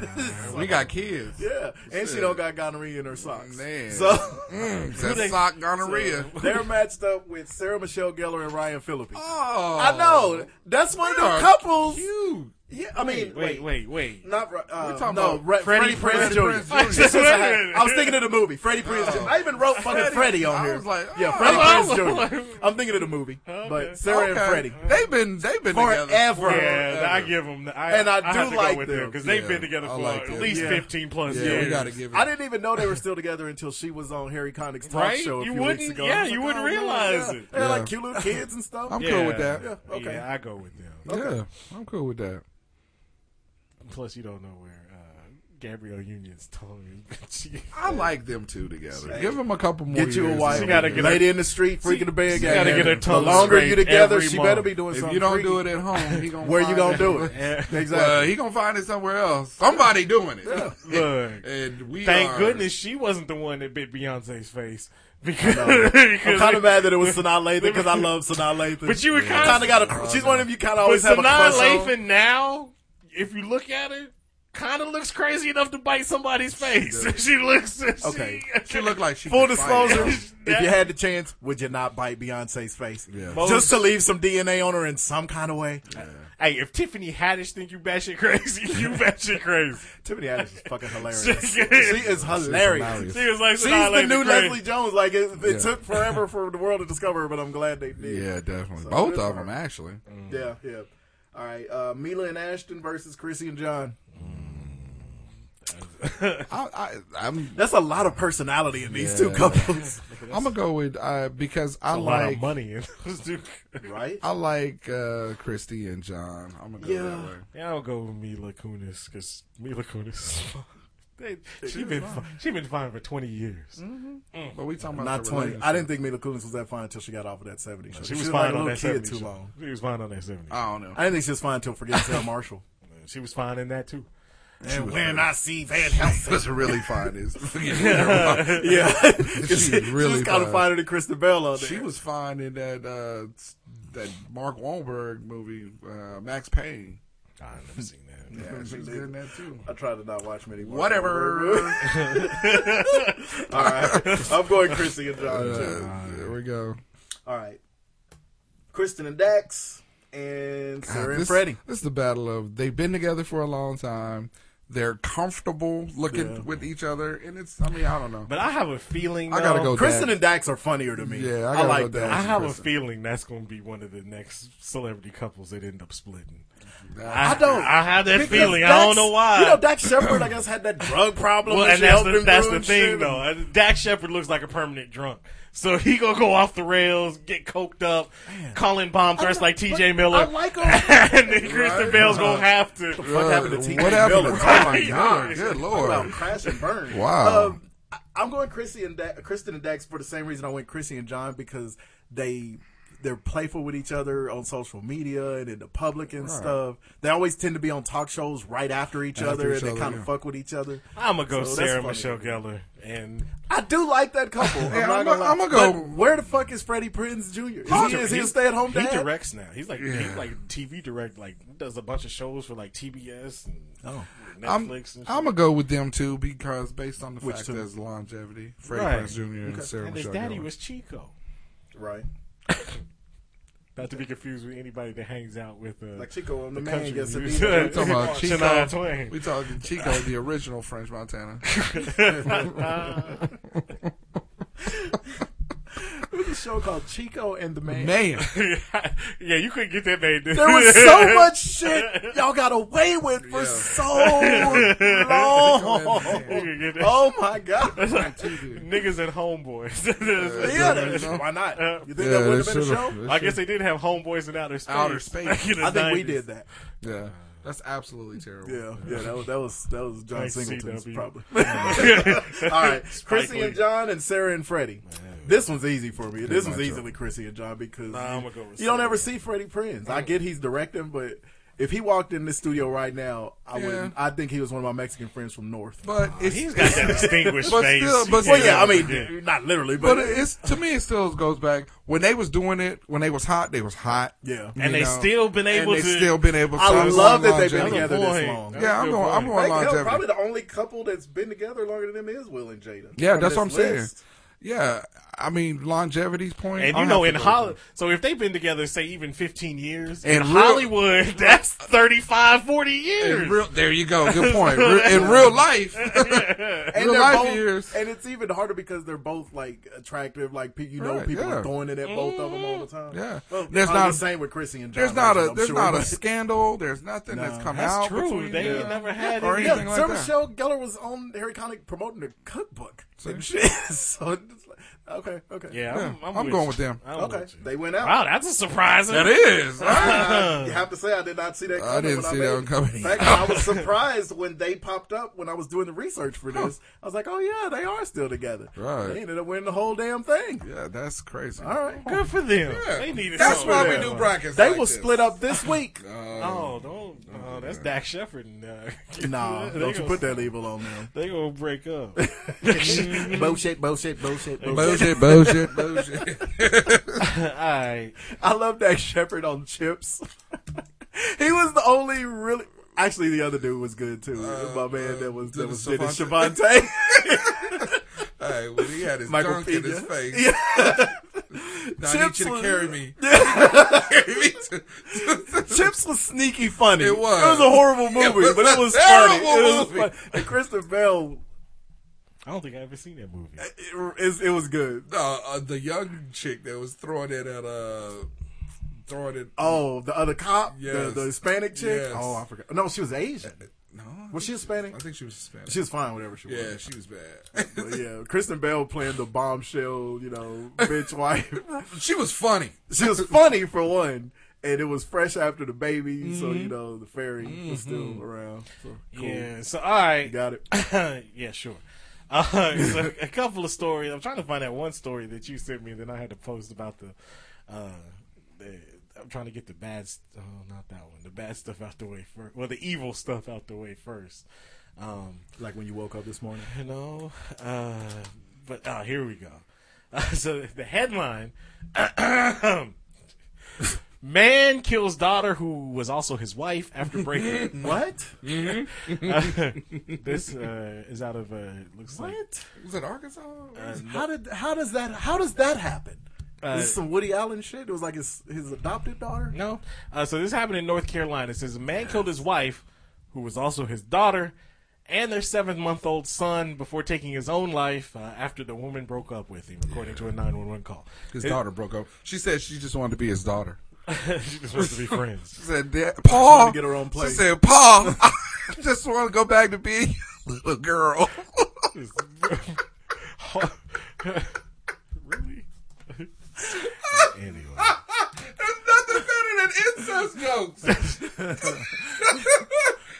[SPEAKER 12] we got kids.
[SPEAKER 13] Yeah. And she
[SPEAKER 12] Shit.
[SPEAKER 13] don't got gonorrhea in her socks.
[SPEAKER 12] Man.
[SPEAKER 13] So
[SPEAKER 12] Mm, that sock gonorrhea.
[SPEAKER 13] they're matched up with Sarah Michelle Gellar and Ryan Phillippe.
[SPEAKER 12] oh,
[SPEAKER 13] I know. That's one of
[SPEAKER 12] They
[SPEAKER 13] the
[SPEAKER 12] are
[SPEAKER 13] couples.
[SPEAKER 12] Cute.
[SPEAKER 13] Yeah, I mean,
[SPEAKER 2] Wait, wait, wait, wait.
[SPEAKER 13] Not uh,
[SPEAKER 12] talking
[SPEAKER 13] no,
[SPEAKER 12] about
[SPEAKER 13] Re-
[SPEAKER 2] Freddie
[SPEAKER 13] Freddie, Prinze
[SPEAKER 12] Prinze
[SPEAKER 13] Jr.
[SPEAKER 12] Jr.
[SPEAKER 13] That's what I, had.
[SPEAKER 2] Freddie.
[SPEAKER 13] I was thinking of the movie, Freddie Prinze Jr. I even wrote fucking Oh. Freddie on
[SPEAKER 12] I
[SPEAKER 13] here.
[SPEAKER 12] was like,
[SPEAKER 13] yeah,
[SPEAKER 12] oh.
[SPEAKER 13] Freddie
[SPEAKER 2] Oh.
[SPEAKER 13] Prinze Jr. I'm thinking of the movie, but Sarah and
[SPEAKER 12] Okay.
[SPEAKER 13] Freddie
[SPEAKER 12] They've been they've been together
[SPEAKER 13] forever.
[SPEAKER 2] Yeah, I give them. I,
[SPEAKER 13] And I do
[SPEAKER 2] have to
[SPEAKER 13] like
[SPEAKER 2] go with
[SPEAKER 13] them.
[SPEAKER 2] them because they've
[SPEAKER 12] Yeah,
[SPEAKER 2] been together
[SPEAKER 12] I
[SPEAKER 2] for
[SPEAKER 12] like
[SPEAKER 2] at
[SPEAKER 12] them.
[SPEAKER 2] least
[SPEAKER 13] Yeah.
[SPEAKER 2] fifteen plus
[SPEAKER 12] Yeah,
[SPEAKER 2] years.
[SPEAKER 12] we gotta give it.
[SPEAKER 13] I didn't even know they were still together until she was on Harry Connick's talk
[SPEAKER 2] Right?
[SPEAKER 13] show a
[SPEAKER 2] You
[SPEAKER 13] few weeks
[SPEAKER 2] wouldn't-
[SPEAKER 13] ago.
[SPEAKER 2] yeah,
[SPEAKER 13] I was
[SPEAKER 2] you
[SPEAKER 13] like,
[SPEAKER 2] wouldn't
[SPEAKER 13] oh, man,
[SPEAKER 2] realize
[SPEAKER 13] yeah.
[SPEAKER 2] it.
[SPEAKER 13] They're
[SPEAKER 12] Yeah.
[SPEAKER 13] like cute little kids and stuff.
[SPEAKER 12] I'm
[SPEAKER 2] Yeah.
[SPEAKER 12] cool with that.
[SPEAKER 13] Yeah, okay.
[SPEAKER 2] Yeah, I go with them.
[SPEAKER 12] Yeah, I'm cool with that.
[SPEAKER 2] Plus, you don't know where uh, Gabrielle Union's tongue is. She,
[SPEAKER 12] I like them two together. Give them a couple more.
[SPEAKER 13] Get you a
[SPEAKER 12] years.
[SPEAKER 13] wife.
[SPEAKER 2] She gotta get
[SPEAKER 13] Lady in the street, freaking the bed.
[SPEAKER 2] she gotta
[SPEAKER 13] game.
[SPEAKER 2] get her
[SPEAKER 13] The
[SPEAKER 2] tongue
[SPEAKER 13] longer you
[SPEAKER 2] straight
[SPEAKER 13] together,
[SPEAKER 2] every
[SPEAKER 13] she
[SPEAKER 2] month.
[SPEAKER 13] better be doing
[SPEAKER 12] If
[SPEAKER 13] something.
[SPEAKER 12] you don't do
[SPEAKER 13] freaky.
[SPEAKER 12] it at home, he gonna
[SPEAKER 13] where you
[SPEAKER 12] find
[SPEAKER 13] gonna do it?
[SPEAKER 12] Uh,
[SPEAKER 13] Exactly.
[SPEAKER 12] he gonna find it somewhere else. Somebody doing it.
[SPEAKER 2] Look,
[SPEAKER 12] and we
[SPEAKER 2] thank
[SPEAKER 12] are-
[SPEAKER 2] goodness she wasn't the one that bit Beyonce's face because,
[SPEAKER 13] I'm
[SPEAKER 2] because
[SPEAKER 13] kind of mad that it was Sanaa Lathan because I love Sanaa Lathan.
[SPEAKER 2] But you were kinda-
[SPEAKER 13] kind of got a. She's one of them you kind of
[SPEAKER 2] but
[SPEAKER 13] always have a
[SPEAKER 2] Sanaa
[SPEAKER 13] crush on.
[SPEAKER 2] Lathan now, if you look at her, kind of looks crazy enough to bite somebody's face. she looks
[SPEAKER 13] Okay.
[SPEAKER 12] She looked like she
[SPEAKER 13] Full
[SPEAKER 12] could fight
[SPEAKER 13] disclosure:
[SPEAKER 12] it.
[SPEAKER 13] if you had the chance, would you not bite Beyonce's face
[SPEAKER 12] Yeah.
[SPEAKER 13] just to leave some DNA on her in some kind of way?
[SPEAKER 2] Hey, if Tiffany Haddish think you batshit crazy, you batshit crazy.
[SPEAKER 13] Tiffany Haddish is fucking hilarious. she
[SPEAKER 2] is.
[SPEAKER 13] is hilarious.
[SPEAKER 12] hilarious.
[SPEAKER 2] She was like,
[SPEAKER 13] She's
[SPEAKER 2] Sanaa
[SPEAKER 13] the
[SPEAKER 2] Lathan
[SPEAKER 13] new
[SPEAKER 2] crazy.
[SPEAKER 13] Leslie Jones. Like it, it
[SPEAKER 12] Yeah.
[SPEAKER 13] took forever for the world to discover her, but I'm glad they did.
[SPEAKER 12] Yeah, definitely. Both
[SPEAKER 13] good
[SPEAKER 12] of
[SPEAKER 13] for
[SPEAKER 12] them actually.
[SPEAKER 13] Yeah, yeah. All right, uh, Mila and Ashton versus Chrissy and John.
[SPEAKER 12] I, am
[SPEAKER 13] That's a lot of personality in these two couples.
[SPEAKER 12] I'm gonna go with uh, because I
[SPEAKER 13] That's a
[SPEAKER 12] like
[SPEAKER 13] lot of money in those two- right?
[SPEAKER 12] I like uh, Christy and John. I'm gonna go that way.
[SPEAKER 2] yeah, I'll go with Mila Kunis because Mila Kunis. is fine. They-
[SPEAKER 13] She
[SPEAKER 2] she
[SPEAKER 13] was
[SPEAKER 2] been
[SPEAKER 13] fine.
[SPEAKER 2] fi- she been fine for twenty years.
[SPEAKER 13] Mm-hmm.
[SPEAKER 12] But we talking about
[SPEAKER 13] not
[SPEAKER 12] the
[SPEAKER 13] twenty.
[SPEAKER 12] relationship.
[SPEAKER 13] I didn't think Mila Kunis was that fine until she got off of that seventy show.
[SPEAKER 2] She was
[SPEAKER 13] like
[SPEAKER 2] fine
[SPEAKER 13] a little
[SPEAKER 2] on that
[SPEAKER 13] kid
[SPEAKER 2] seventy
[SPEAKER 13] too
[SPEAKER 2] show.
[SPEAKER 13] long. Ah.
[SPEAKER 2] She was fine on that seventy.
[SPEAKER 12] I don't know.
[SPEAKER 13] I didn't think she was fine until forget Sarah Marshall.
[SPEAKER 2] She was fine in that too.
[SPEAKER 13] And when I see Van Helsing,
[SPEAKER 12] That's really fine. Is
[SPEAKER 13] yeah, yeah.
[SPEAKER 12] she's really
[SPEAKER 13] she's kind of finer than Kristen Bell on there.
[SPEAKER 12] She was fine in that uh, s- that Mark Wahlberg movie, uh, Max Payne.
[SPEAKER 13] Ah,
[SPEAKER 2] I've never seen that.
[SPEAKER 12] Yeah, she was good in that too.
[SPEAKER 13] I try to not watch many. Marvel
[SPEAKER 12] Whatever.
[SPEAKER 13] movies. All right, I'm going Chrissy and John too.
[SPEAKER 12] Uh, there we go.
[SPEAKER 13] All right, Kristen and Dax and
[SPEAKER 12] God,
[SPEAKER 13] Sarah and
[SPEAKER 12] this,
[SPEAKER 13] Freddie.
[SPEAKER 12] this is the battle of they've been together for a long time. They're comfortable looking
[SPEAKER 13] Yeah.
[SPEAKER 12] with each other, and it's. I mean, I don't know.
[SPEAKER 2] But I have a feeling.
[SPEAKER 12] I gotta
[SPEAKER 2] though-
[SPEAKER 12] go.
[SPEAKER 13] Kristen and Dax are funnier to me.
[SPEAKER 12] Oh, Yeah, I
[SPEAKER 13] I
[SPEAKER 12] gotta
[SPEAKER 13] like
[SPEAKER 12] go
[SPEAKER 13] that.
[SPEAKER 12] Dax.
[SPEAKER 2] I
[SPEAKER 12] and
[SPEAKER 2] have
[SPEAKER 12] Kristen.
[SPEAKER 2] a feeling that's going to be one of the next celebrity couples that end up splitting.
[SPEAKER 13] I don't.
[SPEAKER 2] I have that
[SPEAKER 13] Because
[SPEAKER 2] feeling. I
[SPEAKER 13] Dax-
[SPEAKER 2] don't know why.
[SPEAKER 13] You know, Dax Shepard, I guess, had that drug problem.
[SPEAKER 2] Well,
[SPEAKER 13] that
[SPEAKER 2] and
[SPEAKER 13] she
[SPEAKER 2] that's
[SPEAKER 13] helped
[SPEAKER 2] the,
[SPEAKER 13] him
[SPEAKER 2] that's
[SPEAKER 13] through
[SPEAKER 2] the
[SPEAKER 13] and
[SPEAKER 2] thing,
[SPEAKER 13] shit.
[SPEAKER 2] though. Dax Shepard looks like a permanent drunk. So he gonna go off the rails, get coked up, calling bomb threats like T.J. Miller.
[SPEAKER 13] I like him.
[SPEAKER 2] and then Kristen Bell's gonna have to.
[SPEAKER 13] What the fuck happened to T.J.
[SPEAKER 12] what happened to
[SPEAKER 13] Miller?
[SPEAKER 12] T.J. Miller? Oh, Good
[SPEAKER 13] Talk
[SPEAKER 12] lord.
[SPEAKER 13] about crash and burn.
[SPEAKER 12] Wow.
[SPEAKER 13] Um, I- I'm going Chrissy and da- Kristen and Dax for the same reason I went Chrissy and John because they they're playful with each other on social media and in the public and
[SPEAKER 2] Right.
[SPEAKER 13] stuff. They always tend to be on talk shows right after each
[SPEAKER 2] After
[SPEAKER 13] other
[SPEAKER 2] each
[SPEAKER 13] and
[SPEAKER 2] other,
[SPEAKER 13] they kind of
[SPEAKER 2] yeah.
[SPEAKER 13] fuck with each other.
[SPEAKER 2] I'm gonna go
[SPEAKER 13] So that's
[SPEAKER 2] Sarah
[SPEAKER 13] funny.
[SPEAKER 2] Michelle Gellar, and
[SPEAKER 13] I do like that couple. I'm,
[SPEAKER 2] Yeah,
[SPEAKER 13] not
[SPEAKER 2] I'm
[SPEAKER 13] gonna
[SPEAKER 2] a-
[SPEAKER 13] lie.
[SPEAKER 2] I'm a go-
[SPEAKER 13] But where the fuck is Freddie Prinze Jr.? Is he, is he a stay at home
[SPEAKER 2] He
[SPEAKER 13] dad?
[SPEAKER 2] directs now. He's like
[SPEAKER 13] Yeah.
[SPEAKER 2] he's like TV direct. Like does a bunch of shows for like TBS and
[SPEAKER 13] Oh.
[SPEAKER 12] I'm,
[SPEAKER 2] Netflix. and shit.
[SPEAKER 12] I'm gonna go with them too because based on the
[SPEAKER 2] Which
[SPEAKER 12] fact
[SPEAKER 2] two?
[SPEAKER 12] there's longevity, Freddie
[SPEAKER 2] Right.
[SPEAKER 12] Prinze Jr. and
[SPEAKER 2] Okay.
[SPEAKER 12] Sarah
[SPEAKER 2] And his
[SPEAKER 12] Michelle
[SPEAKER 2] daddy
[SPEAKER 12] Gellar.
[SPEAKER 2] was Chico.
[SPEAKER 13] Right.
[SPEAKER 2] Not to be confused with anybody that hangs out with uh,
[SPEAKER 13] Like Chico on the Man
[SPEAKER 2] country
[SPEAKER 13] Gets a
[SPEAKER 2] music.
[SPEAKER 13] Beat.
[SPEAKER 12] We talking about Chico.
[SPEAKER 2] Shania Twain.
[SPEAKER 12] We talking Chico, the original French Montana.
[SPEAKER 13] There's a show called Chico and the Man.
[SPEAKER 12] Man.
[SPEAKER 2] yeah, you couldn't get that made.
[SPEAKER 13] There was so much shit y'all got away with for so long. Oh my god.
[SPEAKER 2] Niggas and homeboys.
[SPEAKER 13] yeah, that- why not? You think
[SPEAKER 12] Yeah,
[SPEAKER 13] that would have
[SPEAKER 12] they
[SPEAKER 13] been a
[SPEAKER 12] should've-
[SPEAKER 13] show?
[SPEAKER 12] they
[SPEAKER 2] I guess they did have homeboys in outer space.
[SPEAKER 12] Outer space.
[SPEAKER 2] back in the
[SPEAKER 13] I think we
[SPEAKER 2] 90s.
[SPEAKER 13] did that.
[SPEAKER 12] yeah, that's absolutely terrible.
[SPEAKER 13] Yeah, yeah, that was that was that was John
[SPEAKER 2] Thanks,
[SPEAKER 13] Singleton's
[SPEAKER 2] CW.
[SPEAKER 13] problem.
[SPEAKER 2] Yeah.
[SPEAKER 13] All right,
[SPEAKER 2] Spike
[SPEAKER 13] Chrissy
[SPEAKER 2] Lee.
[SPEAKER 13] and John and Sarah and Freddie. This one's easy for me. This one's easily Chrissy and John because
[SPEAKER 2] Nah,
[SPEAKER 13] you,
[SPEAKER 2] I'ma go with
[SPEAKER 13] you don't
[SPEAKER 2] Sarah.
[SPEAKER 13] ever see Freddie Prinz. I get he's directing, but if he walked in this studio right now, I
[SPEAKER 12] Yeah.
[SPEAKER 13] wouldn't. I think he was one of my Mexican friends from North.
[SPEAKER 12] But it's,
[SPEAKER 2] He's got that distinguished
[SPEAKER 12] But
[SPEAKER 2] face.
[SPEAKER 12] still- but
[SPEAKER 13] well,
[SPEAKER 12] still-
[SPEAKER 13] yeah, I mean,
[SPEAKER 2] Yeah.
[SPEAKER 13] not literally, but,
[SPEAKER 12] But it's to me, it still goes back when they was doing it. When they was hot, they was hot.
[SPEAKER 13] Yeah.
[SPEAKER 12] You
[SPEAKER 2] And they still been able
[SPEAKER 12] and they
[SPEAKER 2] to-
[SPEAKER 12] still been able. to
[SPEAKER 13] I
[SPEAKER 12] I'm
[SPEAKER 13] love
[SPEAKER 12] going
[SPEAKER 13] that they've been together
[SPEAKER 12] longevity.
[SPEAKER 2] Good
[SPEAKER 13] this
[SPEAKER 2] point.
[SPEAKER 13] long.
[SPEAKER 2] That's
[SPEAKER 12] Yeah, I'm
[SPEAKER 2] Good
[SPEAKER 12] going. I'm
[SPEAKER 2] point.
[SPEAKER 12] going
[SPEAKER 13] Heck, hell,
[SPEAKER 12] longevity.
[SPEAKER 13] probably the only couple that's been together longer than them is Will and Jada.
[SPEAKER 12] Yeah,
[SPEAKER 13] from
[SPEAKER 12] that's what I'm
[SPEAKER 13] this
[SPEAKER 12] saying.
[SPEAKER 13] list.
[SPEAKER 12] Yeah, I mean longevity's point.
[SPEAKER 2] And
[SPEAKER 12] I'll
[SPEAKER 2] you know,
[SPEAKER 12] have to
[SPEAKER 2] in
[SPEAKER 12] go with
[SPEAKER 2] Hollywood, so if they've been together, say, even 15 years, in
[SPEAKER 12] And real-
[SPEAKER 2] Hollywood, that's 35, 40 years.
[SPEAKER 12] that. In real, there you go. Good point. Re- in real life,
[SPEAKER 13] And
[SPEAKER 12] real
[SPEAKER 13] they're
[SPEAKER 12] life
[SPEAKER 13] both,
[SPEAKER 12] years.
[SPEAKER 13] and it's even harder because they're both like attractive. Like pe- you know,
[SPEAKER 12] Right,
[SPEAKER 13] people
[SPEAKER 12] yeah.
[SPEAKER 13] are throwing it at both of them all the time.
[SPEAKER 12] Yeah.
[SPEAKER 13] well,
[SPEAKER 12] There's
[SPEAKER 13] there's not
[SPEAKER 12] not-
[SPEAKER 13] the same with Chrissy and John.
[SPEAKER 12] There's not
[SPEAKER 13] Rogers,
[SPEAKER 12] a
[SPEAKER 13] I'm
[SPEAKER 12] there's
[SPEAKER 13] sure,
[SPEAKER 12] not a
[SPEAKER 13] but-
[SPEAKER 12] scandal. There's nothing that's come
[SPEAKER 2] That's
[SPEAKER 12] out.
[SPEAKER 2] true.
[SPEAKER 12] between
[SPEAKER 2] They ain't
[SPEAKER 12] them
[SPEAKER 2] never had
[SPEAKER 12] or
[SPEAKER 2] any-
[SPEAKER 13] Yeah,
[SPEAKER 12] anything like
[SPEAKER 13] Sarah
[SPEAKER 12] that.
[SPEAKER 13] Michelle Gellar was on Harry Connick promoting the cookbook and shit. so it's like, okay, okay,
[SPEAKER 2] Yeah, I'm,
[SPEAKER 12] Yeah,
[SPEAKER 2] I'm,
[SPEAKER 12] I'm
[SPEAKER 2] with
[SPEAKER 12] going
[SPEAKER 2] you.
[SPEAKER 12] with them.
[SPEAKER 2] I'm
[SPEAKER 13] okay.
[SPEAKER 2] with you.
[SPEAKER 13] They went out.
[SPEAKER 2] Wow, that's a surprising.
[SPEAKER 12] That is.
[SPEAKER 13] I- you have to say I did not see that. Coming
[SPEAKER 12] didn't
[SPEAKER 13] when I
[SPEAKER 12] see
[SPEAKER 13] made
[SPEAKER 12] that
[SPEAKER 13] it.
[SPEAKER 12] one coming.
[SPEAKER 13] In fact, I was surprised when they popped up when I was doing the research for this. I was like, oh yeah, they are still together.
[SPEAKER 12] Right.
[SPEAKER 13] They ended up winning the whole damn thing.
[SPEAKER 12] yeah, that's crazy.
[SPEAKER 13] All right.
[SPEAKER 2] Good for them. They needed
[SPEAKER 12] That's
[SPEAKER 2] something.
[SPEAKER 12] why we do brackets.
[SPEAKER 13] They
[SPEAKER 12] like
[SPEAKER 13] will
[SPEAKER 12] this.
[SPEAKER 13] split up this week.
[SPEAKER 2] Oh, don't. Oh, that's Dak Shepard. And, uh,
[SPEAKER 13] nah,
[SPEAKER 2] they
[SPEAKER 13] don't you
[SPEAKER 2] gonna-
[SPEAKER 13] put that evil on them.
[SPEAKER 2] They gonna break up.
[SPEAKER 13] bullshit, bullshit, bullshit,
[SPEAKER 12] Bullshit, bullshit, bullshit.
[SPEAKER 2] I
[SPEAKER 13] I love that Shepard on chips. he was the only really. Actually, the other dude was good too.
[SPEAKER 12] Uh,
[SPEAKER 13] My man that was that was Dennis
[SPEAKER 12] Devontae.
[SPEAKER 13] Shavante.
[SPEAKER 12] Hey, when he had his
[SPEAKER 13] Michael
[SPEAKER 12] junk in his
[SPEAKER 13] Pena.
[SPEAKER 12] face. Now I
[SPEAKER 13] Chips
[SPEAKER 12] need you to
[SPEAKER 13] was-
[SPEAKER 12] carry me. carry me to-
[SPEAKER 13] Chips was sneaky funny.
[SPEAKER 12] It was.
[SPEAKER 13] It was a horrible movie,
[SPEAKER 12] was
[SPEAKER 13] but
[SPEAKER 12] a
[SPEAKER 13] it was funny.
[SPEAKER 12] terrible
[SPEAKER 13] It was
[SPEAKER 12] movie.
[SPEAKER 13] funny. And Kristen Bell,
[SPEAKER 2] I don't think I ever seen that movie.
[SPEAKER 13] Uh, it, it, it was good.
[SPEAKER 12] No, uh, the young chick that was throwing it at uh, throwing it.
[SPEAKER 13] Oh, the other cop,
[SPEAKER 12] Yes.
[SPEAKER 13] the, the Hispanic chick.
[SPEAKER 12] Yes. Uh,
[SPEAKER 13] Oh, I forgot. No, she was Asian.
[SPEAKER 12] No,
[SPEAKER 13] was she Hispanic?
[SPEAKER 12] I think she was Hispanic.
[SPEAKER 13] She was fine, whatever she was.
[SPEAKER 12] Yeah, she was bad.
[SPEAKER 13] But yeah, Kristen Bell playing the bombshell, you know, bitch wife.
[SPEAKER 12] she was funny.
[SPEAKER 13] She was funny for one, and it was fresh after the baby, so
[SPEAKER 12] Mm-hmm.
[SPEAKER 13] you know the fairy was still
[SPEAKER 2] Mhm.
[SPEAKER 13] around. So, cool.
[SPEAKER 2] Yeah. So all right,
[SPEAKER 13] got it.
[SPEAKER 2] yeah, sure. Uh, so a couple of stories. I'm trying to find that one story that you sent me that I had to post about the. Uh, the I'm trying to get the bad. St- oh, not that one. The bad stuff out the way first. Well, the evil stuff out the way first. Um,
[SPEAKER 13] like when you woke up this morning.
[SPEAKER 2] No. Uh, but oh, here we go. Uh, so the headline. Man kills daughter who was also his wife after
[SPEAKER 12] Mm-hmm.
[SPEAKER 2] breaking.
[SPEAKER 13] What?
[SPEAKER 2] Uh, this uh, is out of uh, looks like
[SPEAKER 13] What?
[SPEAKER 12] Was it Arkansas?
[SPEAKER 13] How did how does that how does that happen?
[SPEAKER 2] Uh,
[SPEAKER 13] is this some Woody Allen shit? It was like his his adopted daughter.
[SPEAKER 2] no. Uh, so this happened in North Carolina. It says a man killed his wife, who was also his daughter, and their seven-month-old son before taking his own life uh, after the woman broke up with him, according to a nine-one-one call.
[SPEAKER 12] His
[SPEAKER 2] It-
[SPEAKER 12] daughter broke up. She said she just wanted to be his daughter.
[SPEAKER 2] she just wants to be friends.
[SPEAKER 12] She said, "Dad- "Paul,
[SPEAKER 2] Wanted to get her own
[SPEAKER 12] She
[SPEAKER 2] place.
[SPEAKER 12] said, "Paul, I just want to go back to being a little girl."
[SPEAKER 2] really? anyway,
[SPEAKER 12] there's nothing better than incest jokes.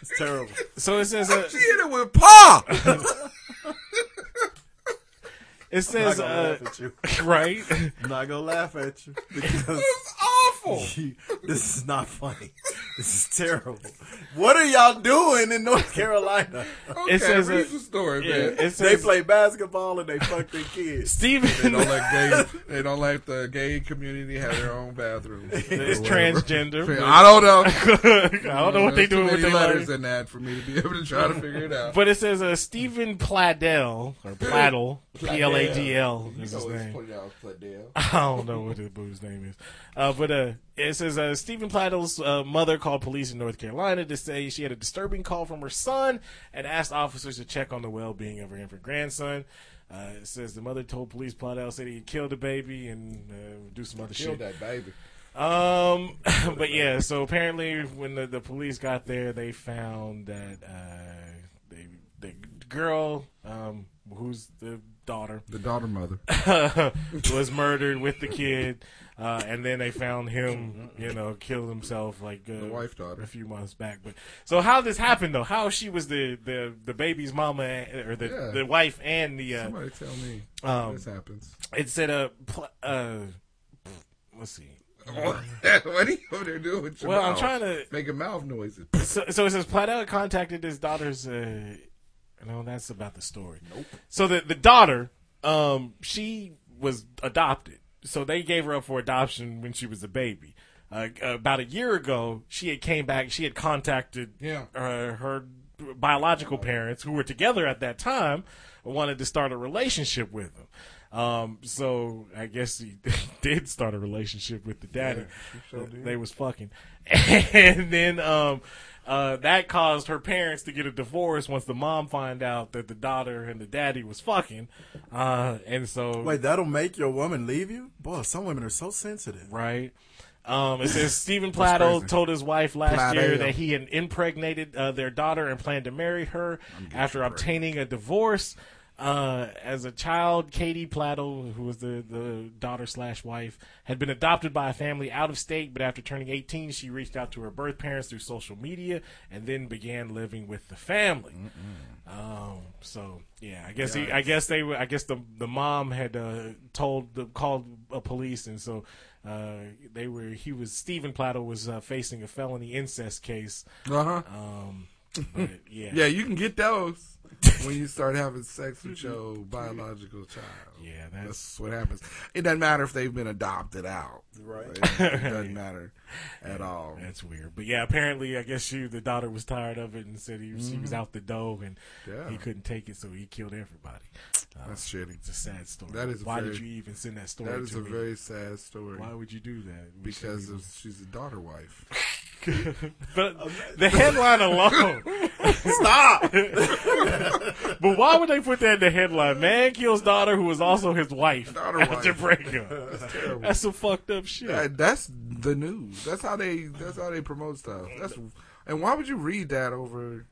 [SPEAKER 13] It's terrible.
[SPEAKER 2] So it says uh,
[SPEAKER 12] she hit it with Paul.
[SPEAKER 2] it says
[SPEAKER 13] I'm not gonna
[SPEAKER 2] uh,
[SPEAKER 13] laugh at you.
[SPEAKER 2] right.
[SPEAKER 13] I'm not gonna laugh at you because
[SPEAKER 12] awful.
[SPEAKER 13] You- this is not funny. This is terrible. What are y'all doing in North Carolina?
[SPEAKER 12] Okay, It says, uh, read the story, man. it
[SPEAKER 13] they
[SPEAKER 12] says-
[SPEAKER 13] play basketball and they fuck their kids.
[SPEAKER 12] They don't let gay. They don't let the gay community have their own bathrooms.
[SPEAKER 2] It's
[SPEAKER 12] Or whatever.
[SPEAKER 2] transgender, but-
[SPEAKER 12] I don't know.
[SPEAKER 2] I don't know what they
[SPEAKER 12] There's too
[SPEAKER 2] doing with
[SPEAKER 12] many
[SPEAKER 2] their
[SPEAKER 12] letters
[SPEAKER 2] life.
[SPEAKER 12] in that for me to be able to try to figure it out.
[SPEAKER 2] But it says uh, Stephen Pladel or Pladel,
[SPEAKER 12] Pladel.
[SPEAKER 2] P L A D L
[SPEAKER 12] You
[SPEAKER 2] is
[SPEAKER 12] know
[SPEAKER 2] his
[SPEAKER 12] it's
[SPEAKER 2] name.
[SPEAKER 12] pronounced Pladel.
[SPEAKER 2] I don't know what the boo's name is. Uh, but uh, it says uh, Stephen Pladel's uh, mother called police in North Carolina to say she had a disturbing call from her son and asked officers to check on the well-being of her infant grandson. Uh, it says the mother told police Pladel said he had killed the baby and uh, do some other
[SPEAKER 12] Killed
[SPEAKER 2] shit.
[SPEAKER 12] that baby.
[SPEAKER 2] Um, but yeah, so apparently when the, the police got there, they found that uh, they, the girl, um, who's the daughter,
[SPEAKER 12] The daughter mother.
[SPEAKER 2] was murdered with the kid, uh, and then they found him, you know, killed himself like uh, the
[SPEAKER 12] wife daughter
[SPEAKER 2] a few months back. But so how this happened though? How she was the the, the baby's mama and- or the
[SPEAKER 12] Yeah.
[SPEAKER 2] the wife and the uh,
[SPEAKER 12] Somebody tell me
[SPEAKER 2] um,
[SPEAKER 12] when this happens.
[SPEAKER 2] It said uh, pl- uh let's see.
[SPEAKER 12] what are you over there doing with your
[SPEAKER 2] Uh-huh. Well, I'm
[SPEAKER 12] mouth?
[SPEAKER 2] trying to-
[SPEAKER 12] make a mouth noises.
[SPEAKER 2] so, so it says Platel contacted his daughter's. Uh, no, that's about the story. Nope. So the the daughter, um, she was adopted. So they gave her up for adoption when she was a baby. Uh, about a year ago, she had came back. She had contacted
[SPEAKER 12] Yeah.
[SPEAKER 2] uh, her biological parents, who were together at that time, wanted to start a relationship with him. Um, so I guess he did start a relationship with the daddy. they was fucking, and then um, uh, that caused her parents to get a divorce once the mom find out that the daughter and the daddy was fucking, uh, and so
[SPEAKER 13] Wait, that'll make your woman leave you? Boy, some women are so sensitive.
[SPEAKER 2] Right. Um, it says Stephen
[SPEAKER 13] That's
[SPEAKER 2] Plato
[SPEAKER 13] crazy.
[SPEAKER 2] told his wife last
[SPEAKER 13] Plato.
[SPEAKER 2] year that he had impregnated uh, their daughter and planned to marry her after obtaining a divorce. Uh, as a child, Katie Plato, who was the, the daughter slash wife, had been adopted by a family out of state, but after turning 18, she reached out to her birth parents through social media and then began living with the family.
[SPEAKER 13] Mm.
[SPEAKER 2] Um, so yeah, I guess he, I guess they were, I guess the the mom had uh, told the called a police, and so uh, they were. He was Stephen Plato was uh, facing a felony incest case.
[SPEAKER 12] Uh-huh.
[SPEAKER 2] Um, but, yeah,
[SPEAKER 12] Yeah, you can get those when you start having sex with your biological child.
[SPEAKER 2] Yeah,
[SPEAKER 12] that's, what happens. It doesn't matter if they've been adopted out.
[SPEAKER 13] Right.
[SPEAKER 12] It doesn't matter at all.
[SPEAKER 2] That's weird. But yeah, apparently, I guess she the daughter was tired of it and said he, she was
[SPEAKER 12] Mhm.
[SPEAKER 2] out the dough and
[SPEAKER 12] Yeah.
[SPEAKER 2] he couldn't take it, so he killed everybody. Uh,
[SPEAKER 12] That's shitty.
[SPEAKER 2] It's a sad story.
[SPEAKER 12] That is a
[SPEAKER 2] why did
[SPEAKER 12] very-
[SPEAKER 2] you even send that story?
[SPEAKER 12] That is
[SPEAKER 2] to
[SPEAKER 12] a
[SPEAKER 2] me?
[SPEAKER 12] very sad story.
[SPEAKER 2] Why would you do that? We
[SPEAKER 12] Because
[SPEAKER 2] shouldn't
[SPEAKER 12] of, she's a daughter wife.
[SPEAKER 2] but the headline alone.
[SPEAKER 13] Stop.
[SPEAKER 2] but why would they put that in the headline? Man kills daughter, who was also his wife
[SPEAKER 12] Daughter
[SPEAKER 2] after
[SPEAKER 12] wife.
[SPEAKER 2] breakup.
[SPEAKER 12] That's terrible.
[SPEAKER 2] That's some fucked up shit.
[SPEAKER 12] That- Uh, that's the news. That's how they. That's how they promote stuff. That's and why would you read that over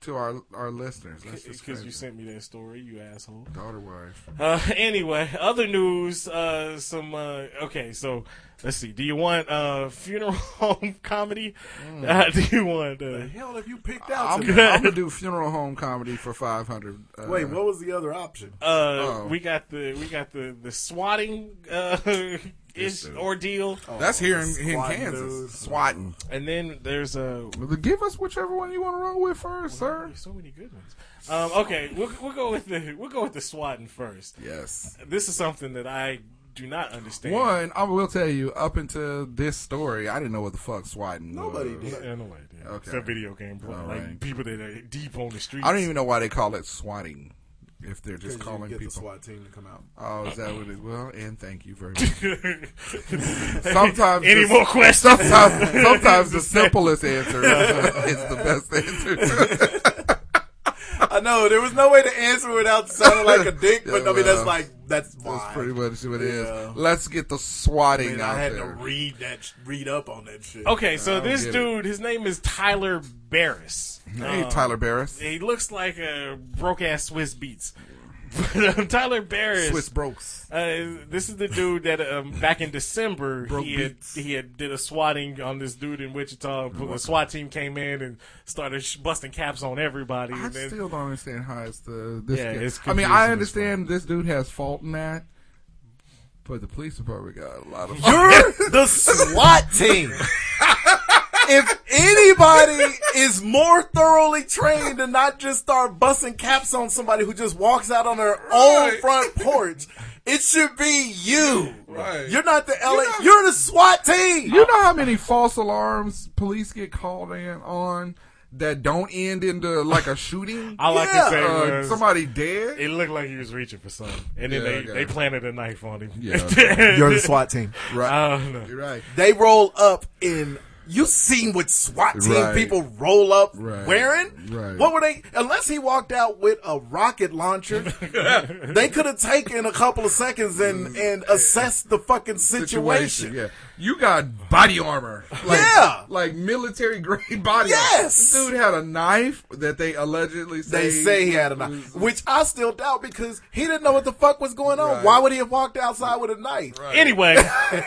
[SPEAKER 12] to our our listeners? That's just
[SPEAKER 2] Because
[SPEAKER 12] crazy.
[SPEAKER 2] you sent me that story, you asshole.
[SPEAKER 12] Daughter wife.
[SPEAKER 2] Uh, anyway, other news. Uh, some uh, okay. So let's see. Do you want uh, funeral home comedy? Uh,
[SPEAKER 12] Mm.
[SPEAKER 2] do you want? Uh,
[SPEAKER 13] the hell have you picked out
[SPEAKER 12] I'm,
[SPEAKER 13] today?
[SPEAKER 12] I'm gonna do funeral home comedy for five hundred. Uh,
[SPEAKER 13] Wait, what was the other option?
[SPEAKER 12] Oh.
[SPEAKER 2] Uh, we got the we got the the swatting uh, is ordeal.
[SPEAKER 12] That's here in, in Kansas. Swatting.
[SPEAKER 2] And then there's a
[SPEAKER 12] Give us whichever one you want to run with first, sir.
[SPEAKER 2] So many good ones. Um, okay, we'll, we'll go with the we'll go with the swatting first.
[SPEAKER 12] Yes.
[SPEAKER 2] This is something that I do not understand.
[SPEAKER 12] One, I will tell you, up until this story, I didn't know what the fuck swatting
[SPEAKER 2] Nobody
[SPEAKER 12] was.
[SPEAKER 2] did. Yeah, nobody did.
[SPEAKER 12] Okay.
[SPEAKER 2] Except video game play,
[SPEAKER 12] All
[SPEAKER 2] like
[SPEAKER 12] right.
[SPEAKER 2] people that are deep on the streets.
[SPEAKER 12] I don't even know why they call it swatting. If they're just
[SPEAKER 13] 'Cause you
[SPEAKER 12] calling
[SPEAKER 13] get the
[SPEAKER 12] people
[SPEAKER 13] SWAT team to come out.
[SPEAKER 12] Oh, is that what it? Well, and thank you very much. sometimes
[SPEAKER 2] Any
[SPEAKER 12] the-
[SPEAKER 2] more questions?
[SPEAKER 12] Sometimes, sometimes the simplest answer is, is the best answer.
[SPEAKER 13] I know there was no way to answer without sounding like a dick, but
[SPEAKER 12] Yeah,
[SPEAKER 13] I mean that's
[SPEAKER 12] well,
[SPEAKER 13] like that's why.
[SPEAKER 12] That's pretty much what it is.
[SPEAKER 13] Yeah.
[SPEAKER 12] Let's get the
[SPEAKER 13] I
[SPEAKER 12] swatting
[SPEAKER 13] mean,
[SPEAKER 12] out
[SPEAKER 13] I had
[SPEAKER 12] there.
[SPEAKER 13] to read that, sh- read up on that shit.
[SPEAKER 2] Okay, so
[SPEAKER 12] I don't
[SPEAKER 2] this
[SPEAKER 12] get it.
[SPEAKER 2] dude, his name is Tyler Barris. Um,
[SPEAKER 12] Hey, Tyler Barris.
[SPEAKER 2] He looks like a broke ass Swiss Beats. But um, Tyler Barris,
[SPEAKER 12] Swiss Brokes.
[SPEAKER 2] Uh, this is the dude that um, back in December
[SPEAKER 12] Broke
[SPEAKER 2] he had, he had did a swatting on this dude in Wichita. The SWAT team came in and started sh- busting caps on everybody.
[SPEAKER 12] I
[SPEAKER 2] and then,
[SPEAKER 12] still don't understand how it's the. This
[SPEAKER 2] Yeah,
[SPEAKER 12] guy-
[SPEAKER 2] it's
[SPEAKER 12] I mean,
[SPEAKER 2] confusing
[SPEAKER 12] I
[SPEAKER 2] as
[SPEAKER 12] understand this dude has fault in that, but the police department got a lot of.
[SPEAKER 14] You're the SWAT team.
[SPEAKER 13] if anybody is more thoroughly trained to not just start busting caps on somebody who just walks out on their own front porch, it should be you.
[SPEAKER 12] Right.
[SPEAKER 13] You're not the LA. You're, the SWAT team.
[SPEAKER 12] You know how many false alarms police get called in on that don't end into like a shooting?
[SPEAKER 2] I like
[SPEAKER 12] Yeah.
[SPEAKER 2] to say
[SPEAKER 12] Uh,
[SPEAKER 2] was-
[SPEAKER 12] somebody dead.
[SPEAKER 2] It looked like he was reaching for something, and then
[SPEAKER 12] Yeah,
[SPEAKER 2] they,
[SPEAKER 12] okay.
[SPEAKER 2] they planted a knife on him.
[SPEAKER 12] Yeah, okay.
[SPEAKER 13] You're the SWAT team.
[SPEAKER 12] Right.
[SPEAKER 2] I don't know.
[SPEAKER 12] You're right.
[SPEAKER 13] They roll up in. You seen what SWAT team
[SPEAKER 12] Right.
[SPEAKER 13] people roll up
[SPEAKER 12] Right.
[SPEAKER 13] wearing?
[SPEAKER 12] Right.
[SPEAKER 13] What were they? Unless he walked out with a rocket launcher, they could have taken a couple of seconds and
[SPEAKER 12] Mm.
[SPEAKER 13] and assessed the fucking situation.
[SPEAKER 12] Yeah. You got body armor. Like,
[SPEAKER 13] Yeah.
[SPEAKER 12] Like military grade body armor.
[SPEAKER 13] Yes.
[SPEAKER 12] This dude had a knife that they allegedly say
[SPEAKER 13] They say he had a knife, which I still doubt because he didn't know what the fuck was going on.
[SPEAKER 12] Right.
[SPEAKER 13] Why would he have walked outside with a knife?
[SPEAKER 2] Anyway,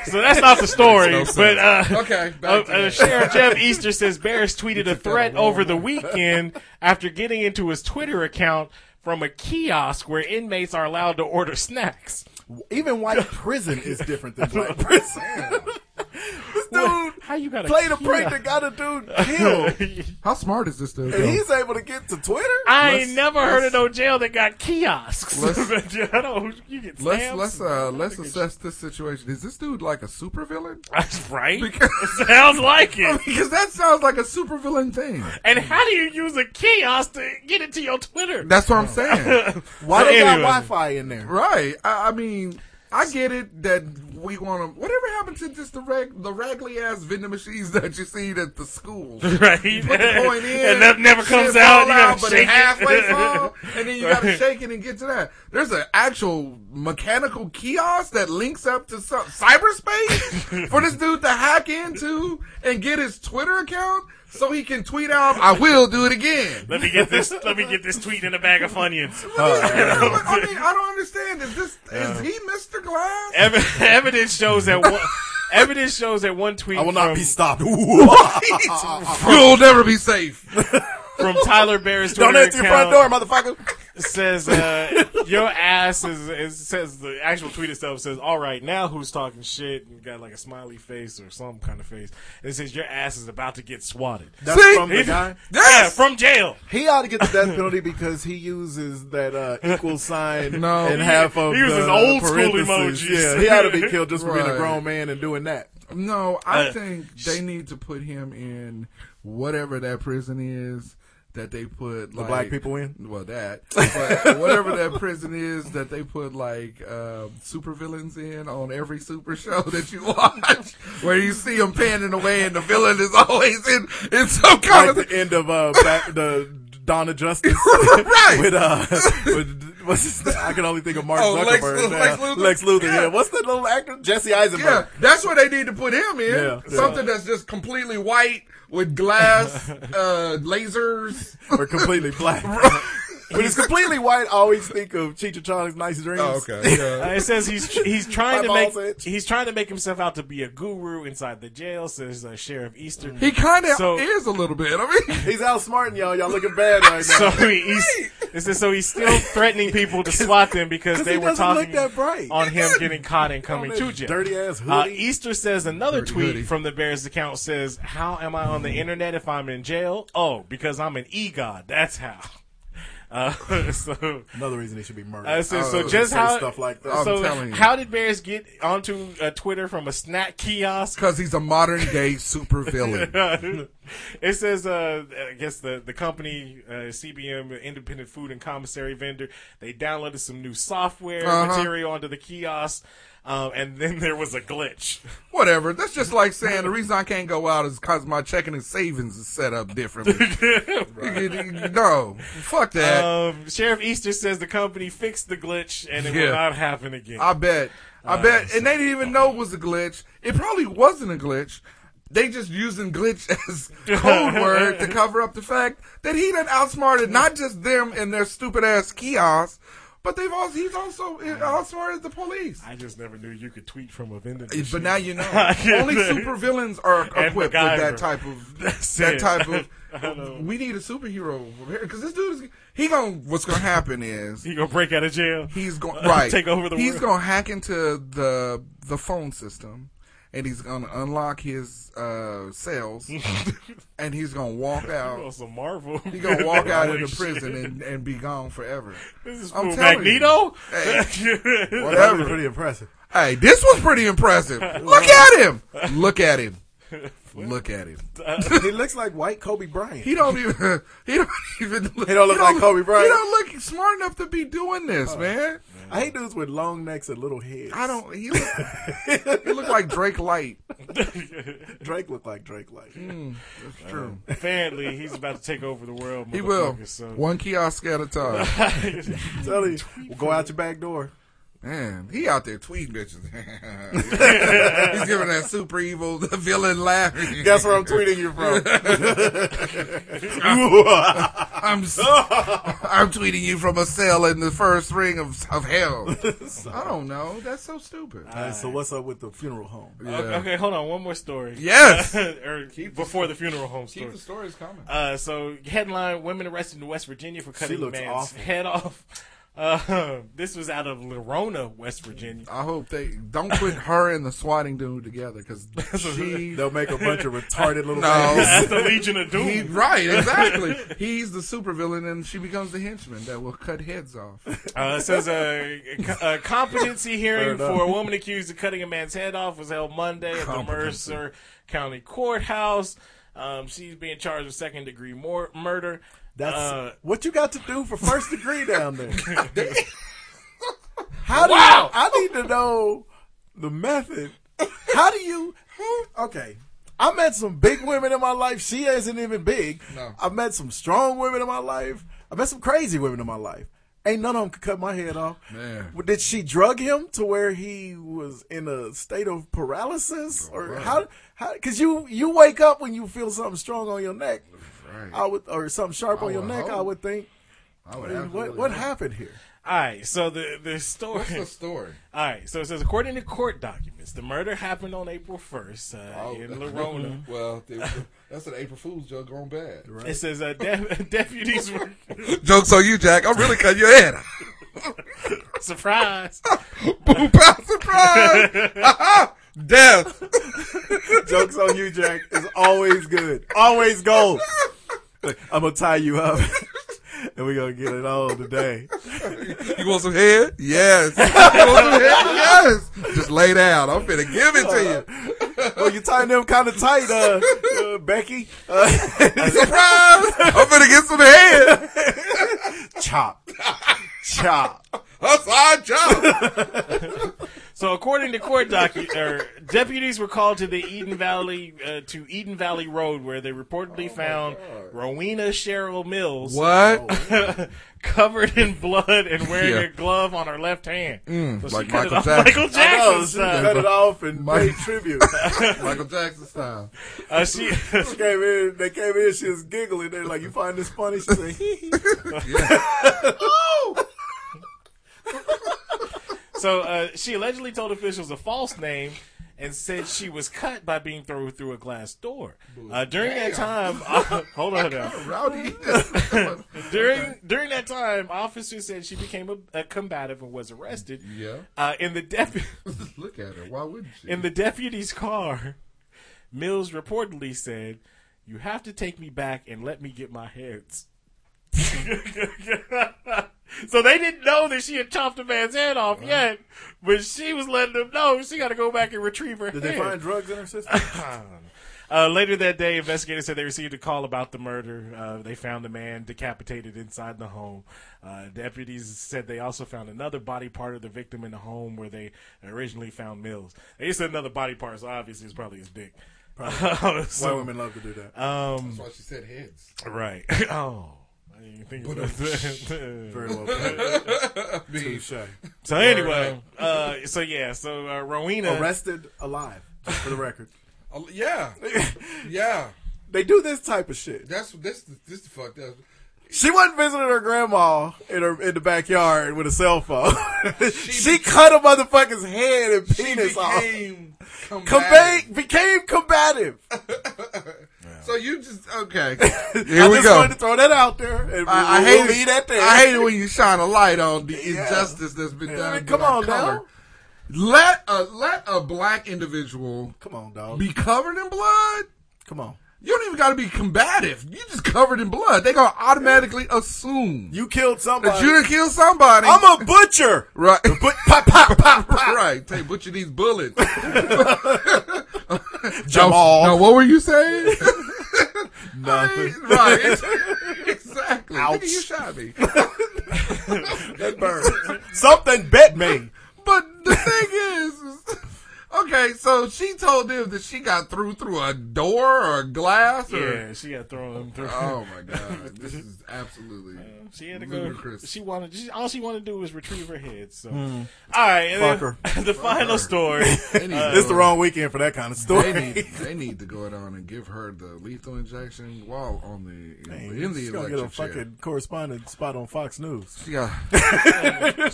[SPEAKER 2] so that's not the story.
[SPEAKER 12] Makes no
[SPEAKER 2] but
[SPEAKER 12] sense.
[SPEAKER 2] uh,
[SPEAKER 12] Okay,
[SPEAKER 2] uh,
[SPEAKER 12] back to
[SPEAKER 2] uh,
[SPEAKER 12] that.
[SPEAKER 2] Sheriff Jeff Easter says Barris tweeted a threat over the weekend after getting into his Twitter account from a kiosk where inmates are allowed to order snacks.
[SPEAKER 13] Even white prison is different than black prison. this dude
[SPEAKER 2] How you got a
[SPEAKER 13] played a
[SPEAKER 2] kiosk?
[SPEAKER 13] prank that got a dude killed,
[SPEAKER 12] How smart is this dude?
[SPEAKER 13] and
[SPEAKER 12] though?
[SPEAKER 13] he's able to get to Twitter.
[SPEAKER 2] I
[SPEAKER 12] Let's-
[SPEAKER 2] ain't never heard of no jail that got kiosks. I don't- you get
[SPEAKER 12] Let's
[SPEAKER 2] stamps.
[SPEAKER 12] let's uh let's assess this situation. Is this dude like a supervillain?
[SPEAKER 2] That's right. Sounds like it.
[SPEAKER 12] Because that sounds like a supervillain thing.
[SPEAKER 2] And how do you use a kiosk to get into your Twitter?
[SPEAKER 12] That's what I'm saying.
[SPEAKER 13] Why
[SPEAKER 2] So
[SPEAKER 13] they got
[SPEAKER 2] anyway.
[SPEAKER 13] Wi-Fi in there?
[SPEAKER 12] Right. I, I mean, I get it that we want to. Whatever happened to just the rag, the raggly ass vending machines that you see at the schools?
[SPEAKER 2] Right.
[SPEAKER 12] You put the coin in,
[SPEAKER 2] And that never
[SPEAKER 12] shit
[SPEAKER 2] comes
[SPEAKER 12] fall
[SPEAKER 2] out, you gotta
[SPEAKER 12] but
[SPEAKER 2] shake
[SPEAKER 12] it
[SPEAKER 2] it.
[SPEAKER 12] halfway fall, and then you gotta
[SPEAKER 2] Right.
[SPEAKER 12] shake it and get to that. There's an actual mechanical kiosk that links up to some cyberspace for this dude to hack into and get his Twitter account so he can tweet out, "I will do it again."
[SPEAKER 2] Let me get this. Let me get this tweet in a bag of onions.
[SPEAKER 12] I mean, I don't understand. Is this is he Mr. Glass?
[SPEAKER 2] Ev- evidence shows that one. Evidence shows that one tweet.
[SPEAKER 13] I will not
[SPEAKER 2] from,
[SPEAKER 13] be stopped.
[SPEAKER 12] You'll never be safe.
[SPEAKER 2] from Tyler Bear's Twitter
[SPEAKER 13] Don't enter your front
[SPEAKER 2] account
[SPEAKER 13] door, motherfucker.
[SPEAKER 2] says uh, your ass is, is says the actual tweet itself says all right now who's talking shit and got like a smiley face or some kind of face and it says your ass is about to get swatted.
[SPEAKER 13] That's
[SPEAKER 12] See?
[SPEAKER 13] from the
[SPEAKER 2] He's-
[SPEAKER 13] guy.
[SPEAKER 2] Yeah, from jail.
[SPEAKER 13] He ought to get the death penalty because he uses that uh, equal sign
[SPEAKER 12] No.
[SPEAKER 13] and half of
[SPEAKER 2] He uses
[SPEAKER 13] the uh,
[SPEAKER 2] old school
[SPEAKER 13] parentheses.
[SPEAKER 2] emojis.
[SPEAKER 13] Yeah, he ought to be killed just for being
[SPEAKER 12] Right.
[SPEAKER 13] a grown man and doing that.
[SPEAKER 12] No, I
[SPEAKER 2] Uh,
[SPEAKER 12] think they need to put him in whatever that prison is that they put
[SPEAKER 13] The
[SPEAKER 12] like,
[SPEAKER 13] black people in?
[SPEAKER 12] Well, that but whatever that prison is that they put like uh, supervillains in on every super show that you watch, where you see them panning away and the villain is always in in some kind
[SPEAKER 13] like
[SPEAKER 12] of
[SPEAKER 13] the end of uh, back, the Donna Justice,
[SPEAKER 12] right?
[SPEAKER 13] with uh, with, what's his name? I can only think of Mark
[SPEAKER 12] Oh, Lex
[SPEAKER 13] Zuckerberg,
[SPEAKER 12] Lu-
[SPEAKER 13] now.
[SPEAKER 12] Lex Luthor?
[SPEAKER 13] Yeah.
[SPEAKER 12] Yeah.
[SPEAKER 13] what's the little actor? Jesse Eisenberg.
[SPEAKER 12] Yeah, that's where they need to put him in.
[SPEAKER 13] Yeah, yeah.
[SPEAKER 12] Something that's just completely white with glass, uh, lasers.
[SPEAKER 13] or completely black. When it's completely white, I always think of Chicharitone's Nice Dreams.
[SPEAKER 12] Oh, okay, yeah.
[SPEAKER 2] Uh, it says he's he's trying to
[SPEAKER 13] My
[SPEAKER 2] make
[SPEAKER 13] balls itch.
[SPEAKER 2] he's trying to make himself out to be a guru inside the jail. Says uh, Sheriff Easter.
[SPEAKER 12] He kind of
[SPEAKER 2] So-
[SPEAKER 12] is a little bit. I mean,
[SPEAKER 13] he's outsmarting y'all. Y'all looking bad right now.
[SPEAKER 2] So he, he's it says so he's still threatening people to swat them because
[SPEAKER 13] 'Cause
[SPEAKER 2] they
[SPEAKER 13] he
[SPEAKER 2] were
[SPEAKER 13] doesn't look
[SPEAKER 2] talking
[SPEAKER 13] that bright.
[SPEAKER 2] on him
[SPEAKER 13] He
[SPEAKER 2] getting caught and coming
[SPEAKER 13] On
[SPEAKER 2] to
[SPEAKER 13] his
[SPEAKER 2] jail.
[SPEAKER 13] dirty-ass
[SPEAKER 2] Uh,
[SPEAKER 13] hoodie.
[SPEAKER 2] Easter says another
[SPEAKER 13] Dirty
[SPEAKER 2] tweet
[SPEAKER 13] hoodie. Mm-hmm.
[SPEAKER 2] from the Bears account says, "How am I on the internet if I'm in jail? Oh, because I'm an e god. That's how." Uh, so
[SPEAKER 13] Another reason they should be murdered.
[SPEAKER 2] uh, so, so
[SPEAKER 13] Oh,
[SPEAKER 2] just
[SPEAKER 13] say
[SPEAKER 2] how
[SPEAKER 13] stuff like that.
[SPEAKER 2] So
[SPEAKER 13] I'm telling you.
[SPEAKER 2] how did Bears get onto uh, Twitter from a snack kiosk?
[SPEAKER 12] Because he's a modern day supervillain.
[SPEAKER 2] it says, uh, I guess the the company uh, CBM Independent Food and Commissary Vendor they downloaded some new software
[SPEAKER 12] Uh-huh.
[SPEAKER 2] material onto the kiosk, um, and then there was a glitch.
[SPEAKER 12] Whatever. That's just like saying the reason I can't go out is because my checking and savings is set up differently. No, fuck that.
[SPEAKER 2] Um, Sheriff Easter says the company fixed the glitch and it
[SPEAKER 12] Yeah.
[SPEAKER 2] will not happen again.
[SPEAKER 12] I bet. I
[SPEAKER 2] Uh,
[SPEAKER 12] bet. And they didn't even know it was a glitch. It probably wasn't a glitch. They just using glitch as code word to cover up the fact that he done outsmarted not just them and their stupid ass kiosks, but they've also he's also outsmarted the police.
[SPEAKER 2] I just never knew you could tweet from a vending
[SPEAKER 12] Eh,
[SPEAKER 2] machine.
[SPEAKER 12] But now you know.
[SPEAKER 2] Yeah.
[SPEAKER 12] Only supervillains are
[SPEAKER 2] And
[SPEAKER 12] equipped with that
[SPEAKER 2] MacGyver.
[SPEAKER 12] type of
[SPEAKER 2] That's
[SPEAKER 12] that
[SPEAKER 2] it.
[SPEAKER 12] type of.
[SPEAKER 2] I know.
[SPEAKER 12] We need a superhero because this dude is he going to what's gonna happen is
[SPEAKER 2] He gonna break out of jail.
[SPEAKER 12] He's going
[SPEAKER 2] Uh,
[SPEAKER 12] right.
[SPEAKER 2] take over the
[SPEAKER 12] He's
[SPEAKER 2] world.
[SPEAKER 12] gonna hack into the the phone system, and he's gonna unlock his uh, cells, and he's gonna walk
[SPEAKER 2] You know,
[SPEAKER 12] out.
[SPEAKER 2] some Marvel.
[SPEAKER 12] He's gonna walk out
[SPEAKER 2] Holy
[SPEAKER 12] into
[SPEAKER 2] shit.
[SPEAKER 12] prison and, and be gone forever.
[SPEAKER 2] This is
[SPEAKER 12] I'm
[SPEAKER 2] cool.
[SPEAKER 12] telling you.
[SPEAKER 2] Magneto?
[SPEAKER 12] Hey,
[SPEAKER 13] That
[SPEAKER 12] whatever.
[SPEAKER 13] was pretty impressive.
[SPEAKER 12] Hey, this was pretty impressive. Look at him. Look at him. Look at him.
[SPEAKER 13] he looks like white Kobe Bryant.
[SPEAKER 12] He don't even. He don't even. Look,
[SPEAKER 13] He don't look like Kobe Bryant.
[SPEAKER 12] He don't look smart enough to be doing this, man.
[SPEAKER 13] I hate dudes with long necks and little heads.
[SPEAKER 12] I don't. He look, he look like Drake Light.
[SPEAKER 13] Drake looked like Drake Light.
[SPEAKER 12] that's true.
[SPEAKER 2] Apparently, he's about to take over the world.
[SPEAKER 12] He will.
[SPEAKER 2] motherfucker, So.
[SPEAKER 12] One kiosk at a time.
[SPEAKER 13] Tell you, go out your back door.
[SPEAKER 12] Man, he out there tweeting bitches. He's giving that super evil villain laugh.
[SPEAKER 13] Guess where I'm tweeting you from.
[SPEAKER 12] I'm s- I'm tweeting you from a cell in the first ring of of hell. I don't know. That's so stupid.
[SPEAKER 13] Alright, Uh, so what's up with the funeral home?
[SPEAKER 2] Okay, okay, hold on. One more story.
[SPEAKER 12] Yes.
[SPEAKER 2] or before the, funeral home story.
[SPEAKER 12] Keep the stories coming.
[SPEAKER 2] Uh, so headline: Women arrested in West Virginia for cutting
[SPEAKER 13] looks
[SPEAKER 2] man's
[SPEAKER 13] awful.
[SPEAKER 2] head off. Uh, this was out of Lerona, West Virginia.
[SPEAKER 12] I hope they don't put her and the swatting dude together because she
[SPEAKER 13] They'll make a bunch of retarded little
[SPEAKER 12] No.
[SPEAKER 13] babies.
[SPEAKER 2] That's the Legion of Doom.
[SPEAKER 12] He, right, exactly. He's the supervillain, and she becomes the henchman that will cut heads off.
[SPEAKER 2] Uh, it says a, a competency
[SPEAKER 13] Fair
[SPEAKER 2] hearing
[SPEAKER 13] enough.
[SPEAKER 2] for a woman accused of cutting a man's head off was held Monday at the
[SPEAKER 12] Competency.
[SPEAKER 2] Mercer County Courthouse. Um, she's being charged with second degree mor- murder.
[SPEAKER 13] That's
[SPEAKER 2] Uh,
[SPEAKER 13] what you got to do for first degree down there. How do
[SPEAKER 2] Wow.
[SPEAKER 13] you, I need to know the method. How do you? Okay, I met some big women in my life. She isn't even big.
[SPEAKER 12] No.
[SPEAKER 13] I met some strong women in my life. I met some crazy women in my life. Ain't none of them could cut my head off.
[SPEAKER 12] Man.
[SPEAKER 13] Well, Did she drug him to where he was in a state of paralysis, or
[SPEAKER 12] Right.
[SPEAKER 13] how? How? Because you you wake up when you feel something strong on your neck,
[SPEAKER 12] Right.
[SPEAKER 13] I would, or something sharp
[SPEAKER 12] I
[SPEAKER 13] on your
[SPEAKER 12] would
[SPEAKER 13] neck. I
[SPEAKER 12] hope.
[SPEAKER 13] would think.
[SPEAKER 12] I
[SPEAKER 13] I
[SPEAKER 12] would
[SPEAKER 13] mean, what
[SPEAKER 12] absolutely
[SPEAKER 13] what
[SPEAKER 12] hope.
[SPEAKER 13] happened here?
[SPEAKER 2] all right, so the the story.
[SPEAKER 12] What's the story?
[SPEAKER 2] All right, so it says according to court documents, the murder happened on April first uh,
[SPEAKER 12] Oh.
[SPEAKER 2] in Lerona.
[SPEAKER 12] well, they- that's an April Fool's joke gone bad.
[SPEAKER 2] It says uh, de- deputies were
[SPEAKER 12] Jokes on you, Jack. I'm really cutting your head.
[SPEAKER 2] surprised.
[SPEAKER 12] Boom! Pow! Surprise! Ha-ha! Death.
[SPEAKER 13] Jokes on you, Jack. Is always good. Always gold. I'm gonna tie you up, and we're gonna get it all today.
[SPEAKER 12] You want some head? Yes. You want some head? Yes. Just lay down. I'm finna give it to you.
[SPEAKER 13] well, Oh, you tying them kind of tight, uh, uh, Becky. Uh,
[SPEAKER 12] Surprise! I'm gonna get some head.
[SPEAKER 13] Chop. Chop.
[SPEAKER 12] That's our job.
[SPEAKER 2] So, according to court docu- er, deputies were called to the Eden Valley uh, to Eden Valley Road, where they reportedly found Rowena Cheryl Mills
[SPEAKER 12] Oh, What?
[SPEAKER 2] covered in blood and wearing
[SPEAKER 12] Yeah.
[SPEAKER 2] a glove on her left hand.
[SPEAKER 12] Mm,
[SPEAKER 2] So she
[SPEAKER 12] like
[SPEAKER 2] cut
[SPEAKER 12] Michael
[SPEAKER 2] it off
[SPEAKER 12] Jackson.
[SPEAKER 2] Michael
[SPEAKER 13] I know,
[SPEAKER 2] Jackson. uh,
[SPEAKER 13] she cut it off and
[SPEAKER 12] Mike-
[SPEAKER 13] made tribute.
[SPEAKER 12] Michael Jackson style.
[SPEAKER 2] Uh, she,
[SPEAKER 13] She came in. They came in. She was giggling. They're like, "You find this funny?" She said, "Hee hee."
[SPEAKER 2] So uh, she allegedly told officials a false name and said she was cut by being thrown through a glass door. Uh, during that time, uh, hold on now.
[SPEAKER 12] Rowdy.
[SPEAKER 2] during during that time, officers said she became a, a combative and was arrested.
[SPEAKER 12] Yeah.
[SPEAKER 2] Uh, in the dep-
[SPEAKER 12] Look at her. Why wouldn't she?
[SPEAKER 2] in the deputy's car, Mills reportedly said, "You have to take me back and let me get my heads." so they didn't know that she had chopped a man's head off yet, but she was letting them know she got to go back and retrieve her
[SPEAKER 13] Did
[SPEAKER 2] head.
[SPEAKER 13] they find drugs in her system?
[SPEAKER 2] Uh, later that day, investigators said they received a call about the murder. Uh, they found the man decapitated inside the home. Uh, deputies said they also found another body part of the victim in the home where they originally found Mills. They just said another body part, so obviously it's probably his dick.
[SPEAKER 13] White women love to do that.
[SPEAKER 12] Uh,
[SPEAKER 2] Um,
[SPEAKER 12] That's why she said heads.
[SPEAKER 2] Right. oh. I didn't even think about that.
[SPEAKER 13] Very well put. Touche.
[SPEAKER 2] So anyway, uh, so yeah, so uh,
[SPEAKER 13] Oh,
[SPEAKER 2] Rowena
[SPEAKER 13] arrested alive, just for the record.
[SPEAKER 12] Uh,
[SPEAKER 13] Oh,
[SPEAKER 12] yeah, yeah.
[SPEAKER 13] They do this type of shit.
[SPEAKER 12] That's this. This the fuck. That's,
[SPEAKER 13] She wasn't visiting her grandma in her in the backyard with a cell phone. she, cut a motherfucker's head and penis
[SPEAKER 12] off.
[SPEAKER 13] off. Combat- became combative.
[SPEAKER 12] So you just okay.
[SPEAKER 13] I just wanted to throw that out there. And
[SPEAKER 12] I, I
[SPEAKER 13] we'll-
[SPEAKER 12] hate
[SPEAKER 13] we'll
[SPEAKER 12] it.
[SPEAKER 13] leave that there.
[SPEAKER 12] I hate it when you shine a light on the injustice that's been
[SPEAKER 13] Yeah.
[SPEAKER 12] done.
[SPEAKER 13] I mean,
[SPEAKER 12] with
[SPEAKER 13] come
[SPEAKER 12] our
[SPEAKER 13] on now.
[SPEAKER 12] color. Let a let a black individual
[SPEAKER 13] come on, dog.
[SPEAKER 12] be covered in blood.
[SPEAKER 13] Come on.
[SPEAKER 12] You don't even got to be combative. You just covered in blood. They gonna automatically assume
[SPEAKER 13] You killed somebody.
[SPEAKER 12] that you done killed somebody.
[SPEAKER 13] I'm a butcher.
[SPEAKER 12] right.
[SPEAKER 13] But pop, pop, pop, pop.
[SPEAKER 12] Right. Take butcher these bullets.
[SPEAKER 13] Jamal.
[SPEAKER 12] Now, now what were you saying?
[SPEAKER 13] Nothing.
[SPEAKER 12] right. Exactly. Nigga, you shot me.
[SPEAKER 13] That burn. Something bit me.
[SPEAKER 12] But the thing is, is- okay, so she told them that she got through through a door or a glass or.
[SPEAKER 2] Yeah, she got thrown through.
[SPEAKER 12] Oh my god, this is absolutely.
[SPEAKER 2] She had to go.
[SPEAKER 12] ludicrous.
[SPEAKER 2] She wanted. She, all she wanted to do was retrieve her head. So,
[SPEAKER 13] Hmm.
[SPEAKER 2] all right. and then
[SPEAKER 13] Fuck
[SPEAKER 2] The final story.
[SPEAKER 12] They need
[SPEAKER 2] uh,
[SPEAKER 12] to
[SPEAKER 13] This the wrong weekend for that kind of
[SPEAKER 12] They
[SPEAKER 13] story.
[SPEAKER 12] need, they need to go down and give her the lethal injection while on the in the
[SPEAKER 13] She's gonna get a
[SPEAKER 12] electric chair.
[SPEAKER 13] fucking correspondent spot on Fox News.
[SPEAKER 12] She got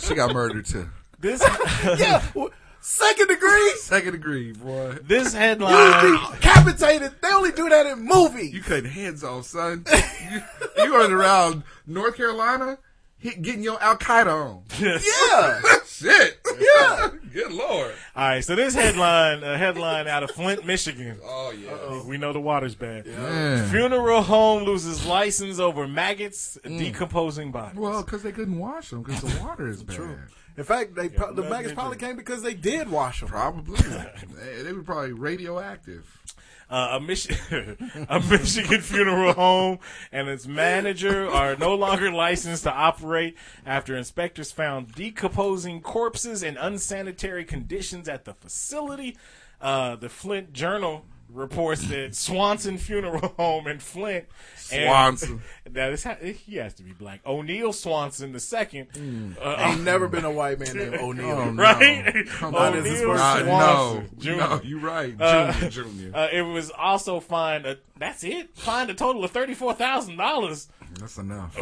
[SPEAKER 12] she got murdered too.
[SPEAKER 2] this
[SPEAKER 13] yeah, w- second degree.
[SPEAKER 12] Second degree, boy.
[SPEAKER 2] this
[SPEAKER 13] You
[SPEAKER 2] headline.
[SPEAKER 13] decapitated. They only do that in movies.
[SPEAKER 12] You cutting heads off, son. You, you running around North Carolina, hit, getting your Al Qaeda on.
[SPEAKER 13] Yeah.
[SPEAKER 12] Shit.
[SPEAKER 13] Yeah.
[SPEAKER 12] Good lord.
[SPEAKER 2] All right. So this headline. A headline out of Flint, Michigan.
[SPEAKER 12] Oh yeah.
[SPEAKER 2] We know the water's bad.
[SPEAKER 12] Man.
[SPEAKER 2] Funeral home loses license over maggots decomposing bodies.
[SPEAKER 12] Well, because they couldn't wash them because the water is bad.
[SPEAKER 13] True. In fact, they pro- the
[SPEAKER 2] that
[SPEAKER 13] maggots
[SPEAKER 2] bitch
[SPEAKER 13] probably came because they did wash them.
[SPEAKER 12] Probably. they, they were probably radioactive.
[SPEAKER 2] Uh, a, Mich- a Michigan funeral home and its manager are no longer licensed to operate after inspectors found decomposing corpses and unsanitary conditions at the facility. Uh, the Flint Journal reports that Swanson Funeral Home in Flint. and-
[SPEAKER 12] Swanson.
[SPEAKER 2] that is how, he has to be black. O'Neill Swanson the second. Uh,
[SPEAKER 13] Ain't never been a white man named O'Neal.
[SPEAKER 12] Oh, no.
[SPEAKER 2] Right?
[SPEAKER 12] Come
[SPEAKER 2] Oh,
[SPEAKER 12] on, this is
[SPEAKER 2] Neil
[SPEAKER 12] right. No,
[SPEAKER 2] Swanson, Jr.
[SPEAKER 12] no, you're right,
[SPEAKER 2] Uh,
[SPEAKER 12] Junior, Junior.
[SPEAKER 2] Uh, it was also fined. A, that's it. Fined a total of thirty four thousand dollars. Oh,
[SPEAKER 12] That's enough.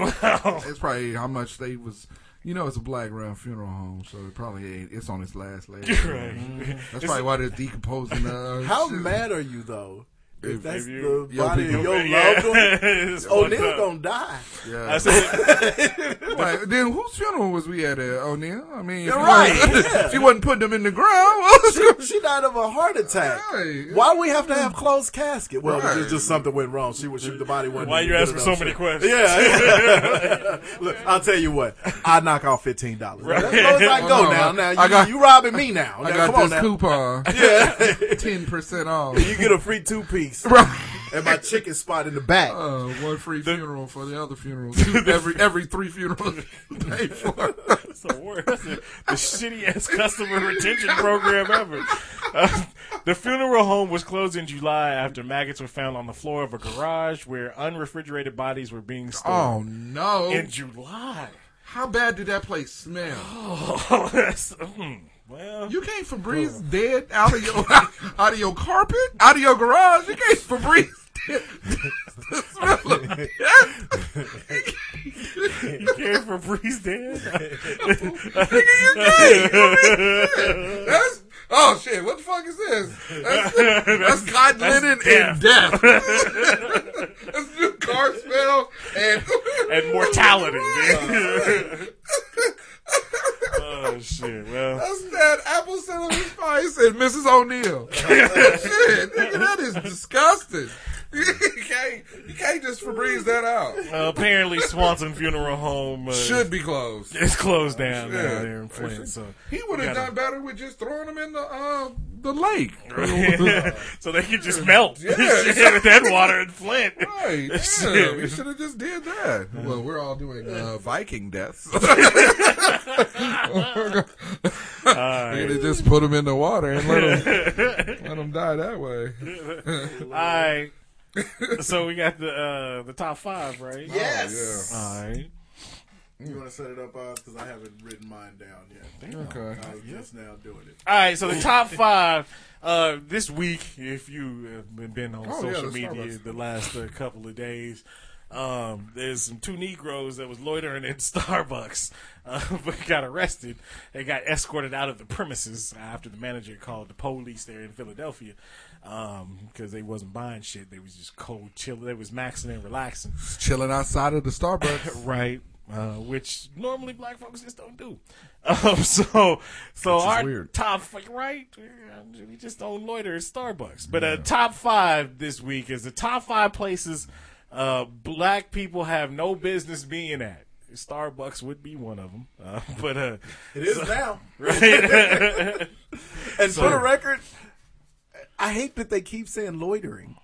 [SPEAKER 12] It's probably how much they was. You know, it's a black run funeral home, so it probably ain't, it's on its last leg.
[SPEAKER 2] Right.
[SPEAKER 12] That's probably why they're decomposing. Uh,
[SPEAKER 13] How
[SPEAKER 12] shit.
[SPEAKER 13] mad are you though If that's
[SPEAKER 2] you-
[SPEAKER 13] the
[SPEAKER 2] Yo,
[SPEAKER 13] body
[SPEAKER 2] people-
[SPEAKER 13] of your
[SPEAKER 2] Yeah.
[SPEAKER 13] loved
[SPEAKER 2] It's
[SPEAKER 12] Oh,
[SPEAKER 13] one,
[SPEAKER 2] fucked
[SPEAKER 13] O'Neal
[SPEAKER 2] up.
[SPEAKER 13] gonna die.
[SPEAKER 12] I said, like, then whose funeral was we at, uh, O'Neal? I mean, if
[SPEAKER 13] You're
[SPEAKER 12] you
[SPEAKER 13] right,
[SPEAKER 12] wasn't-
[SPEAKER 13] yeah.
[SPEAKER 12] if you wasn't putting them in the ground,
[SPEAKER 13] she, she died of a heart attack. Why we have to have closed casket? Well,
[SPEAKER 12] Right.
[SPEAKER 13] just, just something went wrong. She was she, the body wasn't.
[SPEAKER 2] Why you
[SPEAKER 13] good
[SPEAKER 2] asking
[SPEAKER 13] enough
[SPEAKER 2] so many
[SPEAKER 13] shape.
[SPEAKER 2] questions?
[SPEAKER 13] Yeah. Look, I'll tell you what. I knock off fifteen dollars. As low as I
[SPEAKER 12] Hold
[SPEAKER 13] go
[SPEAKER 12] on,
[SPEAKER 13] now.
[SPEAKER 12] I-
[SPEAKER 13] Now you,
[SPEAKER 12] I got-
[SPEAKER 13] you robbing me now.
[SPEAKER 12] I
[SPEAKER 13] Now,
[SPEAKER 12] got
[SPEAKER 13] come on
[SPEAKER 12] this
[SPEAKER 13] now.
[SPEAKER 12] coupon.
[SPEAKER 13] Yeah,
[SPEAKER 12] ten percent off.
[SPEAKER 13] you get a free two piece and my chicken spot in the back.
[SPEAKER 12] Uh, one free funeral for the other funeral. Two- every every three funerals you pay for.
[SPEAKER 2] That's the worst. That's the, the shitty ass customer retention program ever. Uh, the funeral home was closed in July after maggots were found on the floor of a garage where unrefrigerated bodies were being stored.
[SPEAKER 12] Oh no!
[SPEAKER 2] In July.
[SPEAKER 12] How bad did that place smell?
[SPEAKER 2] Oh, that's- mm, well,
[SPEAKER 12] you can't Febreze dead out of your out of your carpet, out of your garage. You can't Febreze. dead. The smell of death.
[SPEAKER 2] You can't Febreze dead.
[SPEAKER 12] Nigga, you can't. You can't. That's oh shit. What the fuck is this? That's, that's cotton
[SPEAKER 2] That's
[SPEAKER 12] linen and
[SPEAKER 2] death.
[SPEAKER 12] death. that's new car smell and
[SPEAKER 2] and mortality. dude. oh shit! Well,
[SPEAKER 12] That's that apple cinnamon spice and Mrs. O'Neill. Shit, nigga, that is disgusting. You can't, you can't just Febreze that out.
[SPEAKER 2] uh, apparently Swanson Funeral Home uh,
[SPEAKER 12] Should be closed.
[SPEAKER 2] It's closed down
[SPEAKER 12] Yeah.
[SPEAKER 2] down there in Flint. So
[SPEAKER 12] He would
[SPEAKER 2] you
[SPEAKER 12] have
[SPEAKER 2] gotta-
[SPEAKER 12] done better with just throwing him in the uh, the lake.
[SPEAKER 2] so they could just melt
[SPEAKER 12] Yeah.
[SPEAKER 2] Shit, with that water in Flint.
[SPEAKER 12] Right, yeah,
[SPEAKER 2] Shit.
[SPEAKER 12] we should have just did that. Well, we're all doing uh, Viking deaths.
[SPEAKER 2] right.
[SPEAKER 12] We're gonna just put them in the water and let them let them die that way.
[SPEAKER 2] All right. So we got the uh, the top five, right?
[SPEAKER 12] Oh,
[SPEAKER 13] Yes.
[SPEAKER 2] All right.
[SPEAKER 13] You want to set it up, Oz? Because I haven't written mine down yet.
[SPEAKER 12] Okay.
[SPEAKER 13] I was just now doing it.
[SPEAKER 2] All right, so the top five uh, this week, if you have been- been on
[SPEAKER 12] Oh, yeah,
[SPEAKER 2] social
[SPEAKER 12] the
[SPEAKER 2] media
[SPEAKER 12] Starbucks.
[SPEAKER 2] the last uh, couple of days, um, there's some two Negroes that was loitering in Starbucks, uh, but got arrested. They got escorted out of the premises after the manager called the police there in Philadelphia because they wasn't buying shit. They was just cold chilling. They was maxing and relaxing.
[SPEAKER 12] Chilling outside of the Starbucks.
[SPEAKER 2] right? Uh, which normally black folks just don't do. Um, so, so
[SPEAKER 12] Which is
[SPEAKER 2] our
[SPEAKER 12] weird.
[SPEAKER 2] top fi- right? We just don't loiter at Starbucks. But uh, top five this week is the top five places uh, black people have no business being at. Starbucks would be one of them, uh, but uh,
[SPEAKER 13] It is
[SPEAKER 2] so-
[SPEAKER 13] now.
[SPEAKER 2] right?
[SPEAKER 13] And
[SPEAKER 2] So-
[SPEAKER 13] for the record, I hate that they keep saying loitering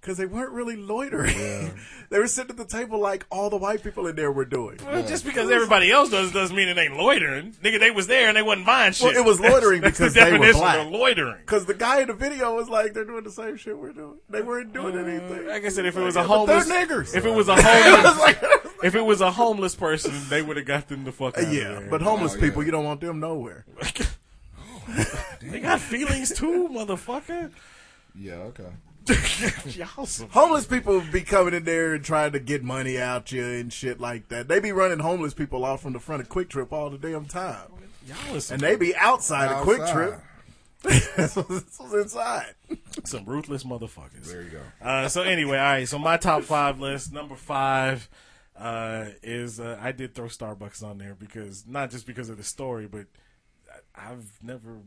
[SPEAKER 13] because they weren't really loitering. they were sitting at the table like all the white people in there were doing.
[SPEAKER 2] Well, just because everybody else does doesn't mean it ain't loitering, nigga. They was there and they wasn't buying shit.
[SPEAKER 13] Well, it was loitering
[SPEAKER 2] That's- that's
[SPEAKER 13] because they were
[SPEAKER 2] the definition
[SPEAKER 13] black.
[SPEAKER 2] of loitering.
[SPEAKER 13] Because the guy in the video was like, they're doing the same shit we're doing. They weren't doing anything.
[SPEAKER 2] Like Uh, I said, if it was a
[SPEAKER 13] Yeah, but they're
[SPEAKER 2] homeless,
[SPEAKER 13] niggers.
[SPEAKER 2] if it was a homeless, if it was a homeless person, they would have got them the fuck out of
[SPEAKER 13] yeah,
[SPEAKER 2] there.
[SPEAKER 13] but homeless
[SPEAKER 12] Oh, yeah.
[SPEAKER 13] people, you don't want them nowhere.
[SPEAKER 2] they got feelings too, motherfucker.
[SPEAKER 12] Yeah. Okay.
[SPEAKER 2] Y'all some
[SPEAKER 13] Homeless people be coming in there and trying to get money out you and shit like that. They be running homeless people off from the front of Quick Trip all the damn time,
[SPEAKER 2] y'all is some,
[SPEAKER 13] and they be outside, of Quick
[SPEAKER 12] Outside.
[SPEAKER 13] Trip. this was inside.
[SPEAKER 2] some ruthless motherfuckers.
[SPEAKER 12] There you go.
[SPEAKER 2] Uh, so anyway, all right. So my top five list, number five uh, is uh, I did throw Starbucks on there because not just because of the story, but I, I've never.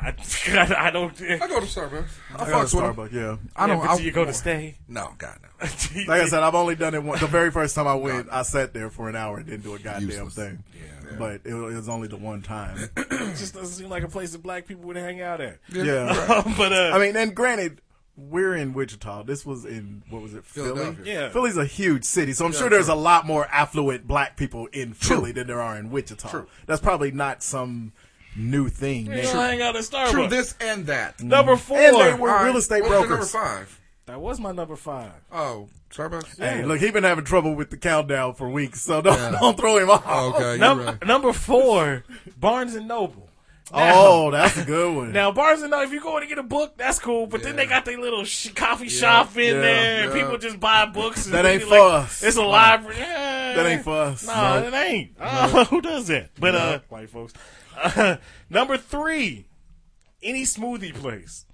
[SPEAKER 2] I, I don't.
[SPEAKER 12] I go to Starbucks. I,
[SPEAKER 13] I got
[SPEAKER 12] fucks
[SPEAKER 13] a
[SPEAKER 12] with 'em.
[SPEAKER 13] Starbucks, yeah.
[SPEAKER 12] I don't.
[SPEAKER 2] Yeah,
[SPEAKER 12] I,
[SPEAKER 2] but you go to stay.
[SPEAKER 12] No, God no.
[SPEAKER 13] Like I said, I've only done it one. The very first time I went, I sat there for an hour and didn't do a goddamn
[SPEAKER 12] Useless.
[SPEAKER 13] thing.
[SPEAKER 12] Yeah.
[SPEAKER 13] But it, was- it was only the one time.
[SPEAKER 2] It just doesn't seem like a place that black people would hang out at.
[SPEAKER 13] yeah.
[SPEAKER 2] but uh,
[SPEAKER 13] I mean, and granted, we're in Wichita. This was in what was it, Philly?
[SPEAKER 12] Philadelphia.
[SPEAKER 2] Yeah.
[SPEAKER 13] Philly's a huge city, so I'm sure there's a lot more affluent black people in Philly than there are in Wichita. That's probably not some new thing.
[SPEAKER 2] they
[SPEAKER 13] now.
[SPEAKER 2] don't hang out at Starbucks.
[SPEAKER 12] True. This and that.
[SPEAKER 2] number four.
[SPEAKER 13] And they were
[SPEAKER 12] All right,
[SPEAKER 13] real estate
[SPEAKER 12] what's your
[SPEAKER 13] brokers.
[SPEAKER 12] Number five.
[SPEAKER 2] that was my number five.
[SPEAKER 12] Oh, Starbucks.
[SPEAKER 13] Hey, look, he's been having trouble with the countdown for weeks, so don't don't throw him off.
[SPEAKER 12] Oh, okay, you're
[SPEAKER 2] Num-
[SPEAKER 12] right.
[SPEAKER 2] Number four, Barnes and Noble.
[SPEAKER 13] Oh, that's a good one.
[SPEAKER 2] Now Barnes and Noble, if you go in to get a book, that's cool. But then
[SPEAKER 12] Yeah.
[SPEAKER 2] they got their little sh- coffee shop in
[SPEAKER 13] Yeah.
[SPEAKER 2] there. and
[SPEAKER 12] Yeah.
[SPEAKER 2] People just buy books. And
[SPEAKER 13] That ain't
[SPEAKER 2] they
[SPEAKER 13] for us.
[SPEAKER 2] It's a library. Yeah.
[SPEAKER 13] that ain't for us.
[SPEAKER 2] No,
[SPEAKER 13] No.
[SPEAKER 2] it ain't. Uh, who does that? But uh, white folks. number three, any smoothie place.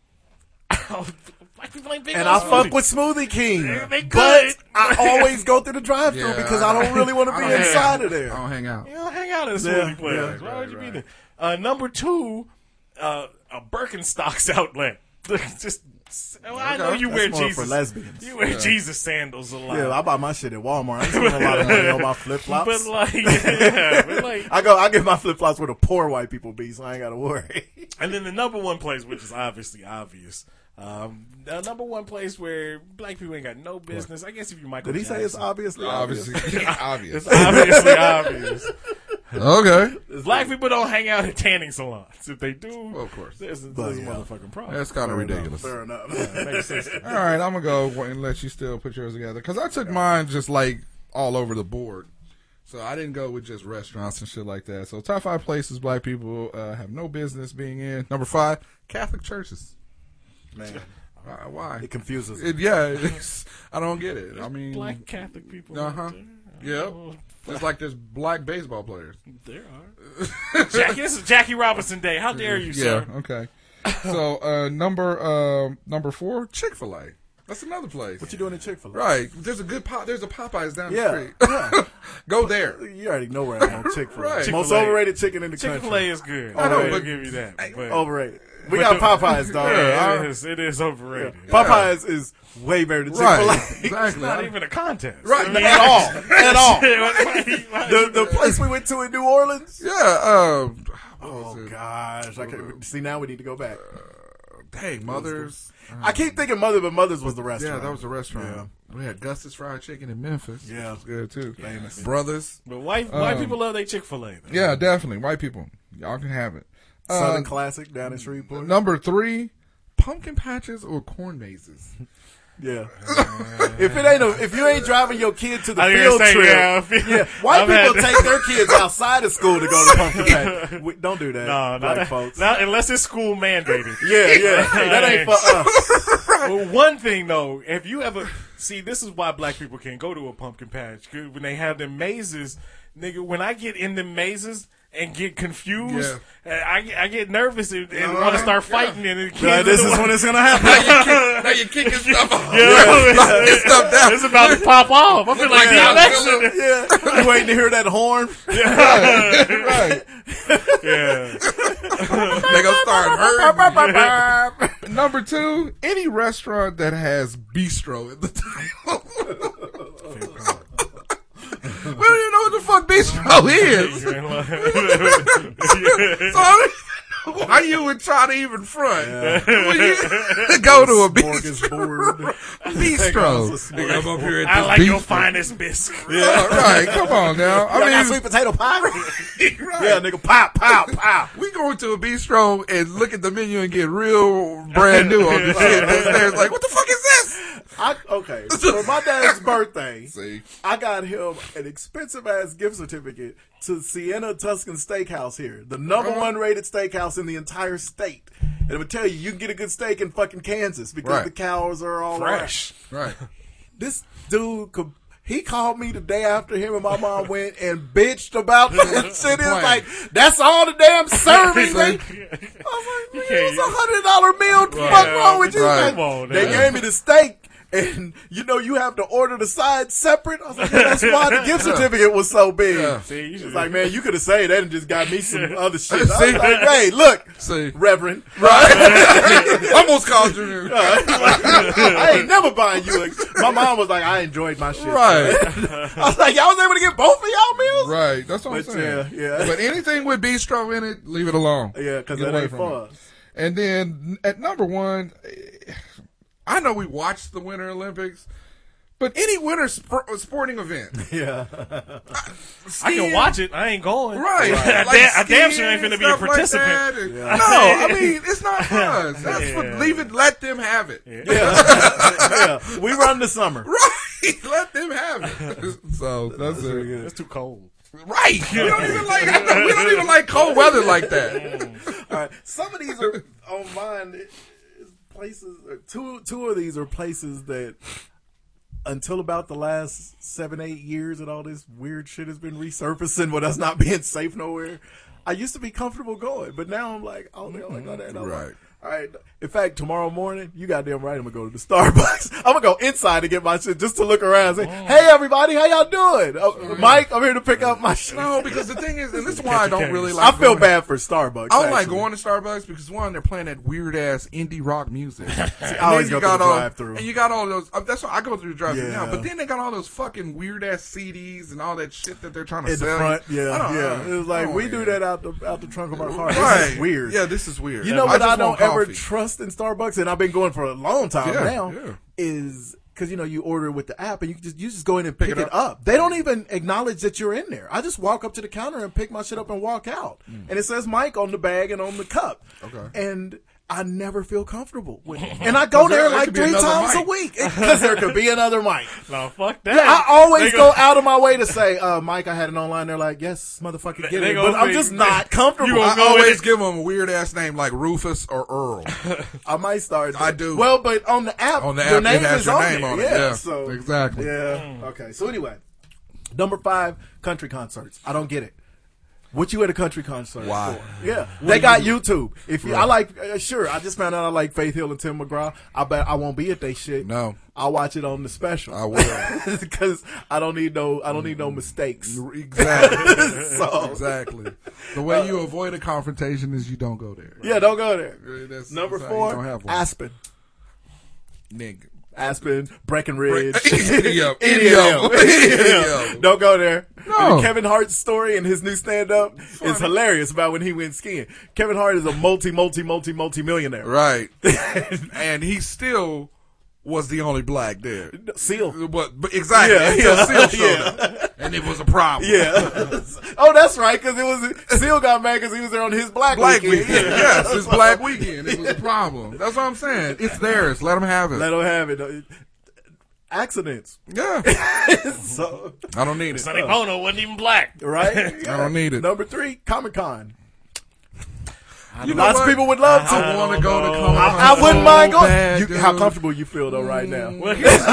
[SPEAKER 2] Black people ain't big
[SPEAKER 13] and
[SPEAKER 2] on
[SPEAKER 13] I fuck
[SPEAKER 2] smoothies.
[SPEAKER 13] with Smoothie King,
[SPEAKER 2] They- they
[SPEAKER 13] but
[SPEAKER 2] good.
[SPEAKER 13] I always go through the drive-through
[SPEAKER 2] Yeah,
[SPEAKER 13] because I don't really want to
[SPEAKER 2] I
[SPEAKER 13] be
[SPEAKER 2] don't hang
[SPEAKER 13] inside
[SPEAKER 2] out.
[SPEAKER 13] of there.
[SPEAKER 2] I don't
[SPEAKER 12] hang out.
[SPEAKER 2] You don't hang out in
[SPEAKER 13] Yeah,
[SPEAKER 2] a smoothie
[SPEAKER 13] yeah.
[SPEAKER 2] place. Why would you be there? Uh, number two, uh, a Birkenstocks outlet. Just well, I know
[SPEAKER 13] Okay.
[SPEAKER 2] you
[SPEAKER 13] That's
[SPEAKER 2] wear
[SPEAKER 13] more for
[SPEAKER 2] Jesus
[SPEAKER 13] lesbians.
[SPEAKER 2] You wear
[SPEAKER 13] Yeah.
[SPEAKER 2] Jesus sandals a lot.
[SPEAKER 13] Yeah, I buy my shit at Walmart. I spend a lot of money on my flip flops.
[SPEAKER 2] But like, yeah, but like-
[SPEAKER 13] I go, I get my flip flops where the poor white people be, so I ain't gotta worry.
[SPEAKER 2] and then the number one place, which is obviously obvious, um, the number one place where black people ain't got no business. I guess if you Michael,
[SPEAKER 13] Did he say it's
[SPEAKER 2] Jackson.
[SPEAKER 13] obviously Obviously,
[SPEAKER 2] obvious?
[SPEAKER 13] obvious.
[SPEAKER 2] it's obviously obvious.
[SPEAKER 12] Okay.
[SPEAKER 2] Black people don't hang out at tanning salons. If they do,
[SPEAKER 12] of course,
[SPEAKER 2] there's, there's
[SPEAKER 13] But,
[SPEAKER 2] a
[SPEAKER 13] yeah.
[SPEAKER 2] motherfucking problem.
[SPEAKER 12] That's kind of ridiculous.
[SPEAKER 2] Yeah, makes sense.
[SPEAKER 12] All right, I'm gonna go and let you still put yours together because I took mine just like all over the board. So I didn't go with just restaurants and shit like that. So top five places black people uh, have no business being in. Number five, Catholic churches.
[SPEAKER 13] Man,
[SPEAKER 12] Uh, why?
[SPEAKER 13] It confuses
[SPEAKER 12] It, yeah, it's, I don't get it. I mean,
[SPEAKER 2] black Catholic people
[SPEAKER 12] Uh
[SPEAKER 2] out
[SPEAKER 13] Uh-huh.
[SPEAKER 12] huh.
[SPEAKER 2] there.
[SPEAKER 12] Yep. It's like there's black baseball players.
[SPEAKER 2] There are. Jackie, this is Jackie Robinson Day. How dare you, sir?
[SPEAKER 12] Yeah. Okay. So uh, number uh, number four, Chick Fil A. That's another place. What
[SPEAKER 13] you doing at Chick Fil A?
[SPEAKER 12] Right. There's a good pop. There's a Popeyes down
[SPEAKER 13] Yeah,
[SPEAKER 12] the street. Go there.
[SPEAKER 13] You already know where I'm on Chick Fil A.
[SPEAKER 12] Right.
[SPEAKER 13] Most
[SPEAKER 12] Chick-fil-A.
[SPEAKER 13] overrated chicken in the
[SPEAKER 2] Chick Fil A
[SPEAKER 13] country.
[SPEAKER 2] is good.
[SPEAKER 13] I know,
[SPEAKER 2] I'll
[SPEAKER 13] but- oh,
[SPEAKER 2] give you that. but-
[SPEAKER 13] Overrated. We
[SPEAKER 2] But
[SPEAKER 13] got
[SPEAKER 2] the-
[SPEAKER 13] Popeyes, dog.
[SPEAKER 2] Yeah,
[SPEAKER 13] Yeah.
[SPEAKER 2] it is. It is overrated.
[SPEAKER 13] Popeyes is way better than Chick Fil A.
[SPEAKER 12] Right.
[SPEAKER 2] It's
[SPEAKER 12] Exactly.
[SPEAKER 2] not even a contest.
[SPEAKER 13] Right,
[SPEAKER 2] I mean,
[SPEAKER 13] at all. At all.
[SPEAKER 2] Why- why-
[SPEAKER 13] the the place we went to in New Orleans.
[SPEAKER 12] Yeah. Uh,
[SPEAKER 13] Oh gosh, I can't, see now we need to go back.
[SPEAKER 12] uh, dang, Mother's.
[SPEAKER 13] I keep thinking Mother, but Mother's was the restaurant.
[SPEAKER 12] Yeah, that was a restaurant. We had Gus's Fried Chicken in Memphis.
[SPEAKER 13] Yeah.
[SPEAKER 12] It was good too.
[SPEAKER 13] Famous.
[SPEAKER 12] Brothers.
[SPEAKER 2] But white white
[SPEAKER 12] Um,
[SPEAKER 2] people love their Chick Fil A.
[SPEAKER 12] Yeah, definitely. White people, y'all can have it.
[SPEAKER 13] Yeah. Southern
[SPEAKER 12] Uh,
[SPEAKER 13] classic down in Shreveport.
[SPEAKER 12] Number three, pumpkin patches or corn mazes.
[SPEAKER 13] Yeah. if it ain't a, if you ain't driving your kid to the
[SPEAKER 2] I was gonna
[SPEAKER 13] field
[SPEAKER 2] say,
[SPEAKER 13] trip,
[SPEAKER 2] yeah,
[SPEAKER 13] yeah,
[SPEAKER 2] if you-
[SPEAKER 13] white
[SPEAKER 2] I've
[SPEAKER 13] people
[SPEAKER 2] had-
[SPEAKER 13] take their kids outside of school to go to pumpkin patch. We, don't do that,
[SPEAKER 2] No,
[SPEAKER 13] black
[SPEAKER 2] not,
[SPEAKER 13] folks.
[SPEAKER 2] not unless it's school mandated.
[SPEAKER 13] Yeah, yeah. That ain't for us.
[SPEAKER 2] Well, one thing though, if you ever see, this is why black people can't go to a pumpkin patch 'cause when they have them mazes, nigga. When I get in the mazes. And get confused. I, I get nervous and, and
[SPEAKER 12] Uh-huh.
[SPEAKER 2] want to start
[SPEAKER 12] Yeah.
[SPEAKER 2] fighting. And it
[SPEAKER 13] Like, this is when it's gonna happen.
[SPEAKER 12] Now you're kicking stuff off.
[SPEAKER 2] Yeah, it's, it's about to pop off. I feel like
[SPEAKER 13] Yeah.
[SPEAKER 2] damn that shit.
[SPEAKER 13] yeah. You waiting to hear that horn?
[SPEAKER 12] right.
[SPEAKER 2] Yeah.
[SPEAKER 12] they gonna start hurting. Number two, any restaurant that has bistro in the title. we don't even know what the fuck bistro is. So I mean, why you would try to even front when you go to a bistro? bistro.
[SPEAKER 2] Nigga,
[SPEAKER 12] I'm up here at
[SPEAKER 2] I
[SPEAKER 12] this
[SPEAKER 2] like your
[SPEAKER 12] bistro.
[SPEAKER 2] finest biscuit.
[SPEAKER 12] All right, come on now.
[SPEAKER 13] I
[SPEAKER 12] I
[SPEAKER 13] got
[SPEAKER 12] mean,
[SPEAKER 13] sweet potato pie.
[SPEAKER 12] Right.
[SPEAKER 13] Yeah, nigga, pop, pop, pop.
[SPEAKER 12] We going to a bistro and look at the menu and get real brand new on this shit. It's there, it's like, what the fuck is this?
[SPEAKER 13] I, okay, for my dad's birthday,
[SPEAKER 12] See,
[SPEAKER 13] I got him an expensive ass gift certificate to Sienna Tuscan Steakhouse here, the number one rated steakhouse in the entire state. And I'm gonna tell you, you can get a good steak in fucking Kansas because
[SPEAKER 12] Right.
[SPEAKER 13] the cows are all
[SPEAKER 2] Fresh.
[SPEAKER 12] right.
[SPEAKER 13] right. This dude could. He called me the day after him and my mom went and bitched about that shit. It was
[SPEAKER 12] Right.
[SPEAKER 13] like, that's all the damn serving. they,
[SPEAKER 2] You
[SPEAKER 13] it was
[SPEAKER 2] can't- e-"
[SPEAKER 13] a hundred dollar meal. What
[SPEAKER 2] Right.
[SPEAKER 13] wrong with you?
[SPEAKER 12] Right.
[SPEAKER 2] Come on,
[SPEAKER 13] they
[SPEAKER 2] man.
[SPEAKER 13] gave me the steak, and you know you have to order the side separate. I was like, yeah, that's why the gift certificate was so big.
[SPEAKER 12] Yeah.
[SPEAKER 2] See, you
[SPEAKER 13] It's
[SPEAKER 2] should-
[SPEAKER 13] like, man, you could have said that and just got me some other shit. I was
[SPEAKER 12] See?
[SPEAKER 13] like, hey, look,
[SPEAKER 12] See,
[SPEAKER 13] Reverend,
[SPEAKER 12] right. Almost called you.
[SPEAKER 13] I ain't never buying you. a- My mom was like, I enjoyed my shit.
[SPEAKER 12] Right,
[SPEAKER 13] I was like, y'all was able to get both of y'all meals.
[SPEAKER 12] right. That's what I'm
[SPEAKER 13] But
[SPEAKER 12] saying.
[SPEAKER 13] yeah, yeah.
[SPEAKER 12] But anything with bistro in it, leave it alone.
[SPEAKER 13] Yeah, because
[SPEAKER 12] Get
[SPEAKER 13] that
[SPEAKER 12] away
[SPEAKER 13] ain't
[SPEAKER 12] from
[SPEAKER 13] for
[SPEAKER 12] it.
[SPEAKER 13] us.
[SPEAKER 12] And then at number one, I know we watched the Winter Olympics, but any winter sp- sporting event,
[SPEAKER 13] Yeah,
[SPEAKER 2] I can
[SPEAKER 12] skiing,
[SPEAKER 2] watch it. I ain't going.
[SPEAKER 12] Right.
[SPEAKER 2] I,
[SPEAKER 12] Like
[SPEAKER 2] da- I damn sure ain't
[SPEAKER 12] skiing,
[SPEAKER 2] finna be a
[SPEAKER 12] stuff like
[SPEAKER 2] participant.
[SPEAKER 12] that. And- No, I mean, it's not for us. That's for-
[SPEAKER 2] Yeah.
[SPEAKER 12] leave it, let them have it.
[SPEAKER 13] yeah. We run the summer.
[SPEAKER 12] Right. Let them have it. So that's, it.
[SPEAKER 2] It's too cold.
[SPEAKER 12] Right. We don't even like, I know, we don't even like cold weather like that.
[SPEAKER 13] All right. Some of these are online it- it's places. Or two two of these are places that until about the last seven eight years, and all this weird shit has been resurfacing with us not being safe nowhere. I used to be comfortable going, but now I'm like, oh, they don't like all that. And I'm like,
[SPEAKER 12] Right.
[SPEAKER 13] All right. In fact, tomorrow morning, you goddamn right, I'm gonna go to the Starbucks. I'm gonna go inside to get my shit just to look around. And say,
[SPEAKER 12] Oh.
[SPEAKER 13] hey everybody, how y'all doing? Uh, Mike, I'm here to pick up my shit.
[SPEAKER 12] No, because the thing is, and this is why I don't really
[SPEAKER 13] I
[SPEAKER 12] like.
[SPEAKER 13] feel
[SPEAKER 12] going-
[SPEAKER 13] bad for Starbucks.
[SPEAKER 12] I don't like
[SPEAKER 13] actually.
[SPEAKER 12] going to Starbucks because one, they're playing that weird ass indie rock music. And then
[SPEAKER 13] always go
[SPEAKER 12] you
[SPEAKER 13] through
[SPEAKER 12] got
[SPEAKER 13] the
[SPEAKER 12] all-
[SPEAKER 13] drive-through.
[SPEAKER 12] and you got all those. uh, That's why I go through the drive through now.
[SPEAKER 13] Yeah.
[SPEAKER 12] But then they got all those fucking weird ass CDs and all that shit that they're trying to
[SPEAKER 13] in the
[SPEAKER 12] sell.
[SPEAKER 13] front.
[SPEAKER 12] you. I
[SPEAKER 13] Yeah,
[SPEAKER 12] don't-
[SPEAKER 13] yeah. It was like
[SPEAKER 12] oh,
[SPEAKER 13] we
[SPEAKER 12] yeah.
[SPEAKER 13] do that out the out the trunk of our car. This
[SPEAKER 12] Right.
[SPEAKER 13] is weird.
[SPEAKER 12] Yeah, this is weird.
[SPEAKER 13] You know
[SPEAKER 12] I
[SPEAKER 13] what
[SPEAKER 12] just
[SPEAKER 13] I, don't
[SPEAKER 12] want
[SPEAKER 13] ever
[SPEAKER 12] coffee.
[SPEAKER 13] trust in Starbucks, and I've been going for a long time
[SPEAKER 12] Yeah,
[SPEAKER 13] now.
[SPEAKER 12] yeah.
[SPEAKER 13] Is because you know you order with the app and you can just you just go in and pick,
[SPEAKER 12] it
[SPEAKER 13] it,
[SPEAKER 12] up.
[SPEAKER 13] up. They don't even acknowledge that you're in there. I just walk up to the counter and pick my shit up and walk out, and it says Mike on the bag and on the cup.
[SPEAKER 12] Mm. Okay.
[SPEAKER 13] and. I never feel comfortable with it, and I go
[SPEAKER 12] There-
[SPEAKER 13] there
[SPEAKER 12] there
[SPEAKER 13] like
[SPEAKER 12] could be
[SPEAKER 13] three
[SPEAKER 12] another
[SPEAKER 13] times
[SPEAKER 12] Mike.
[SPEAKER 13] a week because there could be another Mike.
[SPEAKER 2] No, fuck
[SPEAKER 13] Yeah,
[SPEAKER 2] that.
[SPEAKER 13] I always
[SPEAKER 2] They
[SPEAKER 13] go
[SPEAKER 2] gonna-
[SPEAKER 13] out of my way to say, uh, Mike, I had it online. They're like, yes, motherfucker, get
[SPEAKER 12] They
[SPEAKER 13] it.
[SPEAKER 12] gonna
[SPEAKER 13] But I'm
[SPEAKER 12] think-
[SPEAKER 13] just not comfortable.
[SPEAKER 12] I always give them a weird ass name like Rufus or Earl.
[SPEAKER 13] I might start.
[SPEAKER 12] I do.
[SPEAKER 13] Well, but on the app,
[SPEAKER 12] On the
[SPEAKER 13] your
[SPEAKER 12] app, it
[SPEAKER 13] name
[SPEAKER 12] has
[SPEAKER 13] is
[SPEAKER 12] your
[SPEAKER 13] on
[SPEAKER 12] name
[SPEAKER 13] there.
[SPEAKER 12] on it.
[SPEAKER 13] yeah,
[SPEAKER 12] Yeah,
[SPEAKER 13] so
[SPEAKER 12] exactly.
[SPEAKER 13] Yeah. Okay. So anyway, number five, country concerts. I don't get it. What you at a country concert
[SPEAKER 12] Why?
[SPEAKER 13] for? Yeah,
[SPEAKER 12] What
[SPEAKER 13] they
[SPEAKER 12] do
[SPEAKER 13] got
[SPEAKER 12] you-
[SPEAKER 13] YouTube. If you, I
[SPEAKER 12] Right.
[SPEAKER 13] like, uh, sure. I just found out I like Faith Hill and Tim McGraw. I bet I won't be at they shit.
[SPEAKER 12] No.
[SPEAKER 13] I'll watch it on the special. I
[SPEAKER 12] will.
[SPEAKER 13] because I don't need no. I don't need no mistakes.
[SPEAKER 12] Exactly.
[SPEAKER 13] so,
[SPEAKER 12] Exactly. The way you avoid a confrontation is you don't go there.
[SPEAKER 13] Yeah, don't go there.
[SPEAKER 12] Yeah, that's-
[SPEAKER 13] Number
[SPEAKER 12] that's how you
[SPEAKER 13] four,
[SPEAKER 12] don't have one.
[SPEAKER 13] Aspen.
[SPEAKER 12] Nigga.
[SPEAKER 13] Aspen, Breckenridge,
[SPEAKER 12] Idiom.
[SPEAKER 13] Idiom.
[SPEAKER 12] Idiom.
[SPEAKER 13] Don't go there.
[SPEAKER 12] No.
[SPEAKER 13] And Kevin Hart's story and his new stand up is hilarious about when he went skiing. Kevin Hart is a multi, multi, multi, multi millionaire.
[SPEAKER 12] Right. and he still was the only black there.
[SPEAKER 13] Seal.
[SPEAKER 12] But, but exactly.
[SPEAKER 13] Yeah,
[SPEAKER 12] until
[SPEAKER 13] yeah,
[SPEAKER 12] Seal showed
[SPEAKER 13] yeah.
[SPEAKER 12] up. And it was a problem.
[SPEAKER 13] Yeah. oh, that's right, because it was Seal got mad because he was there on his black,
[SPEAKER 12] Black
[SPEAKER 13] weekend.
[SPEAKER 12] weekend. Yes, it's black weekend. It was a problem. That's what I'm saying. It's theirs. Let them have it.
[SPEAKER 13] Let him have it. Accidents.
[SPEAKER 12] Yeah.
[SPEAKER 13] so
[SPEAKER 12] I don't need it.
[SPEAKER 2] Sonny Bono wasn't even black.
[SPEAKER 13] right?
[SPEAKER 12] I don't need it.
[SPEAKER 13] Number three, Comic Con.
[SPEAKER 12] You know
[SPEAKER 13] Lots
[SPEAKER 12] what?
[SPEAKER 13] of people would love to.
[SPEAKER 12] I wanna go to Comic-Con
[SPEAKER 13] I, I wouldn't
[SPEAKER 12] so
[SPEAKER 13] mind going.
[SPEAKER 12] bad,
[SPEAKER 13] You- how
[SPEAKER 12] dude.
[SPEAKER 13] comfortable you feel though right now?
[SPEAKER 2] Well, here's,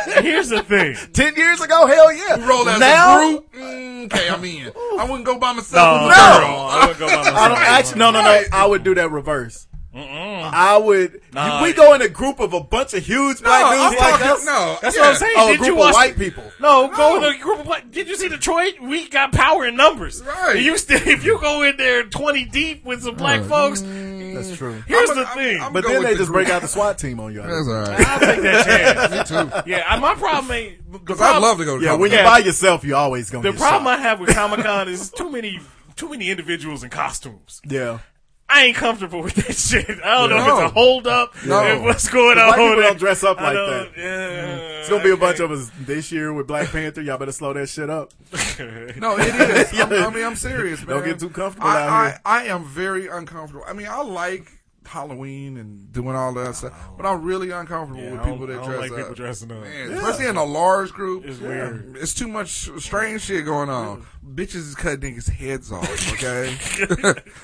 [SPEAKER 2] here's, here's the thing.
[SPEAKER 13] Ten years ago, hell yeah.
[SPEAKER 12] We roll as
[SPEAKER 13] now,
[SPEAKER 12] a group. Mm, okay, I'm in. I wouldn't go by myself.
[SPEAKER 2] No,
[SPEAKER 12] with
[SPEAKER 2] no.
[SPEAKER 12] my girl.
[SPEAKER 2] I wouldn't go by myself.
[SPEAKER 13] I don't actually. No, no, no. I would do that reverse.
[SPEAKER 2] Mm-mm.
[SPEAKER 13] I would.
[SPEAKER 2] Nah.
[SPEAKER 13] we go in a group of a bunch of huge black
[SPEAKER 12] I'm
[SPEAKER 13] dudes like
[SPEAKER 12] talking-
[SPEAKER 13] us.
[SPEAKER 12] no,
[SPEAKER 2] That's
[SPEAKER 12] yeah.
[SPEAKER 2] what I'm saying.
[SPEAKER 13] Oh, a
[SPEAKER 2] Did
[SPEAKER 13] group
[SPEAKER 2] you
[SPEAKER 13] of
[SPEAKER 2] watch
[SPEAKER 13] white people.
[SPEAKER 2] No,
[SPEAKER 12] No.
[SPEAKER 2] go to a group of black. Did you see Detroit? We got power in numbers.
[SPEAKER 12] Right.
[SPEAKER 2] You still, if you go in there twenty deep with some
[SPEAKER 12] Oh,
[SPEAKER 2] black folks,
[SPEAKER 13] That's true.
[SPEAKER 2] here's
[SPEAKER 12] I'm a-
[SPEAKER 2] the thing.
[SPEAKER 12] I'm- I'm-
[SPEAKER 13] But
[SPEAKER 12] Mm. go
[SPEAKER 13] then
[SPEAKER 12] with
[SPEAKER 13] they
[SPEAKER 12] the
[SPEAKER 13] just
[SPEAKER 12] group.
[SPEAKER 13] break out the SWAT team on you.
[SPEAKER 12] That's all right.
[SPEAKER 2] I'll take that chance.
[SPEAKER 12] Me too.
[SPEAKER 2] Yeah, I- my problem ain't the
[SPEAKER 12] Because I'd
[SPEAKER 2] prob-
[SPEAKER 12] love to go to
[SPEAKER 13] Yeah,
[SPEAKER 12] Comic-Con.
[SPEAKER 13] when you're
[SPEAKER 2] Yeah.
[SPEAKER 13] by yourself, you always gonna.
[SPEAKER 2] The
[SPEAKER 13] get
[SPEAKER 2] problem
[SPEAKER 13] shot.
[SPEAKER 2] I have with Comic Con is too many too many individuals in costumes.
[SPEAKER 13] Yeah.
[SPEAKER 2] I ain't comfortable with that shit. I don't know if
[SPEAKER 12] No.
[SPEAKER 2] it's a hold up
[SPEAKER 12] No.
[SPEAKER 2] and what's going on.
[SPEAKER 13] Black people
[SPEAKER 2] there.
[SPEAKER 13] don't dress up
[SPEAKER 2] I
[SPEAKER 13] like
[SPEAKER 2] don't-
[SPEAKER 13] that.
[SPEAKER 2] yeah.
[SPEAKER 13] It's gonna be a bunch of us this year with Black Panther. Y'all better slow that shit up.
[SPEAKER 12] No, it is. I'm, I mean, I'm serious, man.
[SPEAKER 13] Don't get too comfortable
[SPEAKER 12] I,
[SPEAKER 13] out
[SPEAKER 12] I,
[SPEAKER 13] here.
[SPEAKER 12] I am very uncomfortable. I mean, I like Halloween and doing all that stuff, but I'm really uncomfortable
[SPEAKER 2] Oh. Yeah,
[SPEAKER 12] with
[SPEAKER 2] I don't-
[SPEAKER 12] people that
[SPEAKER 2] I don't
[SPEAKER 12] dress
[SPEAKER 2] like
[SPEAKER 12] up.
[SPEAKER 2] people dressing up.
[SPEAKER 12] Man,
[SPEAKER 2] Yeah.
[SPEAKER 12] Especially in a large group.
[SPEAKER 2] It's weird.
[SPEAKER 12] It's too much strange shit going on. Bitches is cutting niggas' heads off, okay?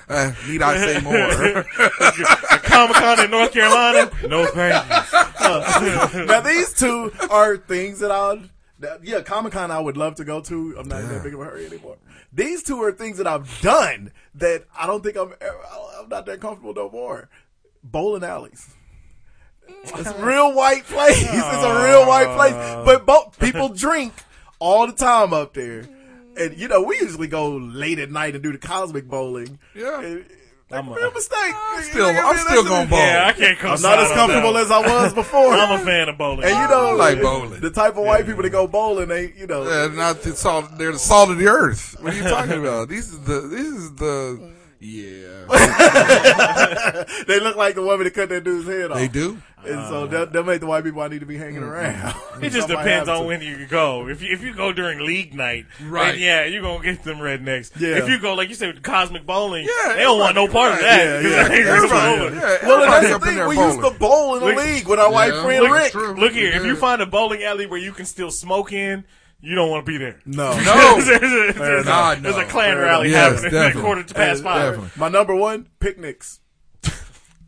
[SPEAKER 12] uh, need I say more?
[SPEAKER 2] Comic Con in North Carolina. No thank you.
[SPEAKER 13] now these two are things that I'll. that- yeah, Comic Con I would love to go to. I'm not in that big of a hurry anymore. These two are things that I've done that I don't think I'm. ever- I'm not that comfortable no more. Bowling alleys. It's a real white place. It's a real white place. But bo- people drink all the time up there. And you know, we usually go late at night and do the cosmic bowling.
[SPEAKER 12] Yeah.
[SPEAKER 13] And-
[SPEAKER 2] I'm a-
[SPEAKER 13] real mistake.
[SPEAKER 12] still- I'm still gonna bowl.
[SPEAKER 2] Yeah, I can't come.
[SPEAKER 13] I'm not as comfortable as I was before.
[SPEAKER 2] I'm a fan of bowling.
[SPEAKER 13] And you know,
[SPEAKER 12] like bowling.
[SPEAKER 13] The type of white people that go bowling, they you know,
[SPEAKER 12] Uh, not the salt. They're the salt of the earth. What are you talking about? These is the. This is the. Yeah,
[SPEAKER 13] they look like the woman that cut that dude's head off.
[SPEAKER 12] they do. Mm-hmm.
[SPEAKER 13] and so that, that make the white people I need to be hanging around.
[SPEAKER 2] It just depends on when you go. If you, if you go during league night,
[SPEAKER 12] Right.
[SPEAKER 2] right? Then yeah, you're gonna get them rednecks.
[SPEAKER 13] Yeah.
[SPEAKER 2] If you go like you said with cosmic bowling,
[SPEAKER 12] Yeah,
[SPEAKER 2] they don't want no part of that.
[SPEAKER 13] Yeah, yeah.
[SPEAKER 2] 'cause they ain't gonna
[SPEAKER 12] Everybody,
[SPEAKER 2] bowl it.
[SPEAKER 12] yeah,
[SPEAKER 13] Well, and
[SPEAKER 12] everybody
[SPEAKER 13] that's
[SPEAKER 12] up
[SPEAKER 13] the
[SPEAKER 12] in
[SPEAKER 13] thing.
[SPEAKER 12] there
[SPEAKER 13] We
[SPEAKER 12] bowling.
[SPEAKER 13] used to bowl in the
[SPEAKER 2] Look-
[SPEAKER 13] league with our white
[SPEAKER 12] Yeah.
[SPEAKER 13] friend
[SPEAKER 12] Look-
[SPEAKER 13] Rick.
[SPEAKER 12] true.
[SPEAKER 2] Look here,
[SPEAKER 12] We
[SPEAKER 2] if you
[SPEAKER 12] did.
[SPEAKER 2] find a bowling alley where you can still smoke in, you don't want to be there.
[SPEAKER 13] No,
[SPEAKER 12] No.
[SPEAKER 2] there's, a, there's,
[SPEAKER 12] enough.
[SPEAKER 2] a, there's a
[SPEAKER 12] No.
[SPEAKER 2] clan
[SPEAKER 12] Fair
[SPEAKER 2] rally
[SPEAKER 12] enough. Yes,
[SPEAKER 2] happening at
[SPEAKER 12] definitely.
[SPEAKER 2] quarter to past five.
[SPEAKER 12] definitely.
[SPEAKER 13] My number one picnics.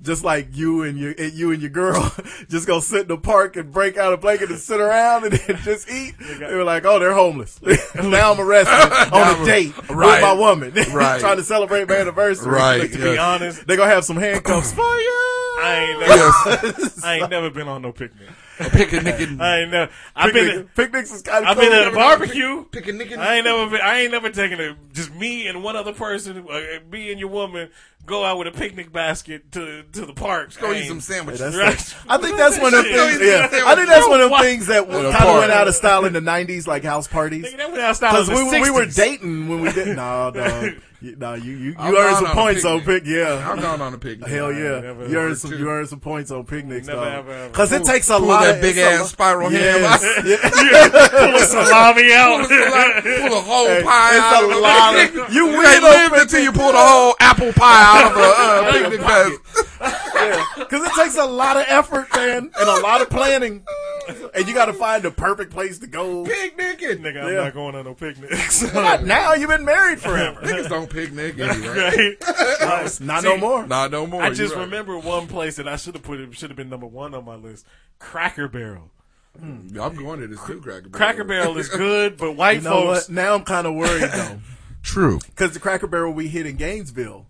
[SPEAKER 13] Just like you and your and you and your girl, just go sit in the park and break out a blanket and sit around and then just eat. They were like, "Oh, they're homeless." now I'm arrested
[SPEAKER 12] Now
[SPEAKER 13] on
[SPEAKER 12] I'm-
[SPEAKER 13] a date
[SPEAKER 12] Right.
[SPEAKER 13] with my woman,
[SPEAKER 12] Right.
[SPEAKER 13] trying to celebrate my anniversary.
[SPEAKER 12] Right,
[SPEAKER 13] Like, to
[SPEAKER 12] yeah.
[SPEAKER 13] be honest, they gonna have some handcuffs for you.
[SPEAKER 2] I ain't never, I ain't never been on no picnic.
[SPEAKER 12] A picnic and-
[SPEAKER 2] I ain't never. I've been
[SPEAKER 12] Picnic- picnics is kinda
[SPEAKER 2] I've been
[SPEAKER 12] cool.
[SPEAKER 2] at a barbecue.
[SPEAKER 12] Picnic and-
[SPEAKER 2] I ain't never. Been, I ain't never taken a just me and one other person, uh, me and your woman, go out with a picnic basket to to the park.
[SPEAKER 12] Let's go
[SPEAKER 2] I
[SPEAKER 12] eat
[SPEAKER 2] ain't-
[SPEAKER 12] some sandwiches.
[SPEAKER 2] Right.
[SPEAKER 12] That's
[SPEAKER 13] I think that's one of the
[SPEAKER 2] Shit.
[SPEAKER 13] things. Yeah, I think that's one of the
[SPEAKER 2] Why-
[SPEAKER 13] things that kind of went out of style in the '90s, like house parties.
[SPEAKER 2] that went out of style in the
[SPEAKER 13] we, were- we were
[SPEAKER 2] 60s.
[SPEAKER 13] dating when we did. No, no, You- no. You you,
[SPEAKER 2] I'm
[SPEAKER 13] you earned
[SPEAKER 2] gone
[SPEAKER 13] some
[SPEAKER 2] on a
[SPEAKER 13] points on
[SPEAKER 2] picnic.
[SPEAKER 13] pick. Yeah,
[SPEAKER 2] I'm gone on a picnic.
[SPEAKER 13] Hell yeah,
[SPEAKER 2] Never,
[SPEAKER 13] you
[SPEAKER 2] never
[SPEAKER 13] earned some
[SPEAKER 2] too.
[SPEAKER 13] you earned some points on picnics
[SPEAKER 2] Never,
[SPEAKER 13] though.
[SPEAKER 2] ever, ever.
[SPEAKER 13] Because it
[SPEAKER 2] Pull-
[SPEAKER 13] takes a
[SPEAKER 2] pull
[SPEAKER 13] lot.
[SPEAKER 2] that
[SPEAKER 13] of-
[SPEAKER 2] big
[SPEAKER 13] it's a-
[SPEAKER 2] ass spiral
[SPEAKER 13] Yes.
[SPEAKER 2] ham out. Yeah, pull a salami out. Pull a salami-
[SPEAKER 12] pull a whole
[SPEAKER 13] Hey,
[SPEAKER 12] pie
[SPEAKER 13] it's
[SPEAKER 12] out
[SPEAKER 13] a
[SPEAKER 12] of a
[SPEAKER 13] lot of-
[SPEAKER 12] picnic.
[SPEAKER 13] You
[SPEAKER 12] They
[SPEAKER 13] win on
[SPEAKER 12] lived until you pulled a whole apple pie out of a uh, picnic basket.
[SPEAKER 13] Because it takes a lot of effort, man, and a lot of planning. And you got to find the perfect place to go.
[SPEAKER 12] Picnicking.
[SPEAKER 2] Nigga, I'm
[SPEAKER 13] Yeah.
[SPEAKER 2] not going on no picnics.
[SPEAKER 13] Not now. You've been married forever.
[SPEAKER 12] Niggas don't picnic anyway.
[SPEAKER 2] Right.
[SPEAKER 13] No, not no more.
[SPEAKER 12] Not no more.
[SPEAKER 2] I
[SPEAKER 12] you
[SPEAKER 2] just
[SPEAKER 12] right.
[SPEAKER 2] remember one place that I should have put it should have been number one on my list. Cracker Barrel.
[SPEAKER 12] I'm going to this new Cracker Barrel.
[SPEAKER 2] Cracker Barrel is good, but white
[SPEAKER 13] you know
[SPEAKER 2] folks.
[SPEAKER 13] What? Now I'm kind of worried though.
[SPEAKER 12] True.
[SPEAKER 13] Because the Cracker Barrel we hit in Gainesville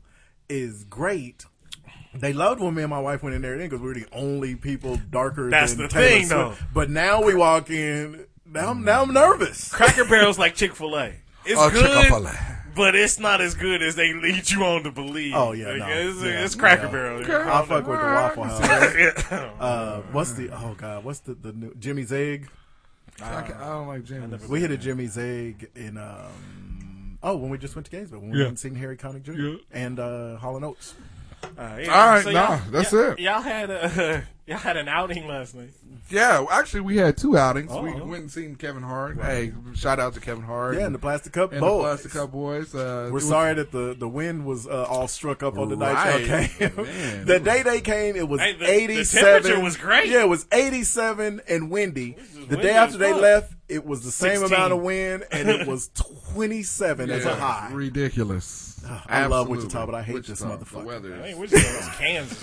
[SPEAKER 13] is great. They loved when me and my wife went in there because we were the only people darker
[SPEAKER 2] That's
[SPEAKER 13] than
[SPEAKER 2] the
[SPEAKER 13] Taylor
[SPEAKER 2] thing,
[SPEAKER 13] Swift.
[SPEAKER 2] though.
[SPEAKER 13] But now we walk in. Now I'm now I'm nervous.
[SPEAKER 2] Cracker Barrel's like Chick Fil A. It's
[SPEAKER 13] Oh,
[SPEAKER 2] good,
[SPEAKER 13] Chick-fil-A.
[SPEAKER 2] but it's not as good as they lead you on to believe.
[SPEAKER 13] Oh yeah,
[SPEAKER 2] Like,
[SPEAKER 13] no.
[SPEAKER 2] it's,
[SPEAKER 13] Yeah,
[SPEAKER 2] it's Cracker
[SPEAKER 13] yeah.
[SPEAKER 2] Barrel.
[SPEAKER 13] I fuck with the Waffle House.
[SPEAKER 2] Yeah.
[SPEAKER 13] uh, what's the oh god? What's the the new Jimmy's egg?
[SPEAKER 12] I, can- I don't like James.
[SPEAKER 13] We hit a Jimmy's egg in um oh when we just went to Gainesville when we
[SPEAKER 12] Yeah.
[SPEAKER 13] went and seen Harry Connick Jr.
[SPEAKER 12] Yeah.
[SPEAKER 13] and uh, Hall and Oates.
[SPEAKER 12] All right, nah, that's
[SPEAKER 2] y'all,
[SPEAKER 12] it.
[SPEAKER 2] Y'all had a y'all had an outing last night.
[SPEAKER 12] Yeah, actually, we had two outings.
[SPEAKER 2] Oh.
[SPEAKER 12] We went and seen Kevin Hart. Hey, shout out to Kevin Hart.
[SPEAKER 13] Yeah, and the Plastic Cup
[SPEAKER 12] and
[SPEAKER 13] Boys.
[SPEAKER 12] The Plastic Cup Boys. Uh,
[SPEAKER 13] We're sorry that the, the wind was uh, all struck up on the night
[SPEAKER 12] Right.
[SPEAKER 13] y'all came.
[SPEAKER 12] Man.
[SPEAKER 13] the day they came, it was
[SPEAKER 2] Oh, Hey, the- the
[SPEAKER 13] 87.
[SPEAKER 2] temperature was great.
[SPEAKER 13] Yeah, it was 87 and windy. The
[SPEAKER 2] windy
[SPEAKER 13] day after
[SPEAKER 2] as
[SPEAKER 13] they
[SPEAKER 2] fuck.
[SPEAKER 13] left, it was the same
[SPEAKER 2] 16.
[SPEAKER 13] amount of wind, and it was 27 as a high.
[SPEAKER 12] Ridiculous.
[SPEAKER 13] I love
[SPEAKER 12] Absolutely.
[SPEAKER 13] Wichita, but I hate
[SPEAKER 12] Wichita,
[SPEAKER 13] this motherfucker.
[SPEAKER 12] The weather
[SPEAKER 2] I
[SPEAKER 12] is-
[SPEAKER 2] mean, which one was Kansas?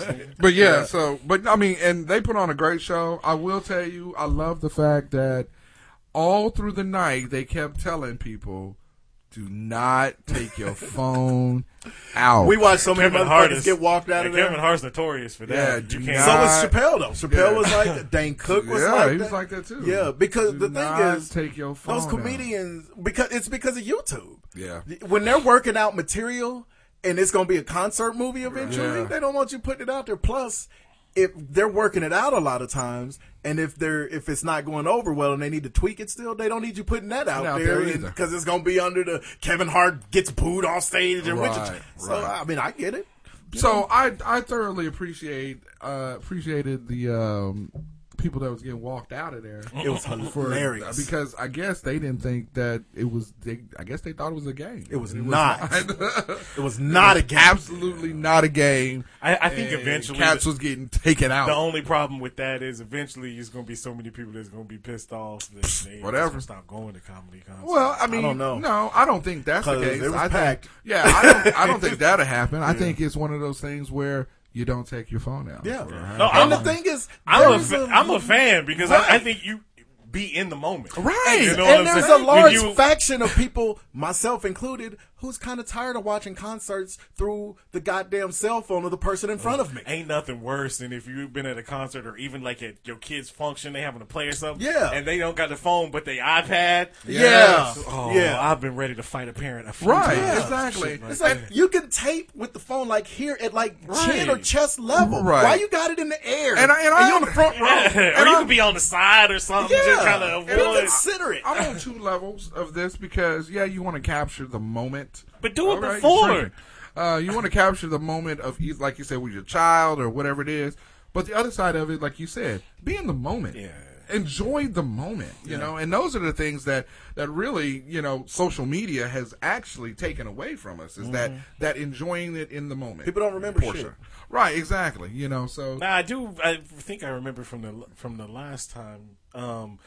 [SPEAKER 2] nigga.
[SPEAKER 12] But yeah, so but I mean, and they put on a great show. I will tell you, I love the fact that all through the night they kept telling people, "Do not take your phone out."
[SPEAKER 13] We watched so many
[SPEAKER 2] Kevin
[SPEAKER 13] motherfuckers
[SPEAKER 2] Hart is-
[SPEAKER 13] get walked out
[SPEAKER 2] yeah,
[SPEAKER 13] of there.
[SPEAKER 2] Kevin Hart's notorious for
[SPEAKER 12] Yeah,
[SPEAKER 2] that.
[SPEAKER 12] do
[SPEAKER 2] you
[SPEAKER 13] So was
[SPEAKER 12] not-
[SPEAKER 13] Chappelle though. Chappelle
[SPEAKER 12] Yeah.
[SPEAKER 13] was like that. Dane Cook was
[SPEAKER 12] Yeah,
[SPEAKER 13] like
[SPEAKER 12] he
[SPEAKER 13] that.
[SPEAKER 12] was like that, too.
[SPEAKER 13] Yeah, because
[SPEAKER 12] Do
[SPEAKER 13] the thing
[SPEAKER 12] not
[SPEAKER 13] is,
[SPEAKER 12] take your
[SPEAKER 13] those
[SPEAKER 12] phone out.
[SPEAKER 13] comedians because it's because of YouTube.
[SPEAKER 12] Yeah.
[SPEAKER 13] when they're working out material and it's going to be a concert movie eventually,
[SPEAKER 12] Yeah.
[SPEAKER 13] they don't want you putting it out there. Plus, if they're working it out a lot of times, and if they're if it's not going over well and they need to tweak it still, they don't need you putting that out,
[SPEAKER 12] out
[SPEAKER 13] there
[SPEAKER 12] there either.
[SPEAKER 13] because it's going to be under the Kevin Hart gets booed off stage and
[SPEAKER 12] Right,
[SPEAKER 13] Wichita. So
[SPEAKER 12] right.
[SPEAKER 13] I mean, I get it.
[SPEAKER 12] So I I thoroughly appreciate uh, appreciated the um, people that was getting walked out of there.
[SPEAKER 13] It was hilarious.
[SPEAKER 12] because I guess they didn't think that it was. They I guess they thought it was a game.
[SPEAKER 13] It was not. It was not a game.
[SPEAKER 12] Absolutely not a game.
[SPEAKER 2] I, I think
[SPEAKER 12] And
[SPEAKER 2] eventually
[SPEAKER 12] Cats
[SPEAKER 2] the-
[SPEAKER 12] was getting taken out.
[SPEAKER 2] The only problem with that is eventually there's going to be so many people that's going to be pissed off that they just
[SPEAKER 12] Whatever.
[SPEAKER 2] gonna stop going to comedy concerts.
[SPEAKER 12] Well, I mean,
[SPEAKER 13] don't know.
[SPEAKER 12] no, I don't think that's the
[SPEAKER 13] 'Cause
[SPEAKER 12] case.
[SPEAKER 13] it was
[SPEAKER 12] I think-
[SPEAKER 13] packed.
[SPEAKER 12] yeah, I don't, I don't think that'll happen. I
[SPEAKER 13] Yeah.
[SPEAKER 12] think it's one of those things where you don't take your phone out.
[SPEAKER 13] Yeah.
[SPEAKER 12] for
[SPEAKER 13] Yeah.
[SPEAKER 12] half
[SPEAKER 2] No,
[SPEAKER 12] hour.
[SPEAKER 13] And
[SPEAKER 2] I'm
[SPEAKER 13] the thing is,
[SPEAKER 2] I'm a,
[SPEAKER 13] there's
[SPEAKER 2] fa- I'm a fan because I, I
[SPEAKER 13] Right.
[SPEAKER 2] think you be in the moment,
[SPEAKER 13] Right.
[SPEAKER 2] You know what
[SPEAKER 13] and
[SPEAKER 2] I'm
[SPEAKER 13] there's
[SPEAKER 2] saying?
[SPEAKER 13] a
[SPEAKER 2] When
[SPEAKER 13] large
[SPEAKER 2] you-
[SPEAKER 13] faction of people, myself included, who's kind of tired of watching concerts through the goddamn cell phone of the person in front of me.
[SPEAKER 2] Ain't nothing worse than if you've been at a concert or even like at your kid's function, they having to play or something.
[SPEAKER 13] Yeah.
[SPEAKER 2] And they don't got the phone, but they iPad.
[SPEAKER 13] Yeah.
[SPEAKER 2] Oh,
[SPEAKER 13] Yeah.
[SPEAKER 2] I've been ready to fight a parent. A few
[SPEAKER 12] Right,
[SPEAKER 2] times.
[SPEAKER 12] exactly.
[SPEAKER 2] Shit like
[SPEAKER 13] It's like
[SPEAKER 2] that.
[SPEAKER 13] you can tape with the phone like here at like
[SPEAKER 2] Right.
[SPEAKER 13] chin or chest level.
[SPEAKER 12] Right.
[SPEAKER 13] Why you got it in the air?
[SPEAKER 12] And I- and I-
[SPEAKER 13] you on the front row.
[SPEAKER 2] or you could be on the side or something. Just
[SPEAKER 13] Yeah.
[SPEAKER 2] kind of
[SPEAKER 13] Be
[SPEAKER 2] avoid.
[SPEAKER 13] considerate.
[SPEAKER 12] I'm on two levels of this because yeah, you want to capture the moment,
[SPEAKER 2] But do it
[SPEAKER 12] All right,
[SPEAKER 2] before.
[SPEAKER 12] sure. Uh, you want to capture the moment of eith- like you said with your child or whatever it is. But the other side of it, like you said, be in the moment. Yeah. Enjoy the moment, you know, and those are the things that that really, you know, social media has actually taken away from us is that that enjoying it in the moment.
[SPEAKER 13] Mm-hmm. People don't remember
[SPEAKER 12] Portia.
[SPEAKER 13] shit.
[SPEAKER 12] right? Exactly, you know. So
[SPEAKER 2] Now I do. I think I remember from the from the last time. Um,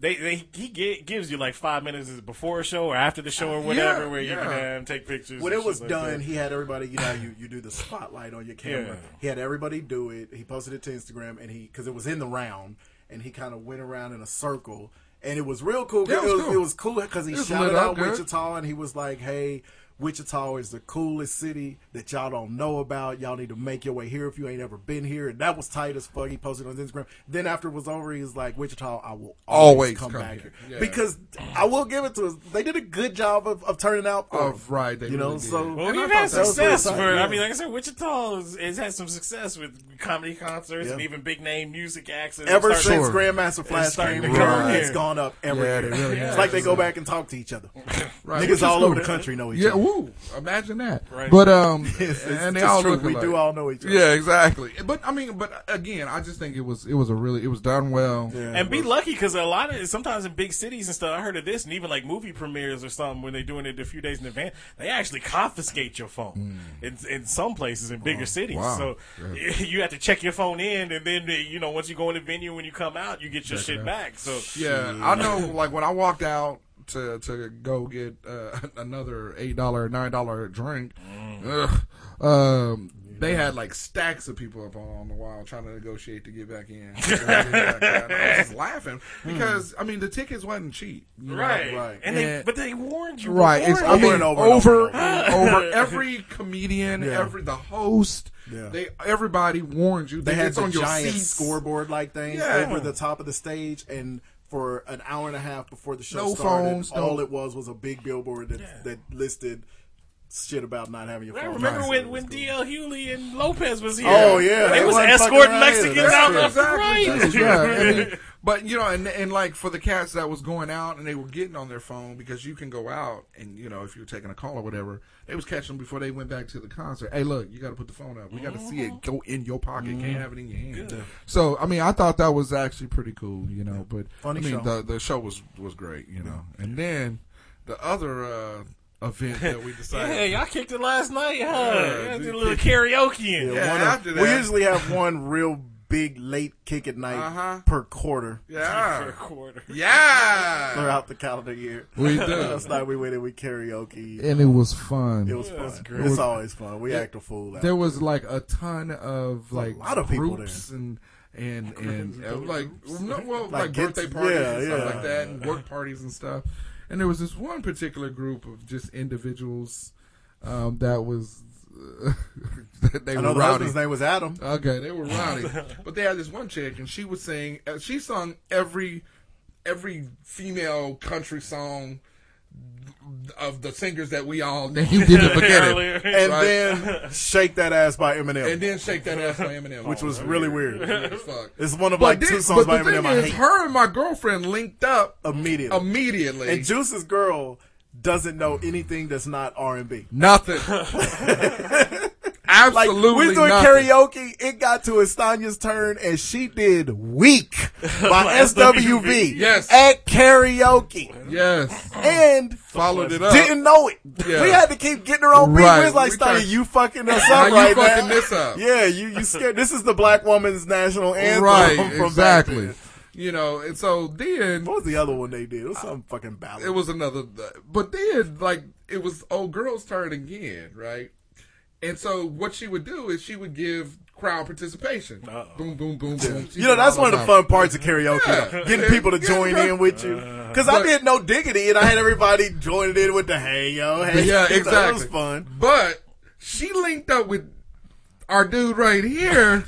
[SPEAKER 2] they they he gi- gives you like five minutes is it before a show or after the show or whatever, where you can
[SPEAKER 12] yeah.
[SPEAKER 2] have, take pictures.
[SPEAKER 13] when
[SPEAKER 2] and
[SPEAKER 13] it
[SPEAKER 2] shit
[SPEAKER 13] was
[SPEAKER 2] like
[SPEAKER 13] done,
[SPEAKER 2] that.
[SPEAKER 13] he had everybody. You know, you, you do the spotlight on your camera.
[SPEAKER 2] Yeah.
[SPEAKER 13] He had everybody do it. He posted it to Instagram, and he because it was in the round, and he kind of went around in a circle, and it was real cool.
[SPEAKER 12] Yeah, it was
[SPEAKER 13] it, was,
[SPEAKER 12] cool.
[SPEAKER 13] it was cool because he
[SPEAKER 12] It was
[SPEAKER 13] shouted
[SPEAKER 12] lit up
[SPEAKER 13] out
[SPEAKER 12] good.
[SPEAKER 13] Wichita, and he was like, "Hey." Wichita is the coolest city that y'all don't know about. Y'all need to make your way here if you ain't ever been here. And that was tight as fuck. He posted on his Instagram. Then after it was over, he was like, Wichita, I will always,
[SPEAKER 12] Always
[SPEAKER 13] come,
[SPEAKER 12] come
[SPEAKER 13] back
[SPEAKER 12] here.
[SPEAKER 13] here.
[SPEAKER 12] Yeah.
[SPEAKER 13] Because I will give it to us. They did a good job of, of turning out. For us.
[SPEAKER 12] Of right, they
[SPEAKER 13] you know,
[SPEAKER 12] really did.
[SPEAKER 13] so
[SPEAKER 2] Well,
[SPEAKER 13] and I
[SPEAKER 2] we've
[SPEAKER 13] thought
[SPEAKER 2] had
[SPEAKER 13] that was really
[SPEAKER 2] success
[SPEAKER 13] tight.
[SPEAKER 2] for.
[SPEAKER 13] Yeah.
[SPEAKER 2] I mean, like I said, Wichita has, has had some success with comedy concerts
[SPEAKER 13] Yeah.
[SPEAKER 2] and even big name music acts. and
[SPEAKER 13] Ever
[SPEAKER 2] starting-
[SPEAKER 13] since Grandmaster
[SPEAKER 2] and
[SPEAKER 13] Flash
[SPEAKER 2] starting
[SPEAKER 13] came,
[SPEAKER 2] to
[SPEAKER 13] in,
[SPEAKER 2] come here.
[SPEAKER 13] it's gone up every
[SPEAKER 12] Yeah,
[SPEAKER 13] year.
[SPEAKER 12] they really
[SPEAKER 13] it's
[SPEAKER 12] have.
[SPEAKER 13] like they go back and talk to each other.
[SPEAKER 12] Right, which
[SPEAKER 13] Niggas
[SPEAKER 12] is
[SPEAKER 13] all over
[SPEAKER 12] cool.
[SPEAKER 13] the country know each
[SPEAKER 12] yeah,
[SPEAKER 13] other.
[SPEAKER 12] Ooh, imagine that.
[SPEAKER 13] Right.
[SPEAKER 12] But um,
[SPEAKER 13] It's- it's-
[SPEAKER 12] and they
[SPEAKER 13] it's
[SPEAKER 12] all
[SPEAKER 13] true.
[SPEAKER 12] look
[SPEAKER 13] We do
[SPEAKER 12] alike.
[SPEAKER 13] all know each other.
[SPEAKER 12] Yeah, exactly. But I mean, but again, I just think it was it was a really it was done well.
[SPEAKER 2] And be lucky because a lot of sometimes in big cities and stuff, I heard of this, and even like movie premieres or something when they're doing it a few days in advance, they actually confiscate your phone
[SPEAKER 13] Hmm.
[SPEAKER 2] in, in some places in bigger cities.
[SPEAKER 12] wow.
[SPEAKER 2] So
[SPEAKER 12] Yeah.
[SPEAKER 2] you have to check your phone in, and then they, you know once you go in the venue when you come out, you get your shit back. So
[SPEAKER 12] Yeah, I know. Like when I walked out to to go get uh, another eight dollar nine dollar drink,
[SPEAKER 13] Mm.
[SPEAKER 12] ugh, um, they had like stacks of people up on the wall trying to negotiate to get back in. I was just laughing because I mean the tickets wasn't cheap, you know?
[SPEAKER 2] Right. Right. And they- but they warned you
[SPEAKER 12] Right, it's
[SPEAKER 2] beforehand.
[SPEAKER 12] I mean,
[SPEAKER 2] Over
[SPEAKER 12] over
[SPEAKER 2] and over
[SPEAKER 12] over,
[SPEAKER 2] and over.
[SPEAKER 12] every comedian,
[SPEAKER 13] Yeah.
[SPEAKER 12] every the host,
[SPEAKER 13] Yeah.
[SPEAKER 12] they everybody warned you.
[SPEAKER 13] They
[SPEAKER 12] that
[SPEAKER 13] had
[SPEAKER 12] it's
[SPEAKER 13] the
[SPEAKER 12] on your
[SPEAKER 13] giant
[SPEAKER 12] seats.
[SPEAKER 13] scoreboard like thing
[SPEAKER 12] Yeah.
[SPEAKER 13] over the top of the stage, and for an hour and a half before the show
[SPEAKER 12] No
[SPEAKER 13] started,
[SPEAKER 12] phones, no-
[SPEAKER 13] all it was was a big billboard that, that listed shit about not having your
[SPEAKER 2] I
[SPEAKER 13] phone.
[SPEAKER 2] remember when, when DL Hewley and Lopez was here.
[SPEAKER 13] Oh, yeah.
[SPEAKER 2] They
[SPEAKER 13] They
[SPEAKER 2] was
[SPEAKER 13] wasn't fucking
[SPEAKER 2] escorting
[SPEAKER 13] around either.
[SPEAKER 2] Mexicans
[SPEAKER 13] That's
[SPEAKER 2] out
[SPEAKER 13] true.
[SPEAKER 2] left and right.
[SPEAKER 12] That's- yeah, I mean, but you know, and and like for the cats that was going out and they were getting on their phone because you can go out and you know if you're taking a call or whatever, they was catching them before they went back to the concert. Hey, look, you got to put the phone up. We got to see it go in your pocket.
[SPEAKER 13] Mm-hmm.
[SPEAKER 12] Can't have it in your hand. So I mean, I thought that was actually pretty cool, you know. But
[SPEAKER 13] Funny
[SPEAKER 12] I mean,
[SPEAKER 13] show.
[SPEAKER 12] the the show was was great, you know. And then the other uh, event that we decided.
[SPEAKER 2] Hey, y'all kicked it last night, huh?
[SPEAKER 12] Yeah,
[SPEAKER 2] Y'all
[SPEAKER 12] we
[SPEAKER 2] did a little
[SPEAKER 12] kicked
[SPEAKER 2] karaoke.
[SPEAKER 13] Yeah,
[SPEAKER 2] in.
[SPEAKER 13] one of- we usually have one real big late kick at night
[SPEAKER 2] Uh-huh.
[SPEAKER 13] per quarter.
[SPEAKER 12] Yeah.
[SPEAKER 2] Per quarter.
[SPEAKER 12] Yeah.
[SPEAKER 13] Throughout the calendar year,
[SPEAKER 12] We do.
[SPEAKER 13] Last night we went and we karaoke,
[SPEAKER 12] And it was fun.
[SPEAKER 13] It was
[SPEAKER 12] Yeah.
[SPEAKER 13] fun.
[SPEAKER 12] It
[SPEAKER 13] It's
[SPEAKER 12] was-
[SPEAKER 13] always fun. We
[SPEAKER 12] it-
[SPEAKER 13] act a fool. out
[SPEAKER 12] There was like a ton of like
[SPEAKER 13] lot of people
[SPEAKER 12] groups and and and uh, like
[SPEAKER 13] Groups.
[SPEAKER 12] no, well like,
[SPEAKER 13] Like get-
[SPEAKER 12] birthday parties
[SPEAKER 13] yeah,
[SPEAKER 12] and stuff
[SPEAKER 13] yeah.
[SPEAKER 12] like that and work parties and stuff. And there was this one particular group of just individuals um, that was. Uh, they
[SPEAKER 13] I
[SPEAKER 12] were
[SPEAKER 13] know the
[SPEAKER 12] rowdy. Uh,
[SPEAKER 13] husband's name was Adam.
[SPEAKER 12] Okay, they were rowdy, but they had this one chick, and she would sing. uh, She sung every every female country song of the singers that we all named in the beginning,
[SPEAKER 13] and
[SPEAKER 12] Right?
[SPEAKER 13] then "Shake That Ass" by Eminem,
[SPEAKER 12] and then shake that ass by Eminem,
[SPEAKER 13] which
[SPEAKER 12] Oh,
[SPEAKER 13] was
[SPEAKER 12] that
[SPEAKER 13] really
[SPEAKER 12] weird. Weird as
[SPEAKER 13] weird.
[SPEAKER 12] fuck.
[SPEAKER 13] It's one of
[SPEAKER 12] But
[SPEAKER 13] like
[SPEAKER 12] thi-
[SPEAKER 13] two songs by
[SPEAKER 12] but the
[SPEAKER 13] Eminem.
[SPEAKER 12] thing
[SPEAKER 13] I
[SPEAKER 12] is,
[SPEAKER 13] hate
[SPEAKER 12] her and my girlfriend linked up
[SPEAKER 13] immediately.
[SPEAKER 12] immediately.
[SPEAKER 13] And Juice's girl doesn't know anything that's not R and B.
[SPEAKER 12] nothing. Absolutely
[SPEAKER 13] Like, we was doing
[SPEAKER 12] nothing.
[SPEAKER 13] karaoke. It got to Estanya's turn, and she did "Weak"
[SPEAKER 12] By
[SPEAKER 13] by SWV.
[SPEAKER 12] Yes.
[SPEAKER 13] at karaoke,
[SPEAKER 12] Yes,
[SPEAKER 13] and
[SPEAKER 12] followed it up.
[SPEAKER 13] Didn't know it.
[SPEAKER 12] Uh, Yeah.
[SPEAKER 13] We had to keep getting her on beat.
[SPEAKER 12] Right.
[SPEAKER 13] We was like,
[SPEAKER 12] We
[SPEAKER 13] Stanya,
[SPEAKER 12] tried-
[SPEAKER 13] you fucking us
[SPEAKER 12] Now
[SPEAKER 13] up
[SPEAKER 12] you
[SPEAKER 13] right
[SPEAKER 12] fucking
[SPEAKER 13] now.
[SPEAKER 12] this up.
[SPEAKER 13] Yeah, you you scared. This is the black woman's national anthem.
[SPEAKER 12] right,
[SPEAKER 13] from Back
[SPEAKER 12] exactly.
[SPEAKER 13] then.
[SPEAKER 12] You know, and so then
[SPEAKER 13] What was the other one they did? It was some fucking ballad.
[SPEAKER 12] it was another but then like it was old girl's turn again right and so what she would do is she would give crowd participation boom boom boom boom
[SPEAKER 13] You know, that's one of the fun parts of karaoke.
[SPEAKER 12] Yeah.
[SPEAKER 13] though. Getting people to
[SPEAKER 12] Yeah,
[SPEAKER 13] join
[SPEAKER 12] bro.
[SPEAKER 13] in with you. Because I
[SPEAKER 12] But-
[SPEAKER 13] did no diggity and I had everybody joining in with the hey, yo, hey.
[SPEAKER 12] yeah
[SPEAKER 13] You know,
[SPEAKER 12] exactly
[SPEAKER 13] It was fun.
[SPEAKER 12] but she linked up with our dude right here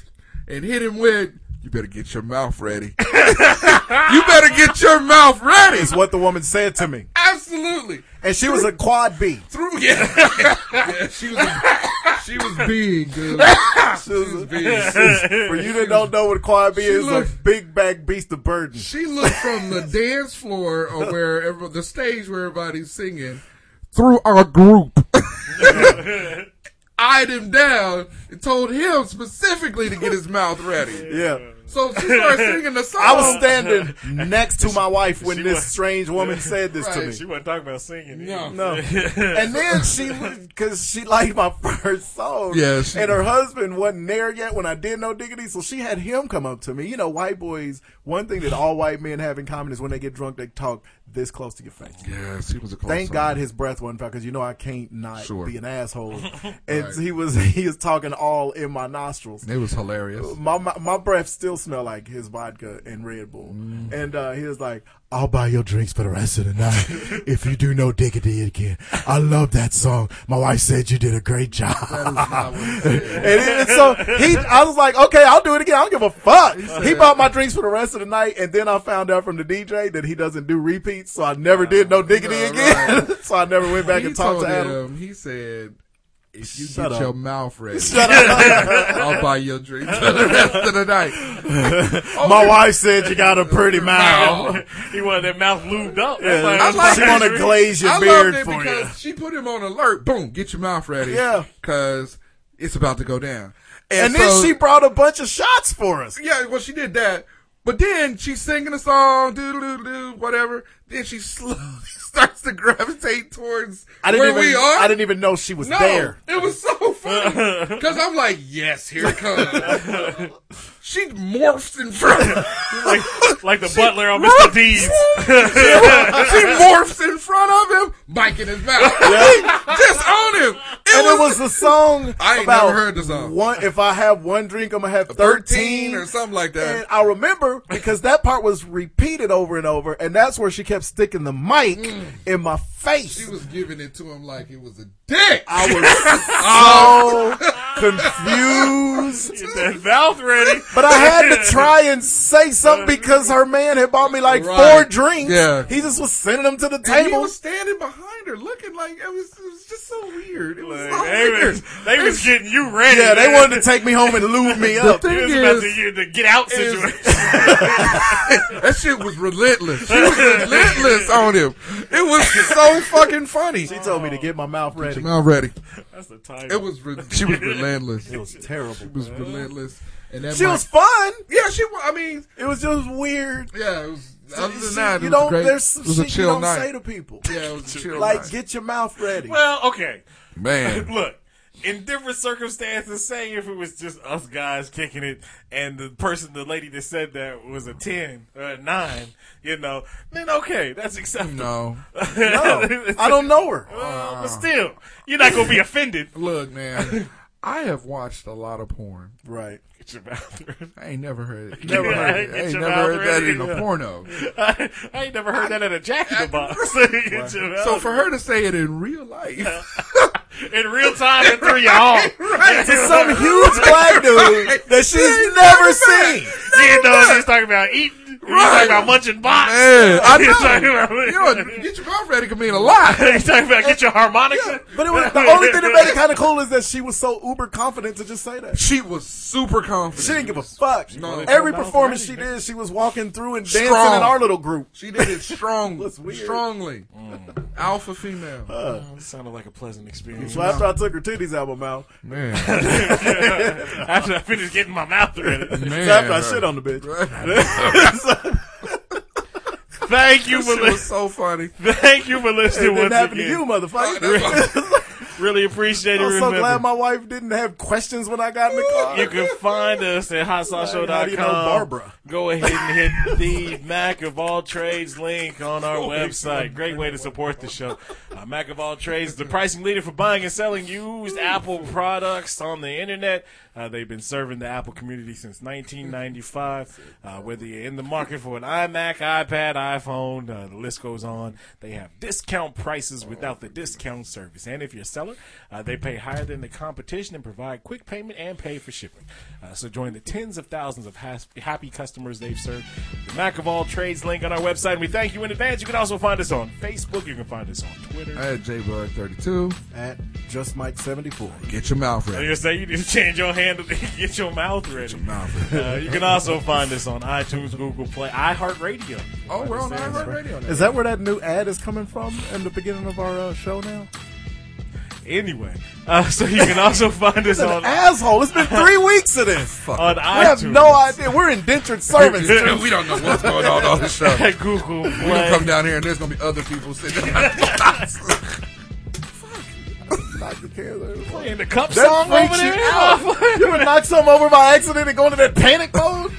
[SPEAKER 12] and hit him with you better get your mouth ready you better get your mouth ready
[SPEAKER 13] It's what the woman said to me.
[SPEAKER 12] absolutely
[SPEAKER 13] And she was a quad B.
[SPEAKER 12] through yeah, yeah she was she was big dude she was big
[SPEAKER 13] For you that don't know what quad B
[SPEAKER 12] She
[SPEAKER 13] is, a
[SPEAKER 12] looked-
[SPEAKER 13] big bag beast of burden.
[SPEAKER 12] She looked from the dance floor or where every- the stage where everybody's singing through our group. Eyed him down and told him specifically to get his mouth ready.
[SPEAKER 13] Yeah.
[SPEAKER 12] So she started singing the song.
[SPEAKER 13] I was standing next to my wife when
[SPEAKER 2] Oh. She
[SPEAKER 13] this
[SPEAKER 2] was-
[SPEAKER 13] strange woman said this to
[SPEAKER 12] Right,
[SPEAKER 13] me.
[SPEAKER 2] She wasn't talking about singing.
[SPEAKER 12] No.
[SPEAKER 13] No. and then she, because she liked my first song.
[SPEAKER 12] Yeah, she-
[SPEAKER 13] and her husband wasn't there yet when I did No Diggity, so she had him come up to me. You know, white boys, one thing that all white men have in common is when they get drunk, they talk this close to your face.
[SPEAKER 12] Yeah, she was a close
[SPEAKER 13] Thank
[SPEAKER 12] one.
[SPEAKER 13] God his breath wasn't foul because you know I can't not
[SPEAKER 12] Sure.
[SPEAKER 13] be an asshole. And
[SPEAKER 12] Right.
[SPEAKER 13] he was he was talking all in my nostrils.
[SPEAKER 12] It was hilarious. Mm.
[SPEAKER 13] My, my my breath still smell like his vodka and Red Bull. And uh, he was like,
[SPEAKER 14] I'll buy your drinks for the rest of the night if you do no diggity again. I love that song. My wife said you did a great job.
[SPEAKER 13] and, then- so he, I was like, okay, I'll do it again. I don't give a fuck. He bought my drinks for the rest of the night, and then I found out from the DJ that he doesn't do repeats, so I never did no diggity again. so I never went back
[SPEAKER 12] He
[SPEAKER 13] and talked
[SPEAKER 12] told
[SPEAKER 13] to Adam.
[SPEAKER 12] him- He said, "If you
[SPEAKER 13] Shut
[SPEAKER 12] get
[SPEAKER 13] up.
[SPEAKER 12] your mouth ready,
[SPEAKER 13] Shut up.
[SPEAKER 12] I'll buy your drink for the rest of the night."
[SPEAKER 14] My wife said you got a pretty mouth.
[SPEAKER 2] he wanted that mouth lubed up.
[SPEAKER 14] Yeah,
[SPEAKER 2] That's why
[SPEAKER 14] I
[SPEAKER 2] he was
[SPEAKER 14] like-
[SPEAKER 2] wondering.
[SPEAKER 14] wanna glaze your
[SPEAKER 12] I
[SPEAKER 14] beard
[SPEAKER 12] loved it
[SPEAKER 14] for
[SPEAKER 12] because
[SPEAKER 14] you.
[SPEAKER 12] She put him on alert. Boom, get your mouth ready.
[SPEAKER 13] Yeah.
[SPEAKER 12] because it's about to go down.
[SPEAKER 13] And then she brought a bunch of shots for us.
[SPEAKER 12] Yeah, well, she did that. But then she's singing a song, doo doo doo, whatever. Then she slowly starts to gravitate towards
[SPEAKER 13] I didn't
[SPEAKER 12] where
[SPEAKER 13] even,
[SPEAKER 12] we are.
[SPEAKER 13] I didn't even know she was
[SPEAKER 12] no,
[SPEAKER 13] there.
[SPEAKER 12] it was so funny because I'm like, yes, here it comes. she morphs in front of
[SPEAKER 2] like, like the butler on Mr. Deeds.
[SPEAKER 12] she morphs in front of him, mic in his mouth. Just on him. It
[SPEAKER 13] and
[SPEAKER 12] was,
[SPEAKER 13] it was the song.
[SPEAKER 12] I ain't
[SPEAKER 13] about
[SPEAKER 12] never heard the song.
[SPEAKER 13] One, if I have one drink, I'm gonna have
[SPEAKER 12] 13
[SPEAKER 13] thirteen,
[SPEAKER 12] or something like that.
[SPEAKER 13] And I remember because that part was repeated over and over, and that's where she kept sticking the mic in my face.
[SPEAKER 12] Mm. She was giving it to him like it was a dick.
[SPEAKER 13] I was so Oh, confused.
[SPEAKER 2] Get that mouth ready.
[SPEAKER 13] But I had to try and say something because her man had bought me like
[SPEAKER 12] Right.
[SPEAKER 13] four drinks.
[SPEAKER 12] Yeah.
[SPEAKER 13] He just was sending them to the
[SPEAKER 12] And he
[SPEAKER 13] table.
[SPEAKER 12] was standing behind her, looking like it was, it was just so weird. It was so
[SPEAKER 2] They
[SPEAKER 12] weird.
[SPEAKER 2] was, they was getting you ready.
[SPEAKER 13] yeah, they
[SPEAKER 2] man.
[SPEAKER 13] wanted to take me home and lube me
[SPEAKER 12] The
[SPEAKER 13] up.
[SPEAKER 12] thing
[SPEAKER 2] It was about
[SPEAKER 12] is-
[SPEAKER 2] to, you, the get out situation.
[SPEAKER 12] that shit was relentless. She was relentless on him. It was so fucking funny.
[SPEAKER 13] She told me to get my mouth ready.
[SPEAKER 12] Get your mouth ready.
[SPEAKER 2] That's the title.
[SPEAKER 12] It was re- she was relentless.
[SPEAKER 13] It was terrible.
[SPEAKER 12] She was relentless. And that
[SPEAKER 13] She
[SPEAKER 12] mic-
[SPEAKER 13] was fun.
[SPEAKER 12] Yeah, she. wa- I mean,
[SPEAKER 13] It was just weird.
[SPEAKER 12] yeah. It was,
[SPEAKER 13] So
[SPEAKER 12] other than
[SPEAKER 13] she-
[SPEAKER 12] that, it
[SPEAKER 13] you
[SPEAKER 12] was a
[SPEAKER 13] don't-
[SPEAKER 12] great.
[SPEAKER 13] there's some
[SPEAKER 12] it was a
[SPEAKER 13] shit you
[SPEAKER 12] chill
[SPEAKER 13] don't
[SPEAKER 12] night.
[SPEAKER 13] say to people.
[SPEAKER 12] Yeah, it was a chill
[SPEAKER 13] Like,
[SPEAKER 12] night.
[SPEAKER 13] get your mouth ready.
[SPEAKER 2] well, okay.
[SPEAKER 12] Man,
[SPEAKER 2] Look, in different circumstances, saying if it was just us guys kicking it and the person, the lady that said that was a 10 or a 9, you know, then okay, that's acceptable.
[SPEAKER 12] no.
[SPEAKER 13] no, I don't know her.
[SPEAKER 2] Uh, but still, you're not going to be offended.
[SPEAKER 12] Look, man. I have watched a lot of porn.
[SPEAKER 13] Right.
[SPEAKER 2] Get your mouth ready.
[SPEAKER 12] I ain't never heard it.
[SPEAKER 2] Yeah,
[SPEAKER 12] Never heard it. I
[SPEAKER 2] get
[SPEAKER 12] ain't
[SPEAKER 2] your
[SPEAKER 12] never
[SPEAKER 2] mouth
[SPEAKER 12] heard that
[SPEAKER 2] ready.
[SPEAKER 12] in a
[SPEAKER 2] Yeah.
[SPEAKER 12] porno.
[SPEAKER 2] I, I ain't never heard that at a Jack in the Box.
[SPEAKER 12] So for her to say it in real life,
[SPEAKER 2] in real time, it threw you off.
[SPEAKER 13] To some huge black dude that she's never seen.
[SPEAKER 2] You didn't know she was talking about eating. She was
[SPEAKER 12] Right.
[SPEAKER 2] talking about munching box.
[SPEAKER 12] man, I
[SPEAKER 2] She was talking
[SPEAKER 12] know.
[SPEAKER 2] about-
[SPEAKER 12] you know, get your mouth ready can mean a lot.
[SPEAKER 2] He's talking about get your harmonica.
[SPEAKER 13] But it was, the only thing that made it kind of cool is that she was so uber confident to just say that.
[SPEAKER 12] She was super confident.
[SPEAKER 13] She didn't give a fuck.
[SPEAKER 12] No.
[SPEAKER 13] Every performance she did, she was walking through and dancing
[SPEAKER 12] Strong.
[SPEAKER 13] in our little group.
[SPEAKER 12] She did it strong,
[SPEAKER 13] What's weird.
[SPEAKER 12] strongly. Mm. Alpha female.
[SPEAKER 2] Oh, that sounded like a pleasant experience.
[SPEAKER 13] So after I took her titties out of my mouth,
[SPEAKER 12] Man,
[SPEAKER 2] after I finished getting my mouth ready.
[SPEAKER 13] so after I
[SPEAKER 12] man.
[SPEAKER 13] shit on the bitch.
[SPEAKER 2] Thank you for
[SPEAKER 12] She was
[SPEAKER 2] listening.
[SPEAKER 12] so funny.
[SPEAKER 2] Thank you for listening
[SPEAKER 13] It didn't
[SPEAKER 2] once
[SPEAKER 13] happen to
[SPEAKER 2] again.
[SPEAKER 13] you, motherfucker.
[SPEAKER 12] That's why-
[SPEAKER 2] Really appreciate it.
[SPEAKER 13] I'm so
[SPEAKER 2] Remember,
[SPEAKER 13] glad my wife didn't have questions when I got in the car.
[SPEAKER 2] you can find us at
[SPEAKER 13] How do you know
[SPEAKER 2] hotsauceshow.com.
[SPEAKER 13] Barbara?
[SPEAKER 2] Go ahead and hit the Mac of All Trades link on our website. Great way to support the show. Uh, Mac of All Trades, the pricing leader for buying and selling used Apple products on the internet. Uh, they've been serving the Apple community since 1995. Uh, whether you're in the market for an iMac, iPad, iPhone, uh, the list goes on. They have discount prices without the discount service. And if you're a seller, uh, they pay higher than the competition and provide quick payment and pay for shipping. Uh, so join the tens of thousands of has- happy customers they've served. The Mac of All Trades link on our website. And we thank you in advance. You can also find us on Facebook. You can find us on Twitter.
[SPEAKER 12] I had JBug32.
[SPEAKER 13] At Just Mike 74.
[SPEAKER 12] Get your mouth
[SPEAKER 2] I
[SPEAKER 12] ready.
[SPEAKER 2] was gonna say you need to change your handle to get your mouth ready.
[SPEAKER 12] mouth
[SPEAKER 2] Uh, you can also find us on iTunes, Google Play, iHeartRadio.
[SPEAKER 12] Oh, we're on iHeartRadio now.
[SPEAKER 13] Is that where that new ad is coming from in the beginning of our uh, show now?
[SPEAKER 2] Anyway, uh, so you can also find us
[SPEAKER 13] An
[SPEAKER 2] on
[SPEAKER 13] asshole. It's been three weeks of this. I
[SPEAKER 2] on iTunes.
[SPEAKER 13] have no idea. We're indentured servants. dude.
[SPEAKER 12] we don't know what's going on on the show.
[SPEAKER 2] At Google
[SPEAKER 12] We're gonna come
[SPEAKER 2] Play.
[SPEAKER 12] down here and there's gonna be other people sitting.
[SPEAKER 13] Knock the cans over.
[SPEAKER 2] Playing the cup
[SPEAKER 13] That
[SPEAKER 2] song over
[SPEAKER 13] freaks you
[SPEAKER 2] there.
[SPEAKER 13] out. You ever knock something over by accident and go into that panic mode?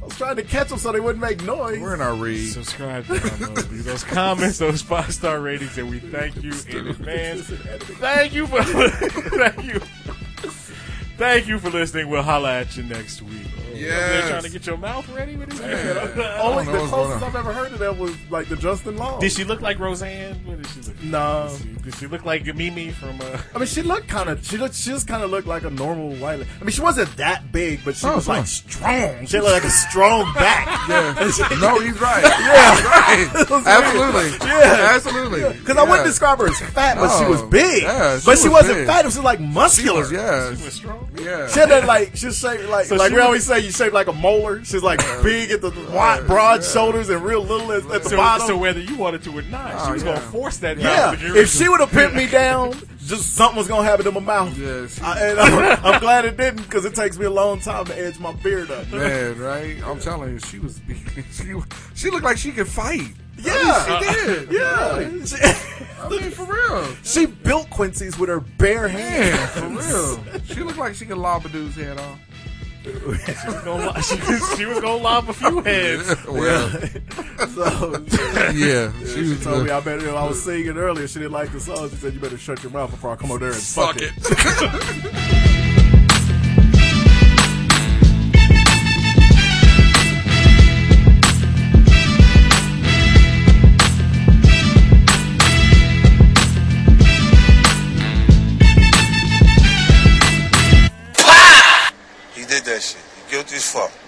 [SPEAKER 13] I was trying to catch them so they wouldn't make noise.
[SPEAKER 12] We're in our read.
[SPEAKER 2] Subscribe to download these- those comments, those five star ratings, and we thank you in advance. Thank you
[SPEAKER 13] Oh,
[SPEAKER 2] for thank you, thank you for listening. We'll holla at you next week. You're up there trying to get your mouth ready with his hand.
[SPEAKER 13] Only the closest I've ever heard of that was like the Justin Long.
[SPEAKER 2] Did she look like Roseanne? What did she look?
[SPEAKER 13] No.
[SPEAKER 2] Did she, did she look like Mimi from? Uh,
[SPEAKER 13] I mean, she looked kind of. She looked. She just kind of looked like a normal white. lady. I mean, she wasn't that big, but she
[SPEAKER 12] Oh,
[SPEAKER 13] was
[SPEAKER 12] huh.
[SPEAKER 13] like strong. She looked like a strong back.
[SPEAKER 12] Yeah. No, he's right.
[SPEAKER 13] Yeah,
[SPEAKER 12] He's right.
[SPEAKER 13] It was weird.
[SPEAKER 12] Absolutely.
[SPEAKER 13] Yeah,
[SPEAKER 12] Absolutely.
[SPEAKER 13] Because I wouldn't
[SPEAKER 12] Yeah.
[SPEAKER 13] describe her as fat, but she
[SPEAKER 12] No.
[SPEAKER 13] was big.
[SPEAKER 12] Yeah, she
[SPEAKER 13] but she
[SPEAKER 12] was
[SPEAKER 13] wasn't
[SPEAKER 12] big.
[SPEAKER 13] fat. It was just like muscular.
[SPEAKER 12] She was, yeah. She
[SPEAKER 2] was strong.
[SPEAKER 12] Yeah.
[SPEAKER 13] She had that like she was shaped like
[SPEAKER 12] So
[SPEAKER 13] like
[SPEAKER 12] she
[SPEAKER 13] we
[SPEAKER 12] was-
[SPEAKER 13] always say you shaped like a molar. She's like big at the wide, broad shoulders and real little at, at the
[SPEAKER 2] so,
[SPEAKER 13] bottom.
[SPEAKER 2] so whether you wanted to or not, she
[SPEAKER 13] Oh,
[SPEAKER 2] was
[SPEAKER 13] yeah.
[SPEAKER 2] gonna force that.
[SPEAKER 13] yeah,
[SPEAKER 2] mouth to get rid
[SPEAKER 13] if
[SPEAKER 2] of
[SPEAKER 13] she
[SPEAKER 2] it.
[SPEAKER 13] would have pinned me down, just something was gonna happen to my mouth.
[SPEAKER 12] Yes,
[SPEAKER 13] I, and I'm, I'm glad it didn't because it takes me a long time to edge my beard up.
[SPEAKER 12] Man, right? I'm telling you, she was. She, she looked like she could fight.
[SPEAKER 13] Yeah.
[SPEAKER 12] I mean, she did.
[SPEAKER 13] Uh, Yeah.
[SPEAKER 12] Really. I mean, for real.
[SPEAKER 13] She built Quincy's with her bare
[SPEAKER 12] Man,
[SPEAKER 13] hands.
[SPEAKER 12] for real. She looked like she could lob a dude's head off.
[SPEAKER 2] she was gonna lob, she, was- she was gonna lob a few heads.
[SPEAKER 12] Well,
[SPEAKER 13] So
[SPEAKER 12] Yeah,
[SPEAKER 13] she,
[SPEAKER 12] she was-
[SPEAKER 13] told me I better. I was singing earlier. She didn't like the song. She said, "You better shut your mouth before I come over there and fuck,
[SPEAKER 12] Fuck
[SPEAKER 13] it."
[SPEAKER 8] He did that shit. You guilty as fuck.